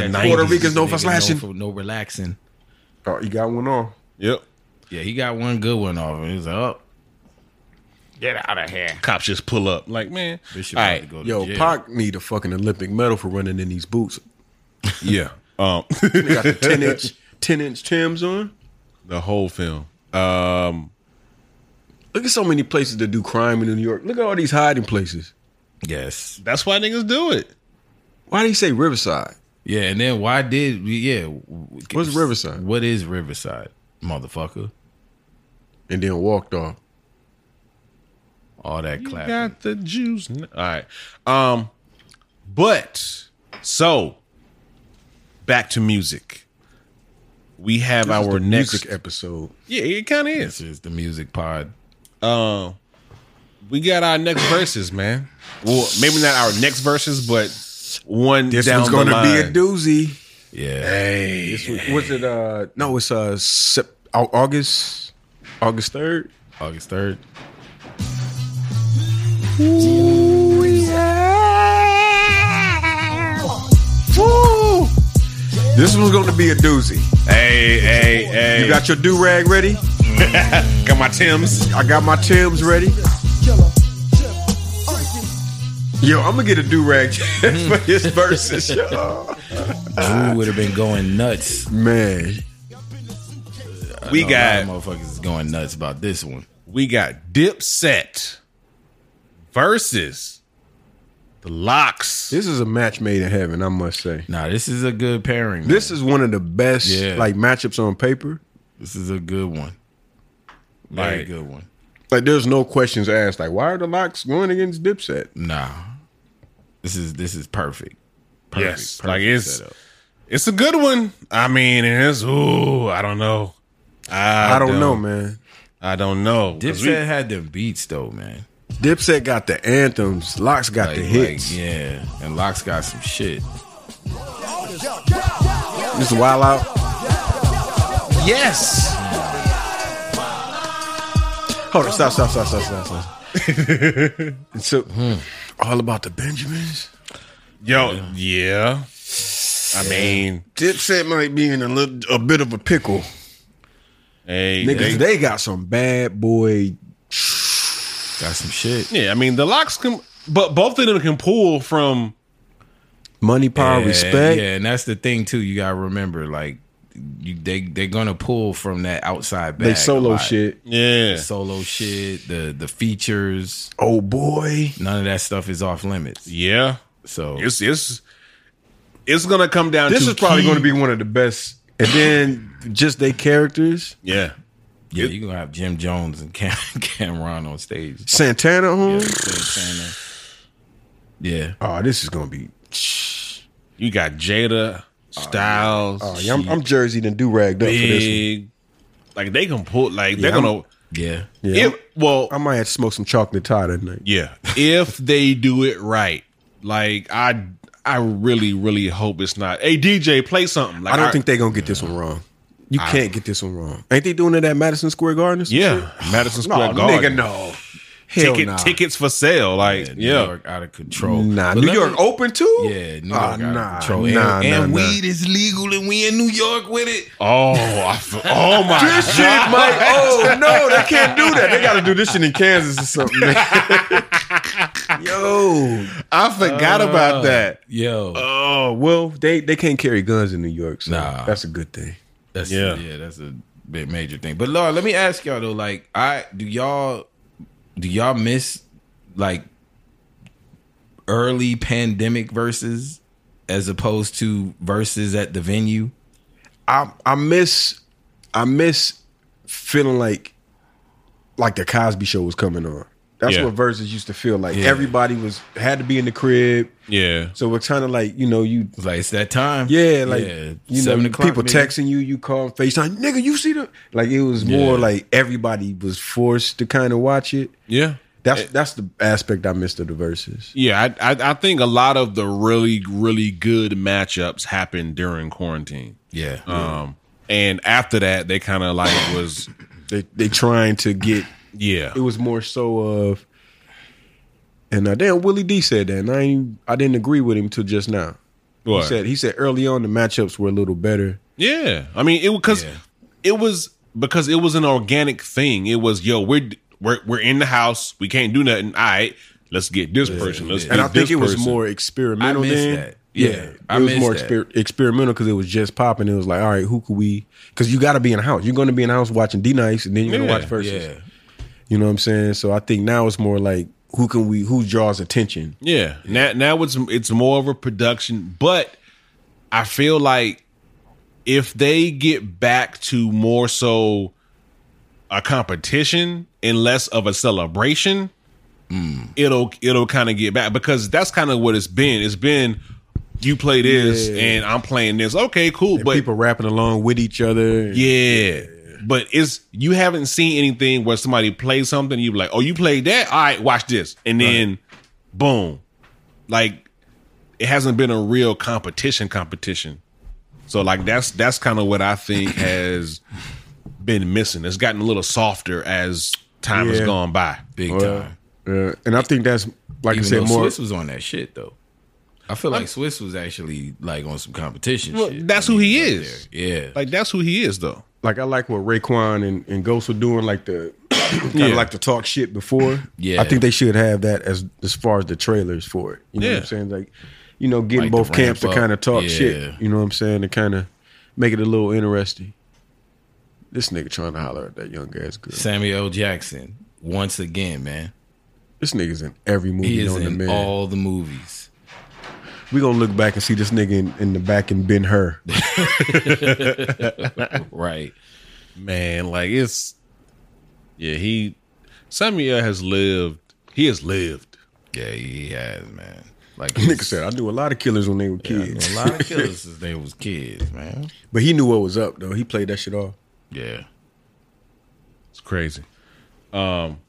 Speaker 2: known for
Speaker 4: Niggas
Speaker 2: slashing.
Speaker 4: for no relaxing.
Speaker 2: Oh, you got one on.
Speaker 3: Yep.
Speaker 4: Yeah, he got one good one off. And he was like, oh,
Speaker 3: Cops just pull up. Like, man.
Speaker 4: Bishop
Speaker 3: all
Speaker 4: about
Speaker 3: right.
Speaker 4: to go to
Speaker 2: Yo,
Speaker 4: jail.
Speaker 2: Pac need a fucking Olympic medal for running in these boots.
Speaker 3: Yeah. Um,
Speaker 2: They got the 10 inch, 10 inch Tims on.
Speaker 3: the whole film. Um,
Speaker 2: Look at so many places that do crime in New York. Look at all these hiding places.
Speaker 4: Yes.
Speaker 3: that's why niggas do it.
Speaker 2: Why do you say Riverside?
Speaker 4: Yeah, and then why did yeah?
Speaker 2: What's Riverside?
Speaker 4: What is Riverside, motherfucker?
Speaker 2: And then walked off.
Speaker 4: All that clapping.
Speaker 3: Got the juice. All right. Um, but so back to music. We have
Speaker 2: This is the
Speaker 3: our next
Speaker 2: music episode.
Speaker 3: Yeah, it kind of is.
Speaker 4: This is the music pod.
Speaker 3: Um, we got our next verses, man. Well, maybe not our next verses, but one
Speaker 2: This
Speaker 3: down
Speaker 2: one's going to
Speaker 3: the
Speaker 2: be
Speaker 3: line.
Speaker 2: a doozy.
Speaker 4: Yeah,
Speaker 2: This was, was it, uh, no, it's uh, Sep- Au- August, August 3rd.
Speaker 4: August third.
Speaker 2: Woo! This one's going to be a doozy.
Speaker 3: Hey, hey, hey!
Speaker 2: You got your do rag ready?
Speaker 3: got my Tim's.
Speaker 2: I got my Tim's ready. Yo, I'm gonna get a do rag for this versus. yo.
Speaker 4: Drew would have been going nuts.
Speaker 2: Man,
Speaker 4: A lot
Speaker 3: We
Speaker 4: of
Speaker 3: got
Speaker 4: motherfuckers is going nuts about this one.
Speaker 3: we got Dipset versus the Locks.
Speaker 2: this is a match made in heaven, I must say.
Speaker 4: Nah, this is a good pairing. man.
Speaker 2: This is one of the best
Speaker 4: Yeah.
Speaker 2: like matchups on paper.
Speaker 4: this is a good one. Very
Speaker 3: Like-
Speaker 4: good one.
Speaker 2: Like, there's no questions asked. Like, why are the locks going against Dipset?
Speaker 4: Nah, this is this is perfect. perfect
Speaker 3: Yes, like it's it's a good one. I mean, and it's ooh, I don't know. I,
Speaker 2: I don't know, man.
Speaker 3: I don't know. 'Cause
Speaker 4: Dipset
Speaker 3: we-
Speaker 4: had them beats though, man.
Speaker 2: Dipset got the anthems. Locks got the
Speaker 4: Like-
Speaker 2: hits.
Speaker 4: like, yeah, and Locks got some shit.
Speaker 2: This is wild out.
Speaker 3: yes,
Speaker 4: Hmm.
Speaker 2: Hold on, stop, stop, stop, stop, stop, stop. so, All about the Benjamins.
Speaker 3: Yo, yeah. I mean,
Speaker 2: Dipset might be in a little, a bit of a pickle.
Speaker 3: hey,
Speaker 2: Niggas,
Speaker 3: they-
Speaker 2: they got some bad boy.
Speaker 4: Got some shit.
Speaker 3: yeah, I mean the locks can, but both of them can pull from.
Speaker 2: Money, power,
Speaker 4: Yeah,
Speaker 2: respect.
Speaker 4: Yeah, and that's the thing too. You gotta remember, like, you, they they're gonna pull from that outside bag.
Speaker 2: They
Speaker 4: a
Speaker 2: solo
Speaker 4: lot.
Speaker 2: shit.
Speaker 3: Yeah,
Speaker 4: solo shit. The the features.
Speaker 2: Oh boy.
Speaker 4: None of that stuff is off limits.
Speaker 3: yeah,
Speaker 4: So
Speaker 3: it's it's it's gonna come down.
Speaker 2: This
Speaker 3: to
Speaker 2: is probably
Speaker 3: key-
Speaker 2: going to be one of the best. And then just they characters.
Speaker 3: yeah.
Speaker 4: yeah, you're gonna have Jim Jones and Cam- Cameron on stage.
Speaker 2: Santana
Speaker 4: Yeah,
Speaker 2: home.
Speaker 4: Santana. yeah.
Speaker 2: Oh, this is going to be.
Speaker 3: You got Jada Styles,
Speaker 2: Oh, yeah, I'm, I'm Jersey and do ragged up for this
Speaker 3: big. Like they can pull. Like they're
Speaker 2: Yeah, I'm-
Speaker 3: gonna.
Speaker 4: Yeah.
Speaker 2: one. Yeah,
Speaker 3: if, well,
Speaker 2: I might have to smoke some chocolate tie that night.
Speaker 3: Yeah. if they do it right. Like I I really, really hope it's not. Hey DJ, play something. Like
Speaker 2: I don't think they're going to get this one wrong. You can't get this one wrong. Ain't they doing it at Madison Square Garden? or some shit?
Speaker 3: Yeah. Madison
Speaker 2: No,
Speaker 3: Square
Speaker 2: nigga,
Speaker 3: Garden.
Speaker 2: no. Hell
Speaker 3: Ticket
Speaker 2: nah.
Speaker 3: tickets for sale. Like yeah.
Speaker 4: New York out of control.
Speaker 2: Nah,
Speaker 4: But
Speaker 2: New
Speaker 4: let
Speaker 2: York
Speaker 4: me-
Speaker 2: open too?
Speaker 4: Yeah, New York
Speaker 2: Ah,
Speaker 4: out
Speaker 2: nah,
Speaker 4: of control. And,
Speaker 2: nah, nah,
Speaker 4: and
Speaker 2: nah.
Speaker 4: weed is legal and we in New York with it.
Speaker 3: Oh, I f- oh my
Speaker 2: This shit,
Speaker 3: god.
Speaker 2: Mike. Oh no, they can't do that. They got to do this shit in Kansas or something. Man. Yo, I forgot
Speaker 4: Uh.
Speaker 2: about that.
Speaker 4: Yo.
Speaker 2: Oh well, they they can't carry guns in New York, so
Speaker 4: Nah.
Speaker 2: that's a good thing.
Speaker 4: That's
Speaker 3: Yeah.
Speaker 4: yeah, yeah, that's a big major thing. But Laura, let me ask y'all though, like, I do y'all do y'all miss like early pandemic verses as opposed to verses at the venue?
Speaker 2: I I miss I miss feeling like like the Cosby Show was coming on. That's
Speaker 3: Yeah.
Speaker 2: what verses used to feel like.
Speaker 4: Yeah.
Speaker 2: Everybody was had to be in the crib,
Speaker 3: Yeah.
Speaker 2: so we're kind of like you know you
Speaker 4: It's like it's that time.
Speaker 2: Yeah, like you know,
Speaker 4: seven o'clock.
Speaker 2: people
Speaker 4: nigga.
Speaker 2: texting you, you call FaceTime, nigga, you see the like it was more
Speaker 4: Yeah.
Speaker 2: like everybody was forced to kind of watch it.
Speaker 3: Yeah.
Speaker 2: That's that's the aspect I missed of the verses.
Speaker 3: Yeah, I, I I think a lot of the really really good matchups happened during quarantine.
Speaker 4: Yeah.
Speaker 3: Um and after that they kind of like was
Speaker 2: They they trying to get
Speaker 3: yeah.
Speaker 2: it was more so of and uh, damn Willie D said that and I ain't, I didn't agree with him till just now.
Speaker 3: What?
Speaker 2: He said he said early on the matchups were a little better.
Speaker 3: Yeah, I mean it because
Speaker 4: Yeah.
Speaker 3: it was because it was an organic thing. It was yo, we're we're we're in the house. We can't do nothing. All right, let's get this person. Let's
Speaker 4: yeah.
Speaker 3: get
Speaker 2: And I think
Speaker 3: this
Speaker 2: it was
Speaker 3: person.
Speaker 2: more experimental.
Speaker 4: I miss
Speaker 2: then.
Speaker 4: that. Yeah, I
Speaker 2: it was
Speaker 4: miss
Speaker 2: more
Speaker 4: that.
Speaker 2: exper- experimental because it was just popping. It was like, all right, who could we? Because you got to be in the house. You're going to be in the house watching D Nice, and then you're
Speaker 3: Yeah,
Speaker 2: going to watch versus.
Speaker 4: Yeah.
Speaker 2: You know what I'm saying? So I think now it's more like who can we? Who draws attention?
Speaker 3: Yeah. Now now it's it's more of a production, but I feel like if they get back to more so a competition and less of a celebration, it'll it'll kind of get back because that's kind of what it's been. It's been you play this and I'm playing this. Okay, cool. but
Speaker 2: People rapping along with each other.
Speaker 3: yeah. But it's you haven't seen anything where somebody plays something, you be like, Oh, you played that? All right, watch this. And then boom. Like it hasn't been a real competition competition. So like that's that's kind of what I think has been missing. It's gotten a little softer as time has
Speaker 2: Yeah.
Speaker 3: gone by.
Speaker 4: Big
Speaker 2: Well,
Speaker 4: time.
Speaker 2: yeah. and I think that's like
Speaker 4: Even
Speaker 2: I said,
Speaker 4: though
Speaker 2: more.
Speaker 4: Swiss was on that shit though. I feel like Swiss was actually like on some competition
Speaker 3: Well,
Speaker 4: shit.
Speaker 3: that's
Speaker 4: when
Speaker 3: who he
Speaker 4: was up
Speaker 3: is.
Speaker 4: there. Yeah.
Speaker 3: Like that's who he is though.
Speaker 2: like I like what Raekwon and, and Ghost were doing, like the kind
Speaker 3: Yeah.
Speaker 2: of like the talk shit before.
Speaker 4: Yeah.
Speaker 2: I think they should have that as as far as the trailers for it. You know
Speaker 3: Yeah.
Speaker 2: what I'm saying? Like, you know, getting
Speaker 4: Like the
Speaker 2: both camps to
Speaker 4: ramp up.
Speaker 2: kind of talk
Speaker 4: Yeah.
Speaker 2: shit. You know what I'm saying? To kind of make it a little interesting. This nigga trying to holler at that young ass girl.
Speaker 4: Samuel L. Jackson, once again, man.
Speaker 2: This nigga's in every
Speaker 4: He
Speaker 2: movie
Speaker 4: is
Speaker 2: on the
Speaker 4: in
Speaker 2: man.
Speaker 4: all the movies.
Speaker 2: we gonna look back and see this nigga in, in the back and Ben Hur.
Speaker 4: Right.
Speaker 3: Man, like it's yeah, he Samuel has lived. He has lived.
Speaker 4: Yeah, he has, man. Like
Speaker 2: nigga said, I knew a lot of killers when they were kids.
Speaker 4: a lot of killers since they was kids, man.
Speaker 2: but he knew what was up though. He played that shit off.
Speaker 4: Yeah.
Speaker 3: It's crazy. Um,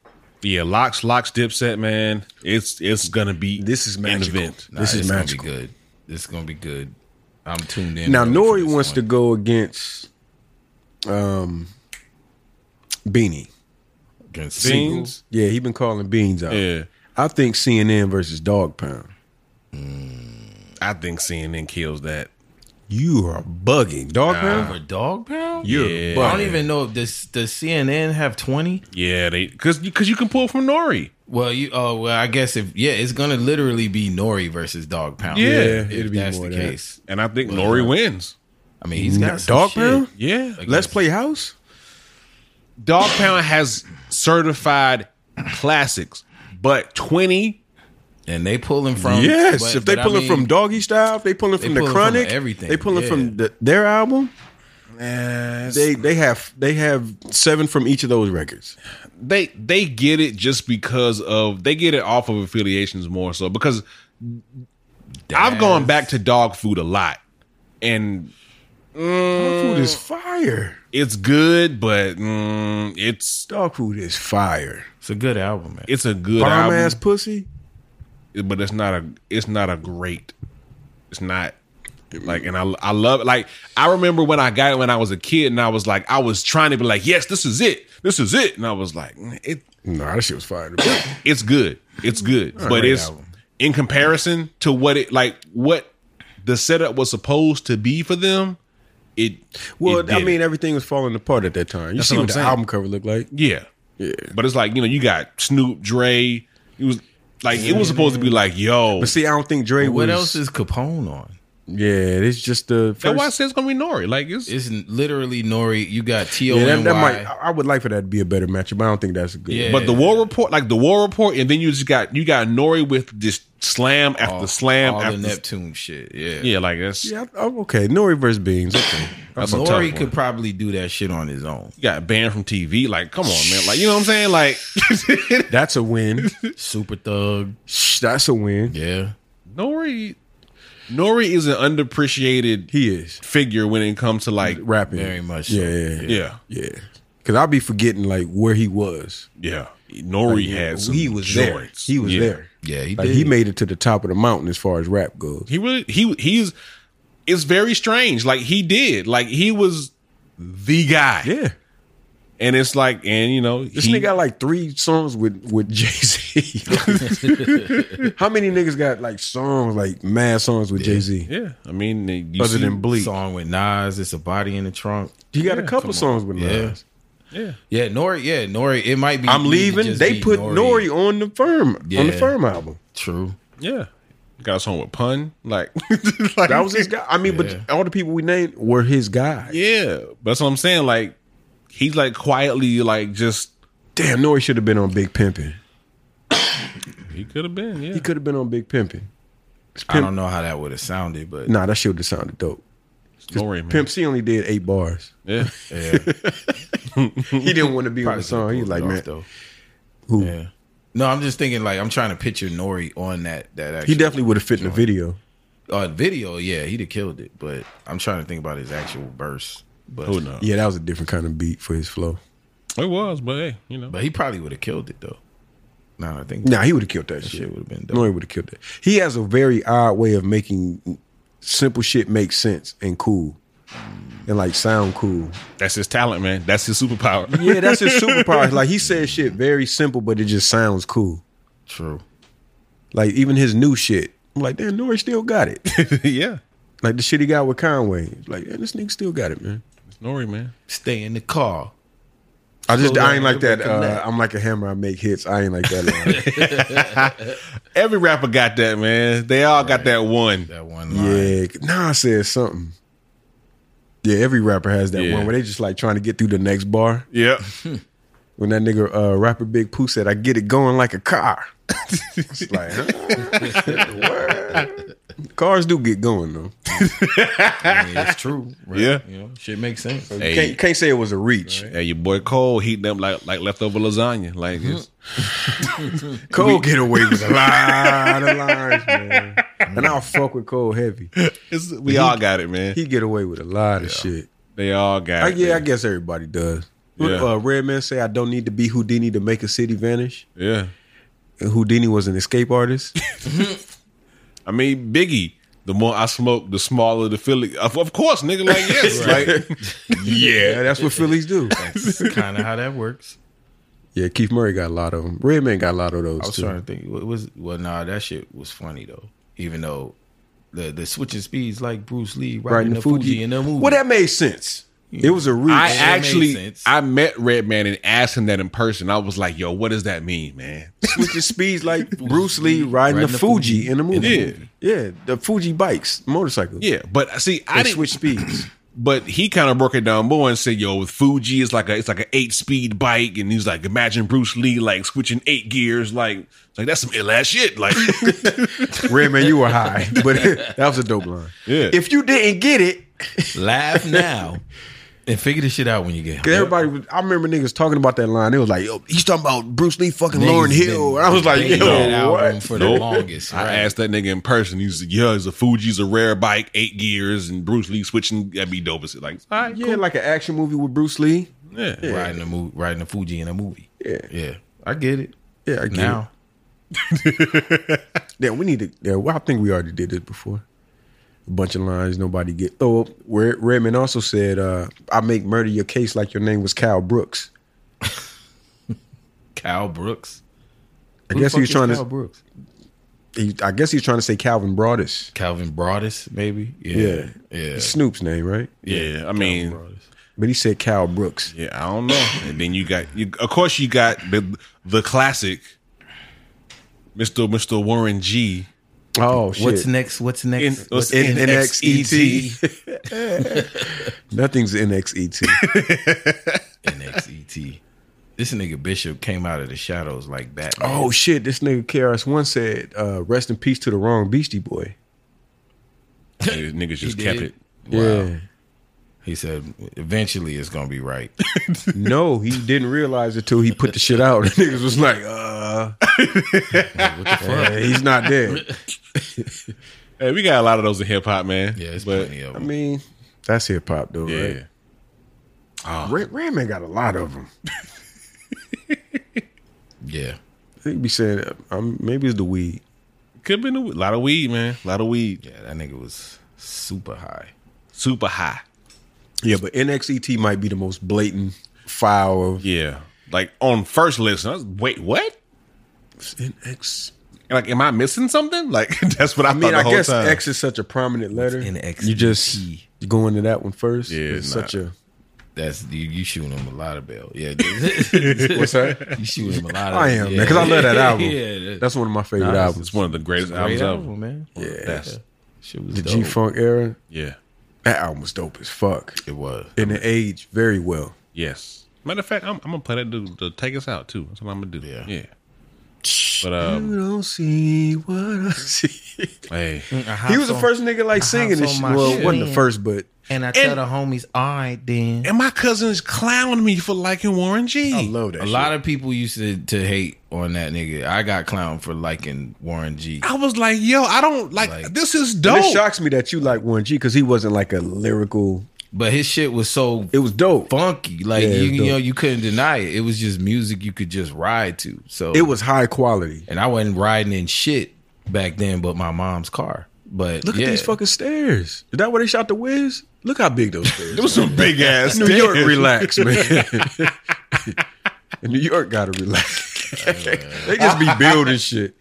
Speaker 3: yeah, locks, locks, dipset, man. It's it's gonna be
Speaker 2: This is
Speaker 3: an
Speaker 2: magical.
Speaker 3: event.
Speaker 4: Nah,
Speaker 2: This is
Speaker 4: it's
Speaker 2: magical.
Speaker 4: gonna be good. This is gonna be good. I'm tuned in.
Speaker 2: Now
Speaker 4: early
Speaker 2: Nori
Speaker 4: for this
Speaker 2: wants
Speaker 4: one.
Speaker 2: to go against um Beanie.
Speaker 4: Against
Speaker 3: Beans.
Speaker 4: Siegel.
Speaker 2: Yeah, he been calling Beans out.
Speaker 3: Yeah,
Speaker 2: I I think CNN versus Dog Pound.
Speaker 3: I think CNN kills that.
Speaker 2: You are bugging. Dog Pound?
Speaker 4: For dog pound?
Speaker 2: You're
Speaker 3: Yeah.
Speaker 2: bugging.
Speaker 4: I don't even know if this does CNN have twenty.
Speaker 3: Yeah, they because because you can pull from Nori.
Speaker 4: Well, you oh well, I guess if yeah, it's gonna literally be Nori versus Dog Pound.
Speaker 3: Yeah,
Speaker 4: if
Speaker 2: it'd be
Speaker 4: that's
Speaker 2: more
Speaker 4: the
Speaker 2: that.
Speaker 4: case.
Speaker 3: And I think Nori wins.
Speaker 4: I mean, he's got some
Speaker 2: Dog
Speaker 4: shit.
Speaker 2: Pound?
Speaker 3: Yeah.
Speaker 2: Let's play house?
Speaker 3: Dog Pound has certified classics, but 20
Speaker 4: and they pulling from
Speaker 2: yes.
Speaker 4: Um, but-
Speaker 2: if they
Speaker 4: but I
Speaker 2: pulling
Speaker 4: mean,
Speaker 2: from Doggy Style, if they pulling from
Speaker 4: pulling
Speaker 2: the
Speaker 4: from
Speaker 2: Chronic,
Speaker 4: everything,
Speaker 2: They pulling
Speaker 4: yeah.
Speaker 2: from the, their album. They they have they have seven from each of those records.
Speaker 3: they they get it just because of they get it off of affiliations more so because I've gone back to dog food a lot and
Speaker 4: Uh,
Speaker 2: Dog food is fire.
Speaker 3: it's good but mm, it's
Speaker 2: Dog food is fire.
Speaker 4: it's a good album, man.
Speaker 3: it's a good
Speaker 2: Bomb
Speaker 3: album
Speaker 2: ass pussy.
Speaker 3: but it's not a it's not a great it's not
Speaker 2: Mm-hmm.
Speaker 3: like and I I love like I remember when I got it when I was a kid and I was like I was trying to be like yes this is it this is it and I was like mm, it
Speaker 2: No, that shit was fire.
Speaker 3: it's good. It's good. but
Speaker 2: great
Speaker 3: it's
Speaker 2: album.
Speaker 3: in comparison to what it like what the setup was supposed to be for them, it
Speaker 2: well,
Speaker 3: it
Speaker 2: I
Speaker 3: didn't.
Speaker 2: mean, everything was falling apart at that time. You see what,
Speaker 3: what I'm
Speaker 2: the
Speaker 3: saying.
Speaker 2: album cover looked like?
Speaker 3: Yeah. Yeah. But it's like, you know, you got Snoop Dre. It was like it was supposed to be like, yo.
Speaker 2: But see, I don't think Dre was.
Speaker 4: what else is Capone on?
Speaker 2: Yeah, it's just the
Speaker 3: That's
Speaker 2: first.
Speaker 3: why I said it's gonna be Nori. Like it's,
Speaker 4: It's literally Nori. You got T O
Speaker 2: yeah, that,
Speaker 4: N
Speaker 2: that might.
Speaker 4: Y.
Speaker 2: I I would like for that to be a better matchup, but I don't think that's a good.
Speaker 4: Yeah.
Speaker 3: but the war report, like the war report, and then you just got you got Nori with just slam after slam
Speaker 4: all
Speaker 3: after
Speaker 4: the Neptune shit. Yeah,
Speaker 3: yeah, like that's
Speaker 2: Yeah. I- I'm okay. Nori versus Beans. Okay.
Speaker 3: that's a tough
Speaker 4: Nori
Speaker 3: one.
Speaker 4: could probably do that shit on his own.
Speaker 3: you got banned from TV. Like, come on, man. Like, you know what I'm saying? Like,
Speaker 2: That's a win.
Speaker 4: Super Thug.
Speaker 2: Shh, That's a win.
Speaker 4: Yeah,
Speaker 3: Nori Nori is an underappreciated
Speaker 2: He is
Speaker 3: figure when it comes to like
Speaker 2: rapping
Speaker 4: very much. so.
Speaker 2: Yeah, yeah, yeah.
Speaker 3: yeah
Speaker 2: yeah. Cause I'll be forgetting like where he was.
Speaker 3: yeah Nori had some
Speaker 2: he was there.
Speaker 3: joints.
Speaker 2: He was
Speaker 3: Yeah.
Speaker 2: there.
Speaker 4: yeah. He
Speaker 2: Like
Speaker 4: did.
Speaker 2: he made it to the top of the mountain as far as rap goes.
Speaker 3: he really he he's it's very strange like he did like he was the guy
Speaker 2: Yeah.
Speaker 3: and it's like and you know
Speaker 2: This
Speaker 3: he-
Speaker 2: nigga got like three songs with with Jay Z. How many niggas got like songs like mad songs with Jay Z?
Speaker 3: yeah I mean you
Speaker 2: Other
Speaker 3: see-
Speaker 2: than Bleak,
Speaker 4: song with Nas. It's a body in the trunk.
Speaker 2: he got a couple songs with
Speaker 4: Yeah.
Speaker 2: Nas.
Speaker 4: Yeah, Nori. Yeah, Nori. It might be.
Speaker 2: I'm
Speaker 4: need to
Speaker 2: leaving.
Speaker 4: just
Speaker 2: They
Speaker 4: be
Speaker 2: put Nori. on the firm on the
Speaker 4: Yeah.
Speaker 2: firm album.
Speaker 4: True.
Speaker 3: yeah got a song with pun like, like
Speaker 2: That was his guy. I mean,
Speaker 4: Yeah.
Speaker 2: but all the people we named were his guys.
Speaker 3: yeah but that's what I'm saying like he's like quietly like just
Speaker 2: Damn, Nori should have been on Big Pimpin'.
Speaker 3: he could have been yeah
Speaker 2: He could have been on Big Pimpin'.
Speaker 4: I don't know how that would have sounded, but
Speaker 2: Nah, that shit would have sounded dope.
Speaker 3: Nori man
Speaker 2: Pimp C only did eight bars.
Speaker 3: yeah
Speaker 4: yeah,
Speaker 2: He didn't want to be on
Speaker 4: probably
Speaker 2: the song. He
Speaker 4: could've
Speaker 2: was like,
Speaker 4: pulled it
Speaker 2: man,
Speaker 4: off, though.
Speaker 2: who?
Speaker 4: Yeah. No, I'm just thinking like I'm trying to picture Nori on that that actual
Speaker 2: He definitely would have fit in the video.
Speaker 4: uh, video. Yeah, he'd have killed it, but I'm trying to think about his actual verse. But
Speaker 3: who knows
Speaker 2: Yeah, that was a different kind of beat for his flow.
Speaker 3: it was but hey you know
Speaker 4: but he probably would have killed it though. Now I think
Speaker 2: Nah, he would have killed that
Speaker 4: that
Speaker 2: shit.
Speaker 4: shit would have been dope.
Speaker 2: Nori would have killed that. He has a very odd way of making simple shit make sense and cool. And like sound cool.
Speaker 3: that's his talent man that's his superpower
Speaker 2: Yeah, that's his superpower. Like he says shit very simple, but it just sounds cool.
Speaker 4: True.
Speaker 2: Like even his new shit. I'm like, damn, Nori still got it.
Speaker 3: yeah
Speaker 2: like the shit he got with Conway. Like, yeah, this nigga still got it, man.
Speaker 3: it's Nori man
Speaker 4: Stay in the car.
Speaker 2: I just I ain't like that.
Speaker 4: Slow down,
Speaker 2: Uh, I'm like a hammer. I make hits. I ain't like that. line.
Speaker 3: Every rapper got that, man. They all got that one.
Speaker 4: That one line.
Speaker 2: yeah, Nas says something. Yeah, every rapper has that
Speaker 3: Yeah.
Speaker 2: one where they just like trying to get through the next bar.
Speaker 3: Yep.
Speaker 2: When that nigga uh, rapper Big Pooh said, "I get it going like a car." it's like, huh? Word. cars do get going though.
Speaker 4: I mean, it's true. Right?
Speaker 3: Yeah.
Speaker 4: You know, shit makes sense.
Speaker 3: Hey,
Speaker 2: Can't, can't say it was a reach.
Speaker 3: hey, your boy Cole heating up like like leftover lasagna. Like it's,
Speaker 2: Cole get away with a lot of lines, man. And I'll fuck with Cole heavy.
Speaker 3: it's- we all got it, man. Uh,
Speaker 2: He get away with a lot of shit.
Speaker 3: They all got
Speaker 2: I,
Speaker 3: it.
Speaker 2: yeah, I
Speaker 3: man.
Speaker 2: guess everybody does.
Speaker 3: Yeah.
Speaker 2: Uh, Redman say I don't need to be Houdini to make a city vanish.
Speaker 3: yeah.
Speaker 2: And Houdini was an escape artist.
Speaker 3: I mean, Biggie. The more I smoke, the smaller the Philly. Of, of course, nigga. Like yes, like
Speaker 2: yeah, that's what Phillies do.
Speaker 4: That's kind of how that works.
Speaker 2: Yeah, Keith Murray got a lot of them. Redman got a lot of those
Speaker 4: I was
Speaker 2: too.
Speaker 4: trying to think. What was well? Nah, that shit was funny though. Even though the the switching speeds like Bruce Lee riding,
Speaker 2: Riding
Speaker 4: the Fuji, in that movie.
Speaker 2: Well, that made sense. It was a reach.
Speaker 3: I
Speaker 4: made
Speaker 3: actually
Speaker 4: sense.
Speaker 3: I met Redman and asked him that in person. I was like, "Yo, what does that mean, man?"
Speaker 2: with the speeds like Bruce Lee riding,
Speaker 4: Riding
Speaker 2: the,
Speaker 4: the
Speaker 2: Fuji, in the movie.
Speaker 3: the
Speaker 2: yeah, yeah, the Fuji bikes, motorcycles.
Speaker 3: yeah, but uh, see, I
Speaker 2: they
Speaker 3: didn't.
Speaker 2: switch speeds.
Speaker 3: But he kind of broke it down more and said, "Yo, with Fuji, it's like a it's like an eight speed bike," and he's like, "Imagine Bruce Lee like switching eight gears, like it's like that's some ill ass shit." Like,
Speaker 2: Redman, you were high, but that was a dope line.
Speaker 3: Yeah.
Speaker 2: If you didn't get it,
Speaker 4: Laugh now and figure this shit out when you get
Speaker 2: cause
Speaker 4: home.
Speaker 2: everybody, was, I remember niggas talking about that line. It was like, yo, he's talking about Bruce Lee fucking
Speaker 4: Niggas
Speaker 2: Lauren
Speaker 4: been-
Speaker 2: Hill. And I was like,
Speaker 4: they that
Speaker 2: yo,
Speaker 4: album
Speaker 2: what?
Speaker 4: for the longest.
Speaker 3: I
Speaker 4: right?
Speaker 3: asked that nigga in person. He's like, "Yeah, it's a Fuji's a rare bike, eight gears, and Bruce Lee switching. That'd be dope as it." Like, all right,
Speaker 2: Yeah,
Speaker 3: cool.
Speaker 2: like an action movie with Bruce Lee.
Speaker 3: yeah,
Speaker 4: riding the movie, riding the Fuji in a movie.
Speaker 2: Yeah,
Speaker 4: Yeah, I get it.
Speaker 2: yeah, I get it.
Speaker 4: Now
Speaker 2: Yeah, we need to. Yeah, well, I think we already did this before. A bunch of lines nobody get. Oh, where Redman also said, uh, "I make murder your case like your name was Cal Brooks."
Speaker 4: Cal Brooks.
Speaker 2: I
Speaker 4: Who the
Speaker 2: guess he
Speaker 4: fuck
Speaker 2: was
Speaker 4: is
Speaker 2: trying
Speaker 4: Cal
Speaker 2: to.
Speaker 4: Brooks.
Speaker 2: He, I guess he was trying to say Calvin Broadus.
Speaker 4: Calvin Broadus, maybe.
Speaker 2: Yeah,
Speaker 4: Yeah, yeah,
Speaker 2: Snoop's name, right?
Speaker 3: yeah. I mean,
Speaker 2: But he said Cal Brooks.
Speaker 3: Yeah, I don't know. And then you got, you, of course, you got the the classic, Mister Mister Warren G.
Speaker 2: Oh shit!
Speaker 4: What's next? What's
Speaker 3: In,
Speaker 4: next? what's
Speaker 3: what's
Speaker 4: E
Speaker 2: in- E
Speaker 4: next?
Speaker 2: NXET? Nothing's NXET.
Speaker 4: NXET. E This nigga Bishop came out of the shadows like Batman.
Speaker 2: oh shit! This nigga KRS One said, uh, "Rest in peace to the wrong Beastie Boy."
Speaker 3: Niggas niggas just
Speaker 4: He
Speaker 3: kept
Speaker 4: did.
Speaker 3: it.
Speaker 4: Wow.
Speaker 2: Yeah.
Speaker 4: He said, eventually it's going to be right.
Speaker 2: No, he didn't realize it till he put the shit out. Niggas was like, uh, Yeah, he's not dead.
Speaker 3: Hey, we got a lot of those in hip hop, man.
Speaker 4: Yeah, it's
Speaker 3: But-
Speaker 4: plenty of
Speaker 2: I
Speaker 4: them.
Speaker 2: mean, that's hip hop though,
Speaker 3: yeah.
Speaker 2: right? Red, Redman got a lot of them.
Speaker 4: Yeah.
Speaker 2: He be saying, uh, um, maybe it's the weed.
Speaker 3: Could have been a lot of weed, man. A lot of weed.
Speaker 4: Yeah, that nigga was super high.
Speaker 3: Super high.
Speaker 2: Yeah, but NXET E might be the most blatant foul of
Speaker 3: Yeah. Like on first listen, I was wait, what?
Speaker 2: NX.
Speaker 3: And like, am I missing something? Like that's what I,
Speaker 2: I mean,
Speaker 3: thought the
Speaker 2: I
Speaker 3: whole
Speaker 2: guess
Speaker 3: time.
Speaker 2: X is such a prominent letter.
Speaker 4: NXET?
Speaker 2: You just you go into that one first.
Speaker 3: Yeah,
Speaker 2: it's
Speaker 3: it's
Speaker 2: such a
Speaker 4: That's you, you shooting him a lot of bell. Yeah.
Speaker 2: what's that?
Speaker 4: you shooting him a lot of
Speaker 2: I am
Speaker 4: yeah.
Speaker 2: man, because I love that album.
Speaker 4: yeah.
Speaker 2: That's one of my favorite
Speaker 4: Nah,
Speaker 2: albums.
Speaker 3: it's one of the greatest albums
Speaker 4: Great
Speaker 3: ever.
Speaker 4: album, man.
Speaker 3: Yeah. That's,
Speaker 4: Shit was
Speaker 2: The
Speaker 4: dope.
Speaker 2: G Funk era.
Speaker 3: yeah.
Speaker 2: That album was dope as fuck.
Speaker 4: It was.
Speaker 2: And it aged very well.
Speaker 3: Yes. Matter of fact, I'm, I'm gonna play that dude to take us out too. That's what I'm gonna do.
Speaker 4: Yeah.
Speaker 3: Yeah. But um,
Speaker 2: don't see what I see.
Speaker 3: hey,
Speaker 2: He was the first nigga like singing
Speaker 4: house
Speaker 2: this
Speaker 4: on
Speaker 2: shit.
Speaker 4: my
Speaker 2: Well,
Speaker 4: shit.
Speaker 2: wasn't the first, but
Speaker 4: And I
Speaker 3: tell
Speaker 4: the homies, all right, then.
Speaker 3: and my cousins clowned me for liking Warren G.
Speaker 2: I love that.
Speaker 4: A
Speaker 2: shit.
Speaker 4: lot of people used to, to hate on that nigga. I got clowned for liking Warren G.
Speaker 3: I was like, yo, I don't like,
Speaker 4: Like-
Speaker 3: this is
Speaker 2: And
Speaker 3: dope.
Speaker 2: It shocks me that you like Warren G because he wasn't like a lyrical.
Speaker 4: But his shit was so
Speaker 2: It was dope.
Speaker 4: funky. Like
Speaker 2: Yeah, it
Speaker 4: you,
Speaker 2: was
Speaker 4: you
Speaker 2: dope.
Speaker 4: know, you couldn't deny it. It was just music you could just ride to. So
Speaker 2: It was high quality.
Speaker 4: and I wasn't riding in shit back then, but my mom's car. But
Speaker 2: Look
Speaker 4: yeah.
Speaker 2: at these fucking stairs. Is that where they shot the Wiz? Look how big those stairs.
Speaker 3: It was some big ass
Speaker 2: New York,
Speaker 3: damn.
Speaker 2: relax, man. And New York gotta relax. they just be building shit.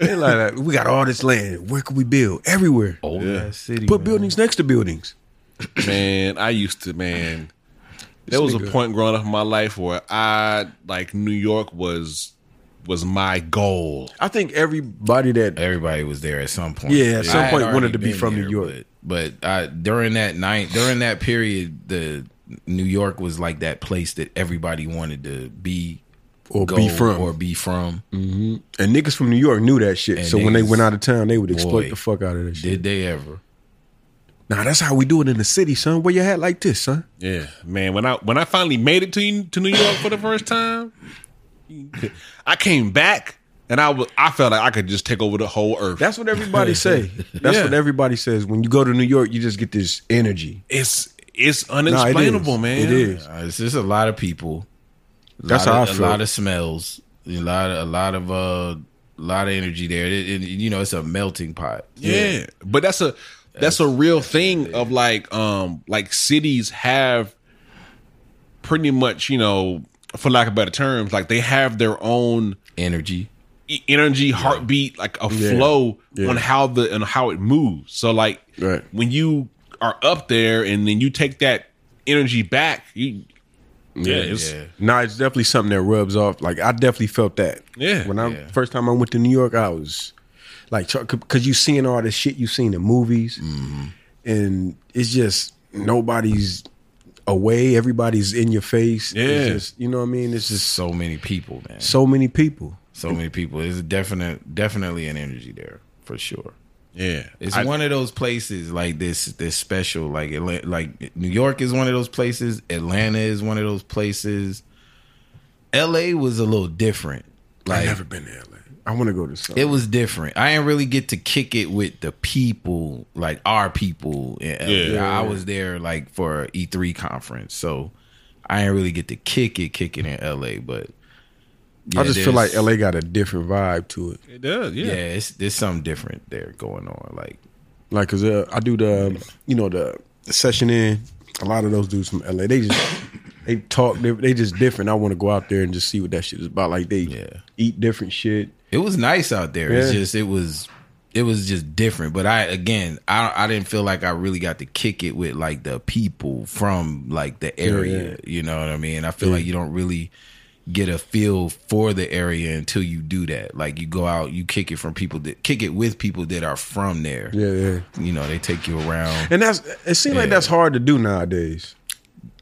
Speaker 2: They like, we got all this land. Where could we build? Everywhere.
Speaker 4: old ass city.
Speaker 2: Put
Speaker 4: man.
Speaker 2: buildings next to buildings.
Speaker 3: man. I used to man. There was a
Speaker 2: nigga-
Speaker 3: point growing up in my life where I like New York was was my goal.
Speaker 2: I think everybody that
Speaker 4: Everybody was there at some point.
Speaker 2: Yeah, at some
Speaker 4: I had
Speaker 2: point
Speaker 4: already
Speaker 2: wanted to be
Speaker 4: been
Speaker 2: from New York.
Speaker 4: But, but I, during that night, during that period, the New York was like that place that everybody wanted to be
Speaker 2: or
Speaker 4: go
Speaker 2: be from Mm-hmm.
Speaker 4: or be from.
Speaker 2: and niggas from New York knew that shit.
Speaker 4: And
Speaker 2: So when they
Speaker 4: niggas-
Speaker 2: went out of town, they would exploit
Speaker 4: Boy,
Speaker 2: the fuck out of that shit.
Speaker 4: Did they ever?
Speaker 2: Nah, that's how we do it in the city, son. Wear your hat like this, son.
Speaker 3: Yeah, man. When I when I finally made it to to New York for the first time, I came back and I was I felt like I could just take over the whole earth.
Speaker 2: That's what everybody say. That's
Speaker 3: Yeah.
Speaker 2: what everybody says. When you go to New York, you just get this energy.
Speaker 3: it's it's unexplainable, man.
Speaker 2: It is.
Speaker 4: Uh, it's just a lot of people. A
Speaker 2: That's
Speaker 4: lot
Speaker 2: how
Speaker 4: of,
Speaker 2: I
Speaker 4: a
Speaker 2: feel.
Speaker 4: lot of smells. A lot of a lot of uh, a lot of energy there. It, it- you know, it's a melting pot.
Speaker 3: Yeah. But that's a that's a real thing of like um like cities have pretty much, you know, for lack of better terms, like they have their own
Speaker 4: Energy.
Speaker 3: e- energy, heartbeat, like a flow
Speaker 2: Yeah.
Speaker 3: on how the and how it moves. So like
Speaker 2: Right.
Speaker 3: when you are up there and then you take that energy back, you yeah, it's,
Speaker 4: yeah.
Speaker 2: Nah, it's definitely something that rubs off. Like I definitely felt that.
Speaker 3: Yeah.
Speaker 2: When I
Speaker 4: Yeah.
Speaker 2: first time I went to New York, I was like, because you seeing all this shit you seen in movies, and it's just nobody's away. Everybody's in your face. It's
Speaker 3: Yeah.
Speaker 2: just, you know what I mean. It's just so,
Speaker 4: So many people, man.
Speaker 2: so many people.
Speaker 4: So many people. There's a definite, definitely an energy there for sure.
Speaker 3: yeah.
Speaker 4: It's
Speaker 3: I-
Speaker 4: one of those places like this. This special, like Atla- like New York is one of those places. Atlanta is one of those places. L.A. was a little different.
Speaker 2: I've
Speaker 4: Like
Speaker 2: never been to LA. I want to go to South.
Speaker 4: it was different. I didn't really get to kick it with the people, like our people. In LA.
Speaker 3: Yeah.
Speaker 4: I was there like for E three conference, so I didn't really get to kick it, kick it in L.A. But
Speaker 2: I just feel
Speaker 4: there's-
Speaker 2: like LA got a different vibe to it.
Speaker 3: it does,
Speaker 4: Yeah,
Speaker 3: yeah.
Speaker 4: it's there's something different there going on. Like
Speaker 2: Like, cause uh, I do the, you know, the, the session in. A lot of those dudes from LA, they just they talk. They, they just different. I want to go out there and just see what that shit is about. Like they
Speaker 4: Yeah.
Speaker 2: eat different shit.
Speaker 4: It was nice out there. It's
Speaker 2: Yeah.
Speaker 4: just it was it was just different. But I again I I didn't feel like I really got to kick it with like the people from like the area.
Speaker 2: yeah.
Speaker 4: You know what I mean? I feel like you don't really get a feel for the area until you do that. Like you go out, you kick it from people that kick it with people that are from there.
Speaker 2: Yeah, yeah.
Speaker 4: You know, they take you around.
Speaker 2: And that's it. Seems like
Speaker 4: Yeah. Uh,
Speaker 2: that's hard to do nowadays.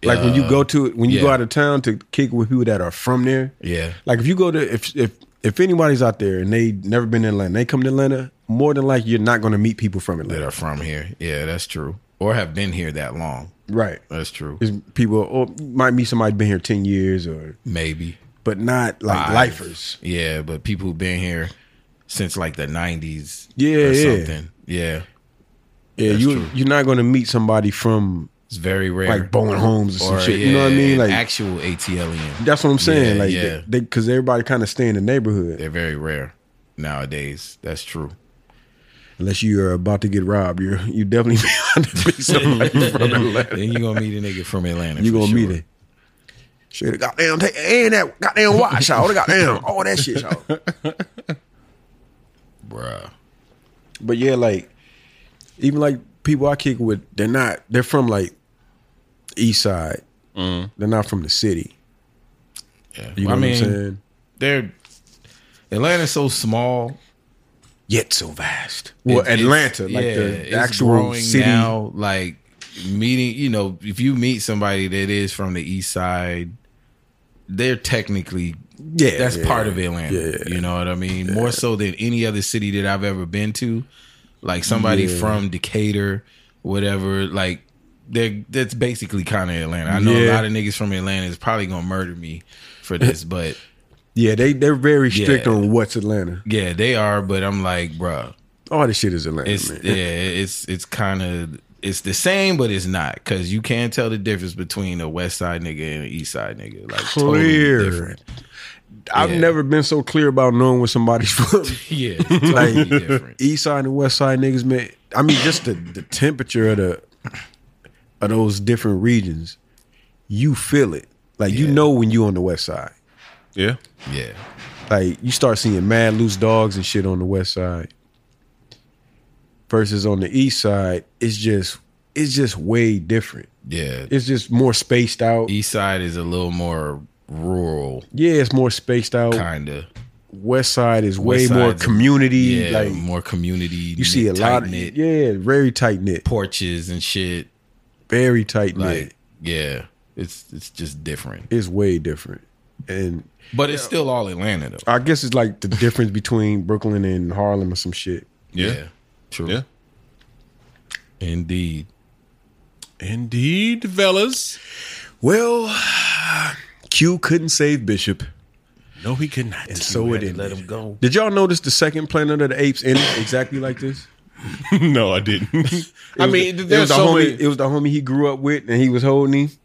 Speaker 2: Like when you go to when you go
Speaker 4: yeah.
Speaker 2: out of town to kick with people that are from there.
Speaker 4: Yeah.
Speaker 2: Like if you go to if if if anybody's out there and they never been in Atlanta, they come to Atlanta. More than likely, you're not going to meet people from
Speaker 4: That
Speaker 2: Atlanta.
Speaker 4: are from here. Yeah, that's true. Or have been here that long.
Speaker 2: Right.
Speaker 4: That's true.
Speaker 2: It's people or might meet somebody been here ten years or
Speaker 4: Maybe.
Speaker 2: but not like
Speaker 4: Five.
Speaker 2: lifers.
Speaker 4: Yeah, but people who've been here since like the nineties.
Speaker 2: Yeah,
Speaker 4: or
Speaker 2: yeah.
Speaker 4: something. Yeah,
Speaker 2: Yeah,
Speaker 4: That's
Speaker 2: you
Speaker 4: true.
Speaker 2: you're not going to meet somebody from
Speaker 4: it's very rare.
Speaker 2: like Bowen Homes or some
Speaker 4: Or,
Speaker 2: shit. you know what I
Speaker 4: yeah,
Speaker 2: mean? Like
Speaker 4: actual ATLian.
Speaker 2: that's what I'm saying.
Speaker 4: Yeah,
Speaker 2: like
Speaker 4: yeah.
Speaker 2: they because everybody kind of stay in the neighborhood
Speaker 4: They're very rare nowadays. That's true.
Speaker 2: unless you are about to get robbed. You're you definitely gonna meet somebody from Atlanta.
Speaker 4: Then you gonna meet a nigga from Atlanta.
Speaker 2: You
Speaker 4: for
Speaker 2: gonna
Speaker 4: sure.
Speaker 2: meet it. Shit, goddamn, take, and that goddamn watch, y'all. The goddamn, all that shit, y'all.
Speaker 4: bruh.
Speaker 2: But yeah, like even like people I kick with, they're not. They're from like East Side. They're not from the city.
Speaker 4: Yeah.
Speaker 2: You
Speaker 4: Mm. I
Speaker 2: know
Speaker 4: mean,
Speaker 2: what I'm saying?
Speaker 4: they're Atlanta's so small.
Speaker 2: Yet so vast. Well,
Speaker 4: It- it's-
Speaker 2: Atlanta, like
Speaker 4: yeah,
Speaker 2: the,
Speaker 4: it's
Speaker 2: the actual
Speaker 4: growing
Speaker 2: city.
Speaker 4: now. Like meeting, you know, if you meet somebody that is from the East Side, they're technically
Speaker 2: Yeah,
Speaker 4: that's
Speaker 2: yeah.
Speaker 4: part of Atlanta.
Speaker 2: Yeah.
Speaker 4: You know what I mean? More so than any other city that I've ever been to. Like somebody
Speaker 2: Yeah.
Speaker 4: from Decatur, whatever, like they're that's basically kind of Atlanta. I know a
Speaker 2: Yeah.
Speaker 4: lot of niggas from Atlanta is probably gonna murder me for this, but
Speaker 2: Yeah, they they're very strict
Speaker 4: Yeah.
Speaker 2: on what's Atlanta.
Speaker 4: yeah, they are. But I'm like, bruh,
Speaker 2: All this shit is Atlanta,
Speaker 4: it's
Speaker 2: man.
Speaker 4: yeah, it's it's kind of it's the same, but it's not because you can tell the difference between a West Side nigga and an East Side nigga. Like
Speaker 2: Clear.
Speaker 4: totally different.
Speaker 2: I've
Speaker 4: yeah.
Speaker 2: never been so clear about knowing where somebody's from.
Speaker 4: Yeah, it's totally different.
Speaker 2: East side and west side niggas, man. I mean, just the, the temperature of the of those different regions, you feel it. Like you
Speaker 4: Yeah.
Speaker 2: know when you on the west side.
Speaker 3: yeah.
Speaker 4: Yeah,
Speaker 2: Like you start seeing mad loose dogs and shit on the west side. Versus on the east side, it's just it's just way different.
Speaker 4: yeah.
Speaker 2: It's just more spaced out.
Speaker 4: East Side is a little more rural,
Speaker 2: Yeah, it's more spaced out.
Speaker 4: kind of.
Speaker 2: West side is way
Speaker 4: West
Speaker 2: more
Speaker 4: side's a-
Speaker 2: community.
Speaker 4: Yeah,
Speaker 2: like
Speaker 4: more community.
Speaker 2: you see a lot of
Speaker 4: knit
Speaker 2: yeah, very tight knit,
Speaker 4: porches and shit.
Speaker 2: very tight knit.
Speaker 4: Like, yeah, it's it's just different,
Speaker 2: it's way different. And
Speaker 4: but it's still all Atlanta though.
Speaker 2: I guess it's like the difference between Brooklyn and Harlem or some shit.
Speaker 3: Yeah.
Speaker 4: true.
Speaker 3: Yeah.
Speaker 4: Indeed.
Speaker 3: Indeed, fellas.
Speaker 2: Well, Q couldn't save Bishop,
Speaker 3: No, he could not.
Speaker 2: and so it ended.
Speaker 4: him go.
Speaker 2: Did y'all notice the second Planet of the Apes ended exactly like this?
Speaker 3: no, I didn't. I
Speaker 2: It was-
Speaker 3: mean,
Speaker 2: it was
Speaker 3: there's
Speaker 2: the
Speaker 3: so
Speaker 2: homie.
Speaker 3: many.
Speaker 2: It was the homie he grew up with, and he was holding him.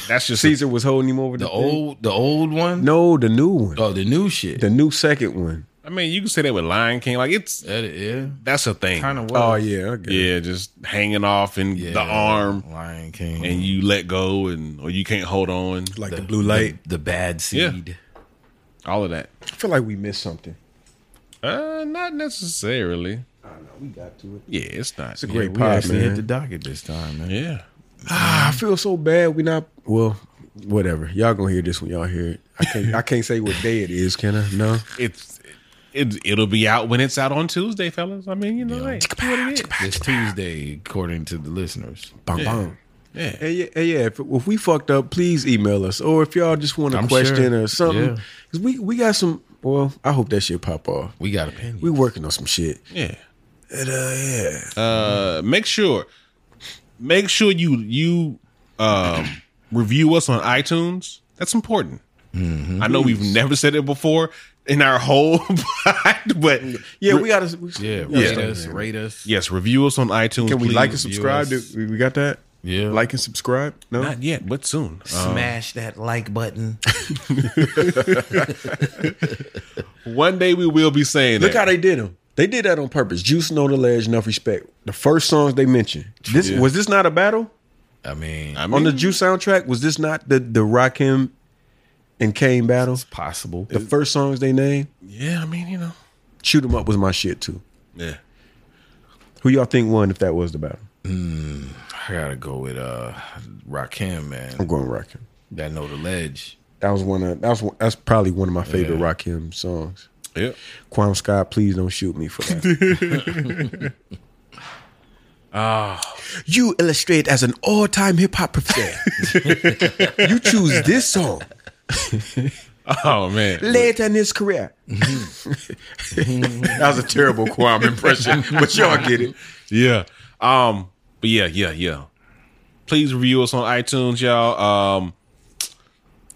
Speaker 3: that's just
Speaker 2: Caesar was holding him over the,
Speaker 4: The
Speaker 2: thing.
Speaker 4: old, the old one.
Speaker 2: No, the new one,
Speaker 4: oh, the new shit.
Speaker 2: the new second one.
Speaker 3: I mean, you can say that with Lion King. Like it's
Speaker 4: That, yeah,
Speaker 3: that's a thing.
Speaker 4: kind of.
Speaker 2: Oh yeah, okay.
Speaker 3: Yeah, just hanging off in the arm,
Speaker 4: Lion King,
Speaker 3: and you let go, and or you can't hold on.
Speaker 2: Like the, blue light.
Speaker 4: the bad seed.
Speaker 3: all of that.
Speaker 2: I feel like we missed something.
Speaker 3: Uh, not necessarily.
Speaker 2: We got to it.
Speaker 3: Yeah, it's not.
Speaker 2: It's a great
Speaker 4: We
Speaker 2: pod,
Speaker 4: actually
Speaker 2: man. Ah,
Speaker 4: hit the docket this time, man.
Speaker 3: yeah.
Speaker 2: I feel so bad. We not well. Whatever. Y'all gonna hear this when y'all hear it. I can't. I can't say what day it is. Can I? No.
Speaker 3: It's it. It'll be out when it's out on Tuesday, fellas. I mean, you know, hey, it's what it is.
Speaker 4: It's Tuesday, according to the listeners.
Speaker 2: Bang bang.
Speaker 3: Yeah.
Speaker 2: And yeah, and yeah if, if we fucked up, please email us. Or if y'all just want a
Speaker 4: I'm
Speaker 2: question
Speaker 4: sure.
Speaker 2: or something,
Speaker 4: Yeah.
Speaker 2: 'Cause we we got some. Well, I hope that shit pop off.
Speaker 4: We got opinions.
Speaker 2: We working on some shit.
Speaker 3: Yeah.
Speaker 2: And, uh, yeah.
Speaker 3: Uh, make sure, make sure you you um review us on iTunes. That's important.
Speaker 2: Mm-hmm.
Speaker 3: I know we've never said it before in our whole, pod, but
Speaker 2: yeah,
Speaker 3: Uh,
Speaker 2: we gotta. we-
Speaker 4: yeah,
Speaker 2: we gotta
Speaker 4: rate
Speaker 2: start
Speaker 4: us,
Speaker 2: doing that.
Speaker 4: rate us.
Speaker 3: yes, review us on iTunes.
Speaker 2: Can we
Speaker 3: please.
Speaker 2: like and
Speaker 4: view
Speaker 2: subscribe?
Speaker 4: us.
Speaker 2: Do- We we got that.
Speaker 4: Yeah.
Speaker 2: Like and subscribe. No.
Speaker 3: Not yet, but soon. Uh,
Speaker 4: Smash that like button.
Speaker 3: one day we will be saying
Speaker 2: Look
Speaker 3: that.
Speaker 2: how they did them. They did that on purpose. Juice, no the ledge, enough respect. The first songs they mentioned. This was this not a battle
Speaker 4: I mean,
Speaker 3: I
Speaker 4: I'm
Speaker 3: mean,
Speaker 2: on the Juice soundtrack. Was this not the the Rakim and Kane battle?
Speaker 4: possible.
Speaker 2: The first songs they named.
Speaker 3: Yeah, I mean, you know.
Speaker 2: Shoot 'em up was my shit too.
Speaker 3: Yeah.
Speaker 2: Who y'all think won if that was the battle?
Speaker 4: I gotta go with uh Rakim,
Speaker 2: I'm
Speaker 4: man.
Speaker 2: going Rakim.
Speaker 4: That know the ledge.
Speaker 2: That was one of that's one, that's probably one of my favorite Rakim songs.
Speaker 3: Yeah.
Speaker 2: Quam Scott, please don't shoot me for that.
Speaker 3: Ah.
Speaker 2: You illustrate as an all time hip hop professor. you choose this song
Speaker 3: Oh man.
Speaker 2: later in his career. that was a terrible Quam impression, but y'all get it.
Speaker 3: Yeah. Um. But yeah, yeah, yeah. Please review us on iTunes, y'all. Um.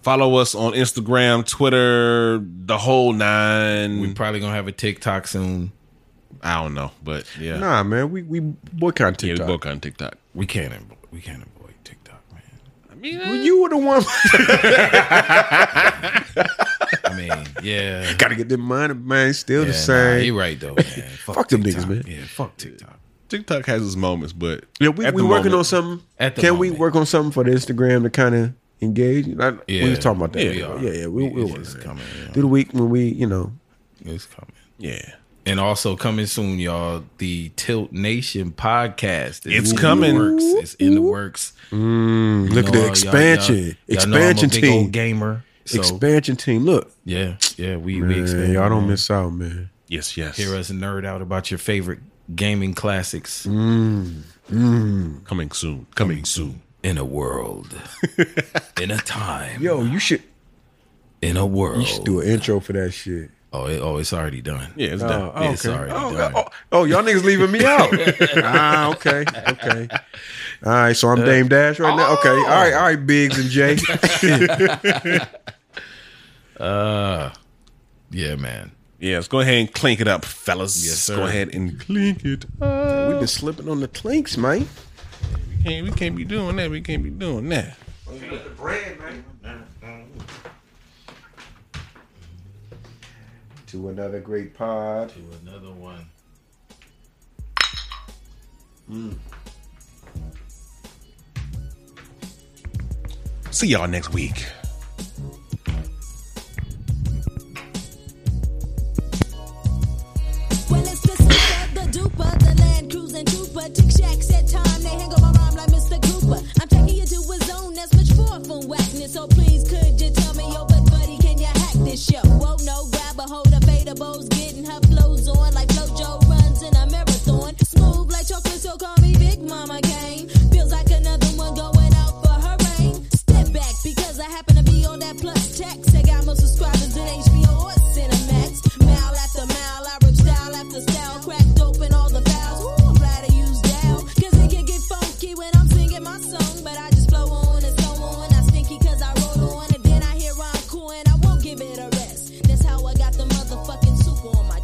Speaker 3: Follow us on Instagram, Twitter, the whole nine.
Speaker 4: We probably gonna have a TikTok soon.
Speaker 3: I don't know, but yeah,
Speaker 2: Nah, man, we we boycott
Speaker 3: yeah, we
Speaker 2: TikTok.
Speaker 3: both on TikTok.
Speaker 4: We can't avoid, we can't avoid TikTok, man.
Speaker 3: I mean,
Speaker 2: you were the one.
Speaker 4: I mean, yeah.
Speaker 2: Gotta get them money, man. Still
Speaker 4: yeah
Speaker 2: the
Speaker 4: nah,
Speaker 2: same.
Speaker 4: you right though, man. Fuck,
Speaker 2: Fuck them
Speaker 4: TikTok.
Speaker 2: niggas, man.
Speaker 4: Yeah, fuck TikTok.
Speaker 3: TikTok has its moments, but
Speaker 2: Yeah, we,
Speaker 3: at
Speaker 2: we
Speaker 3: the
Speaker 2: working
Speaker 3: moment-
Speaker 2: on something.
Speaker 4: At the
Speaker 2: Can we
Speaker 4: moment.
Speaker 2: work on something for the Instagram to kind of engage? I,
Speaker 4: Yeah.
Speaker 2: We was talking about that.
Speaker 4: Yeah, we are.
Speaker 2: yeah, yeah. We,
Speaker 4: It-
Speaker 2: we
Speaker 4: it's
Speaker 2: work
Speaker 4: just
Speaker 2: coming.
Speaker 4: coming, yeah.
Speaker 2: Through the week when we, you know,
Speaker 4: It's coming.
Speaker 3: Yeah,
Speaker 4: And also coming soon, y'all. The Tilt Nation podcast. is
Speaker 3: It's
Speaker 4: in the
Speaker 3: coming.
Speaker 4: works. It's in the works.
Speaker 2: look at
Speaker 4: Y'all-
Speaker 2: the
Speaker 4: y'all-
Speaker 2: expansion,
Speaker 4: y'all- y'all
Speaker 2: expansion
Speaker 4: know I'm a big old
Speaker 2: team,
Speaker 4: gamer. So
Speaker 2: expansion team. Look,
Speaker 4: yeah, yeah, we we
Speaker 2: man,
Speaker 4: expand.
Speaker 2: y'all don't
Speaker 4: man.
Speaker 2: miss out, man.
Speaker 3: yes, yes.
Speaker 4: hear us nerd out about your favorite gaming classics
Speaker 2: Mm.
Speaker 3: Coming soon, coming soon.
Speaker 4: in a world, in a time,
Speaker 2: Yo, you should
Speaker 4: in a world.
Speaker 2: you should do an intro for that shit.
Speaker 4: Oh, it, oh, it's already done.
Speaker 3: Yeah, it's done.
Speaker 2: Oh, okay.
Speaker 4: it's already
Speaker 2: oh,
Speaker 4: done.
Speaker 2: oh, oh, y'all niggas leaving me out. ah, okay, okay. All right, so
Speaker 4: Uh,
Speaker 2: I'm Dame Dash right
Speaker 4: oh.
Speaker 2: now. Okay, all right, all right, Biggs and Jay.
Speaker 4: Yeah, man.
Speaker 3: Yeah, let's go ahead and clink it up, fellas.
Speaker 4: Yes,
Speaker 3: Let's
Speaker 4: sir.
Speaker 3: Go ahead and clink it up.
Speaker 2: We've been slipping on the clinks, man.
Speaker 3: Can't, we can't be doing that. We can't be doing that.
Speaker 2: To another great pod.
Speaker 4: Another one.
Speaker 3: See y'all next week.
Speaker 7: When it's the sister, the duper, the land cruising trooper, tick shacks at time, they hang on my rhyme like Mr. Cooper. I'm taking you to a zone that's much far from whackness, so please could you tell me, yo, but buddy, can you hack this show? Whoa, no, grab a hold of Beta Bow's getting her flows on like Flojo runs in a marathon. Smooth like chocolate, so call me Big Mama Kane. Feels like another one going out for her reign. Step back because I happen to be on that plus text. I got more subscribers than HBO or Cinemax. Mile after mile, I rip style after style. Cracked open all the valves. Ooh, I'm glad I used down. Cause it can get funky when I'm singing my song. But I just flow on and so on. I stinky cause I roll on. And then I hear encore and I won't give it a rest. That's how I got the motherfucking super on my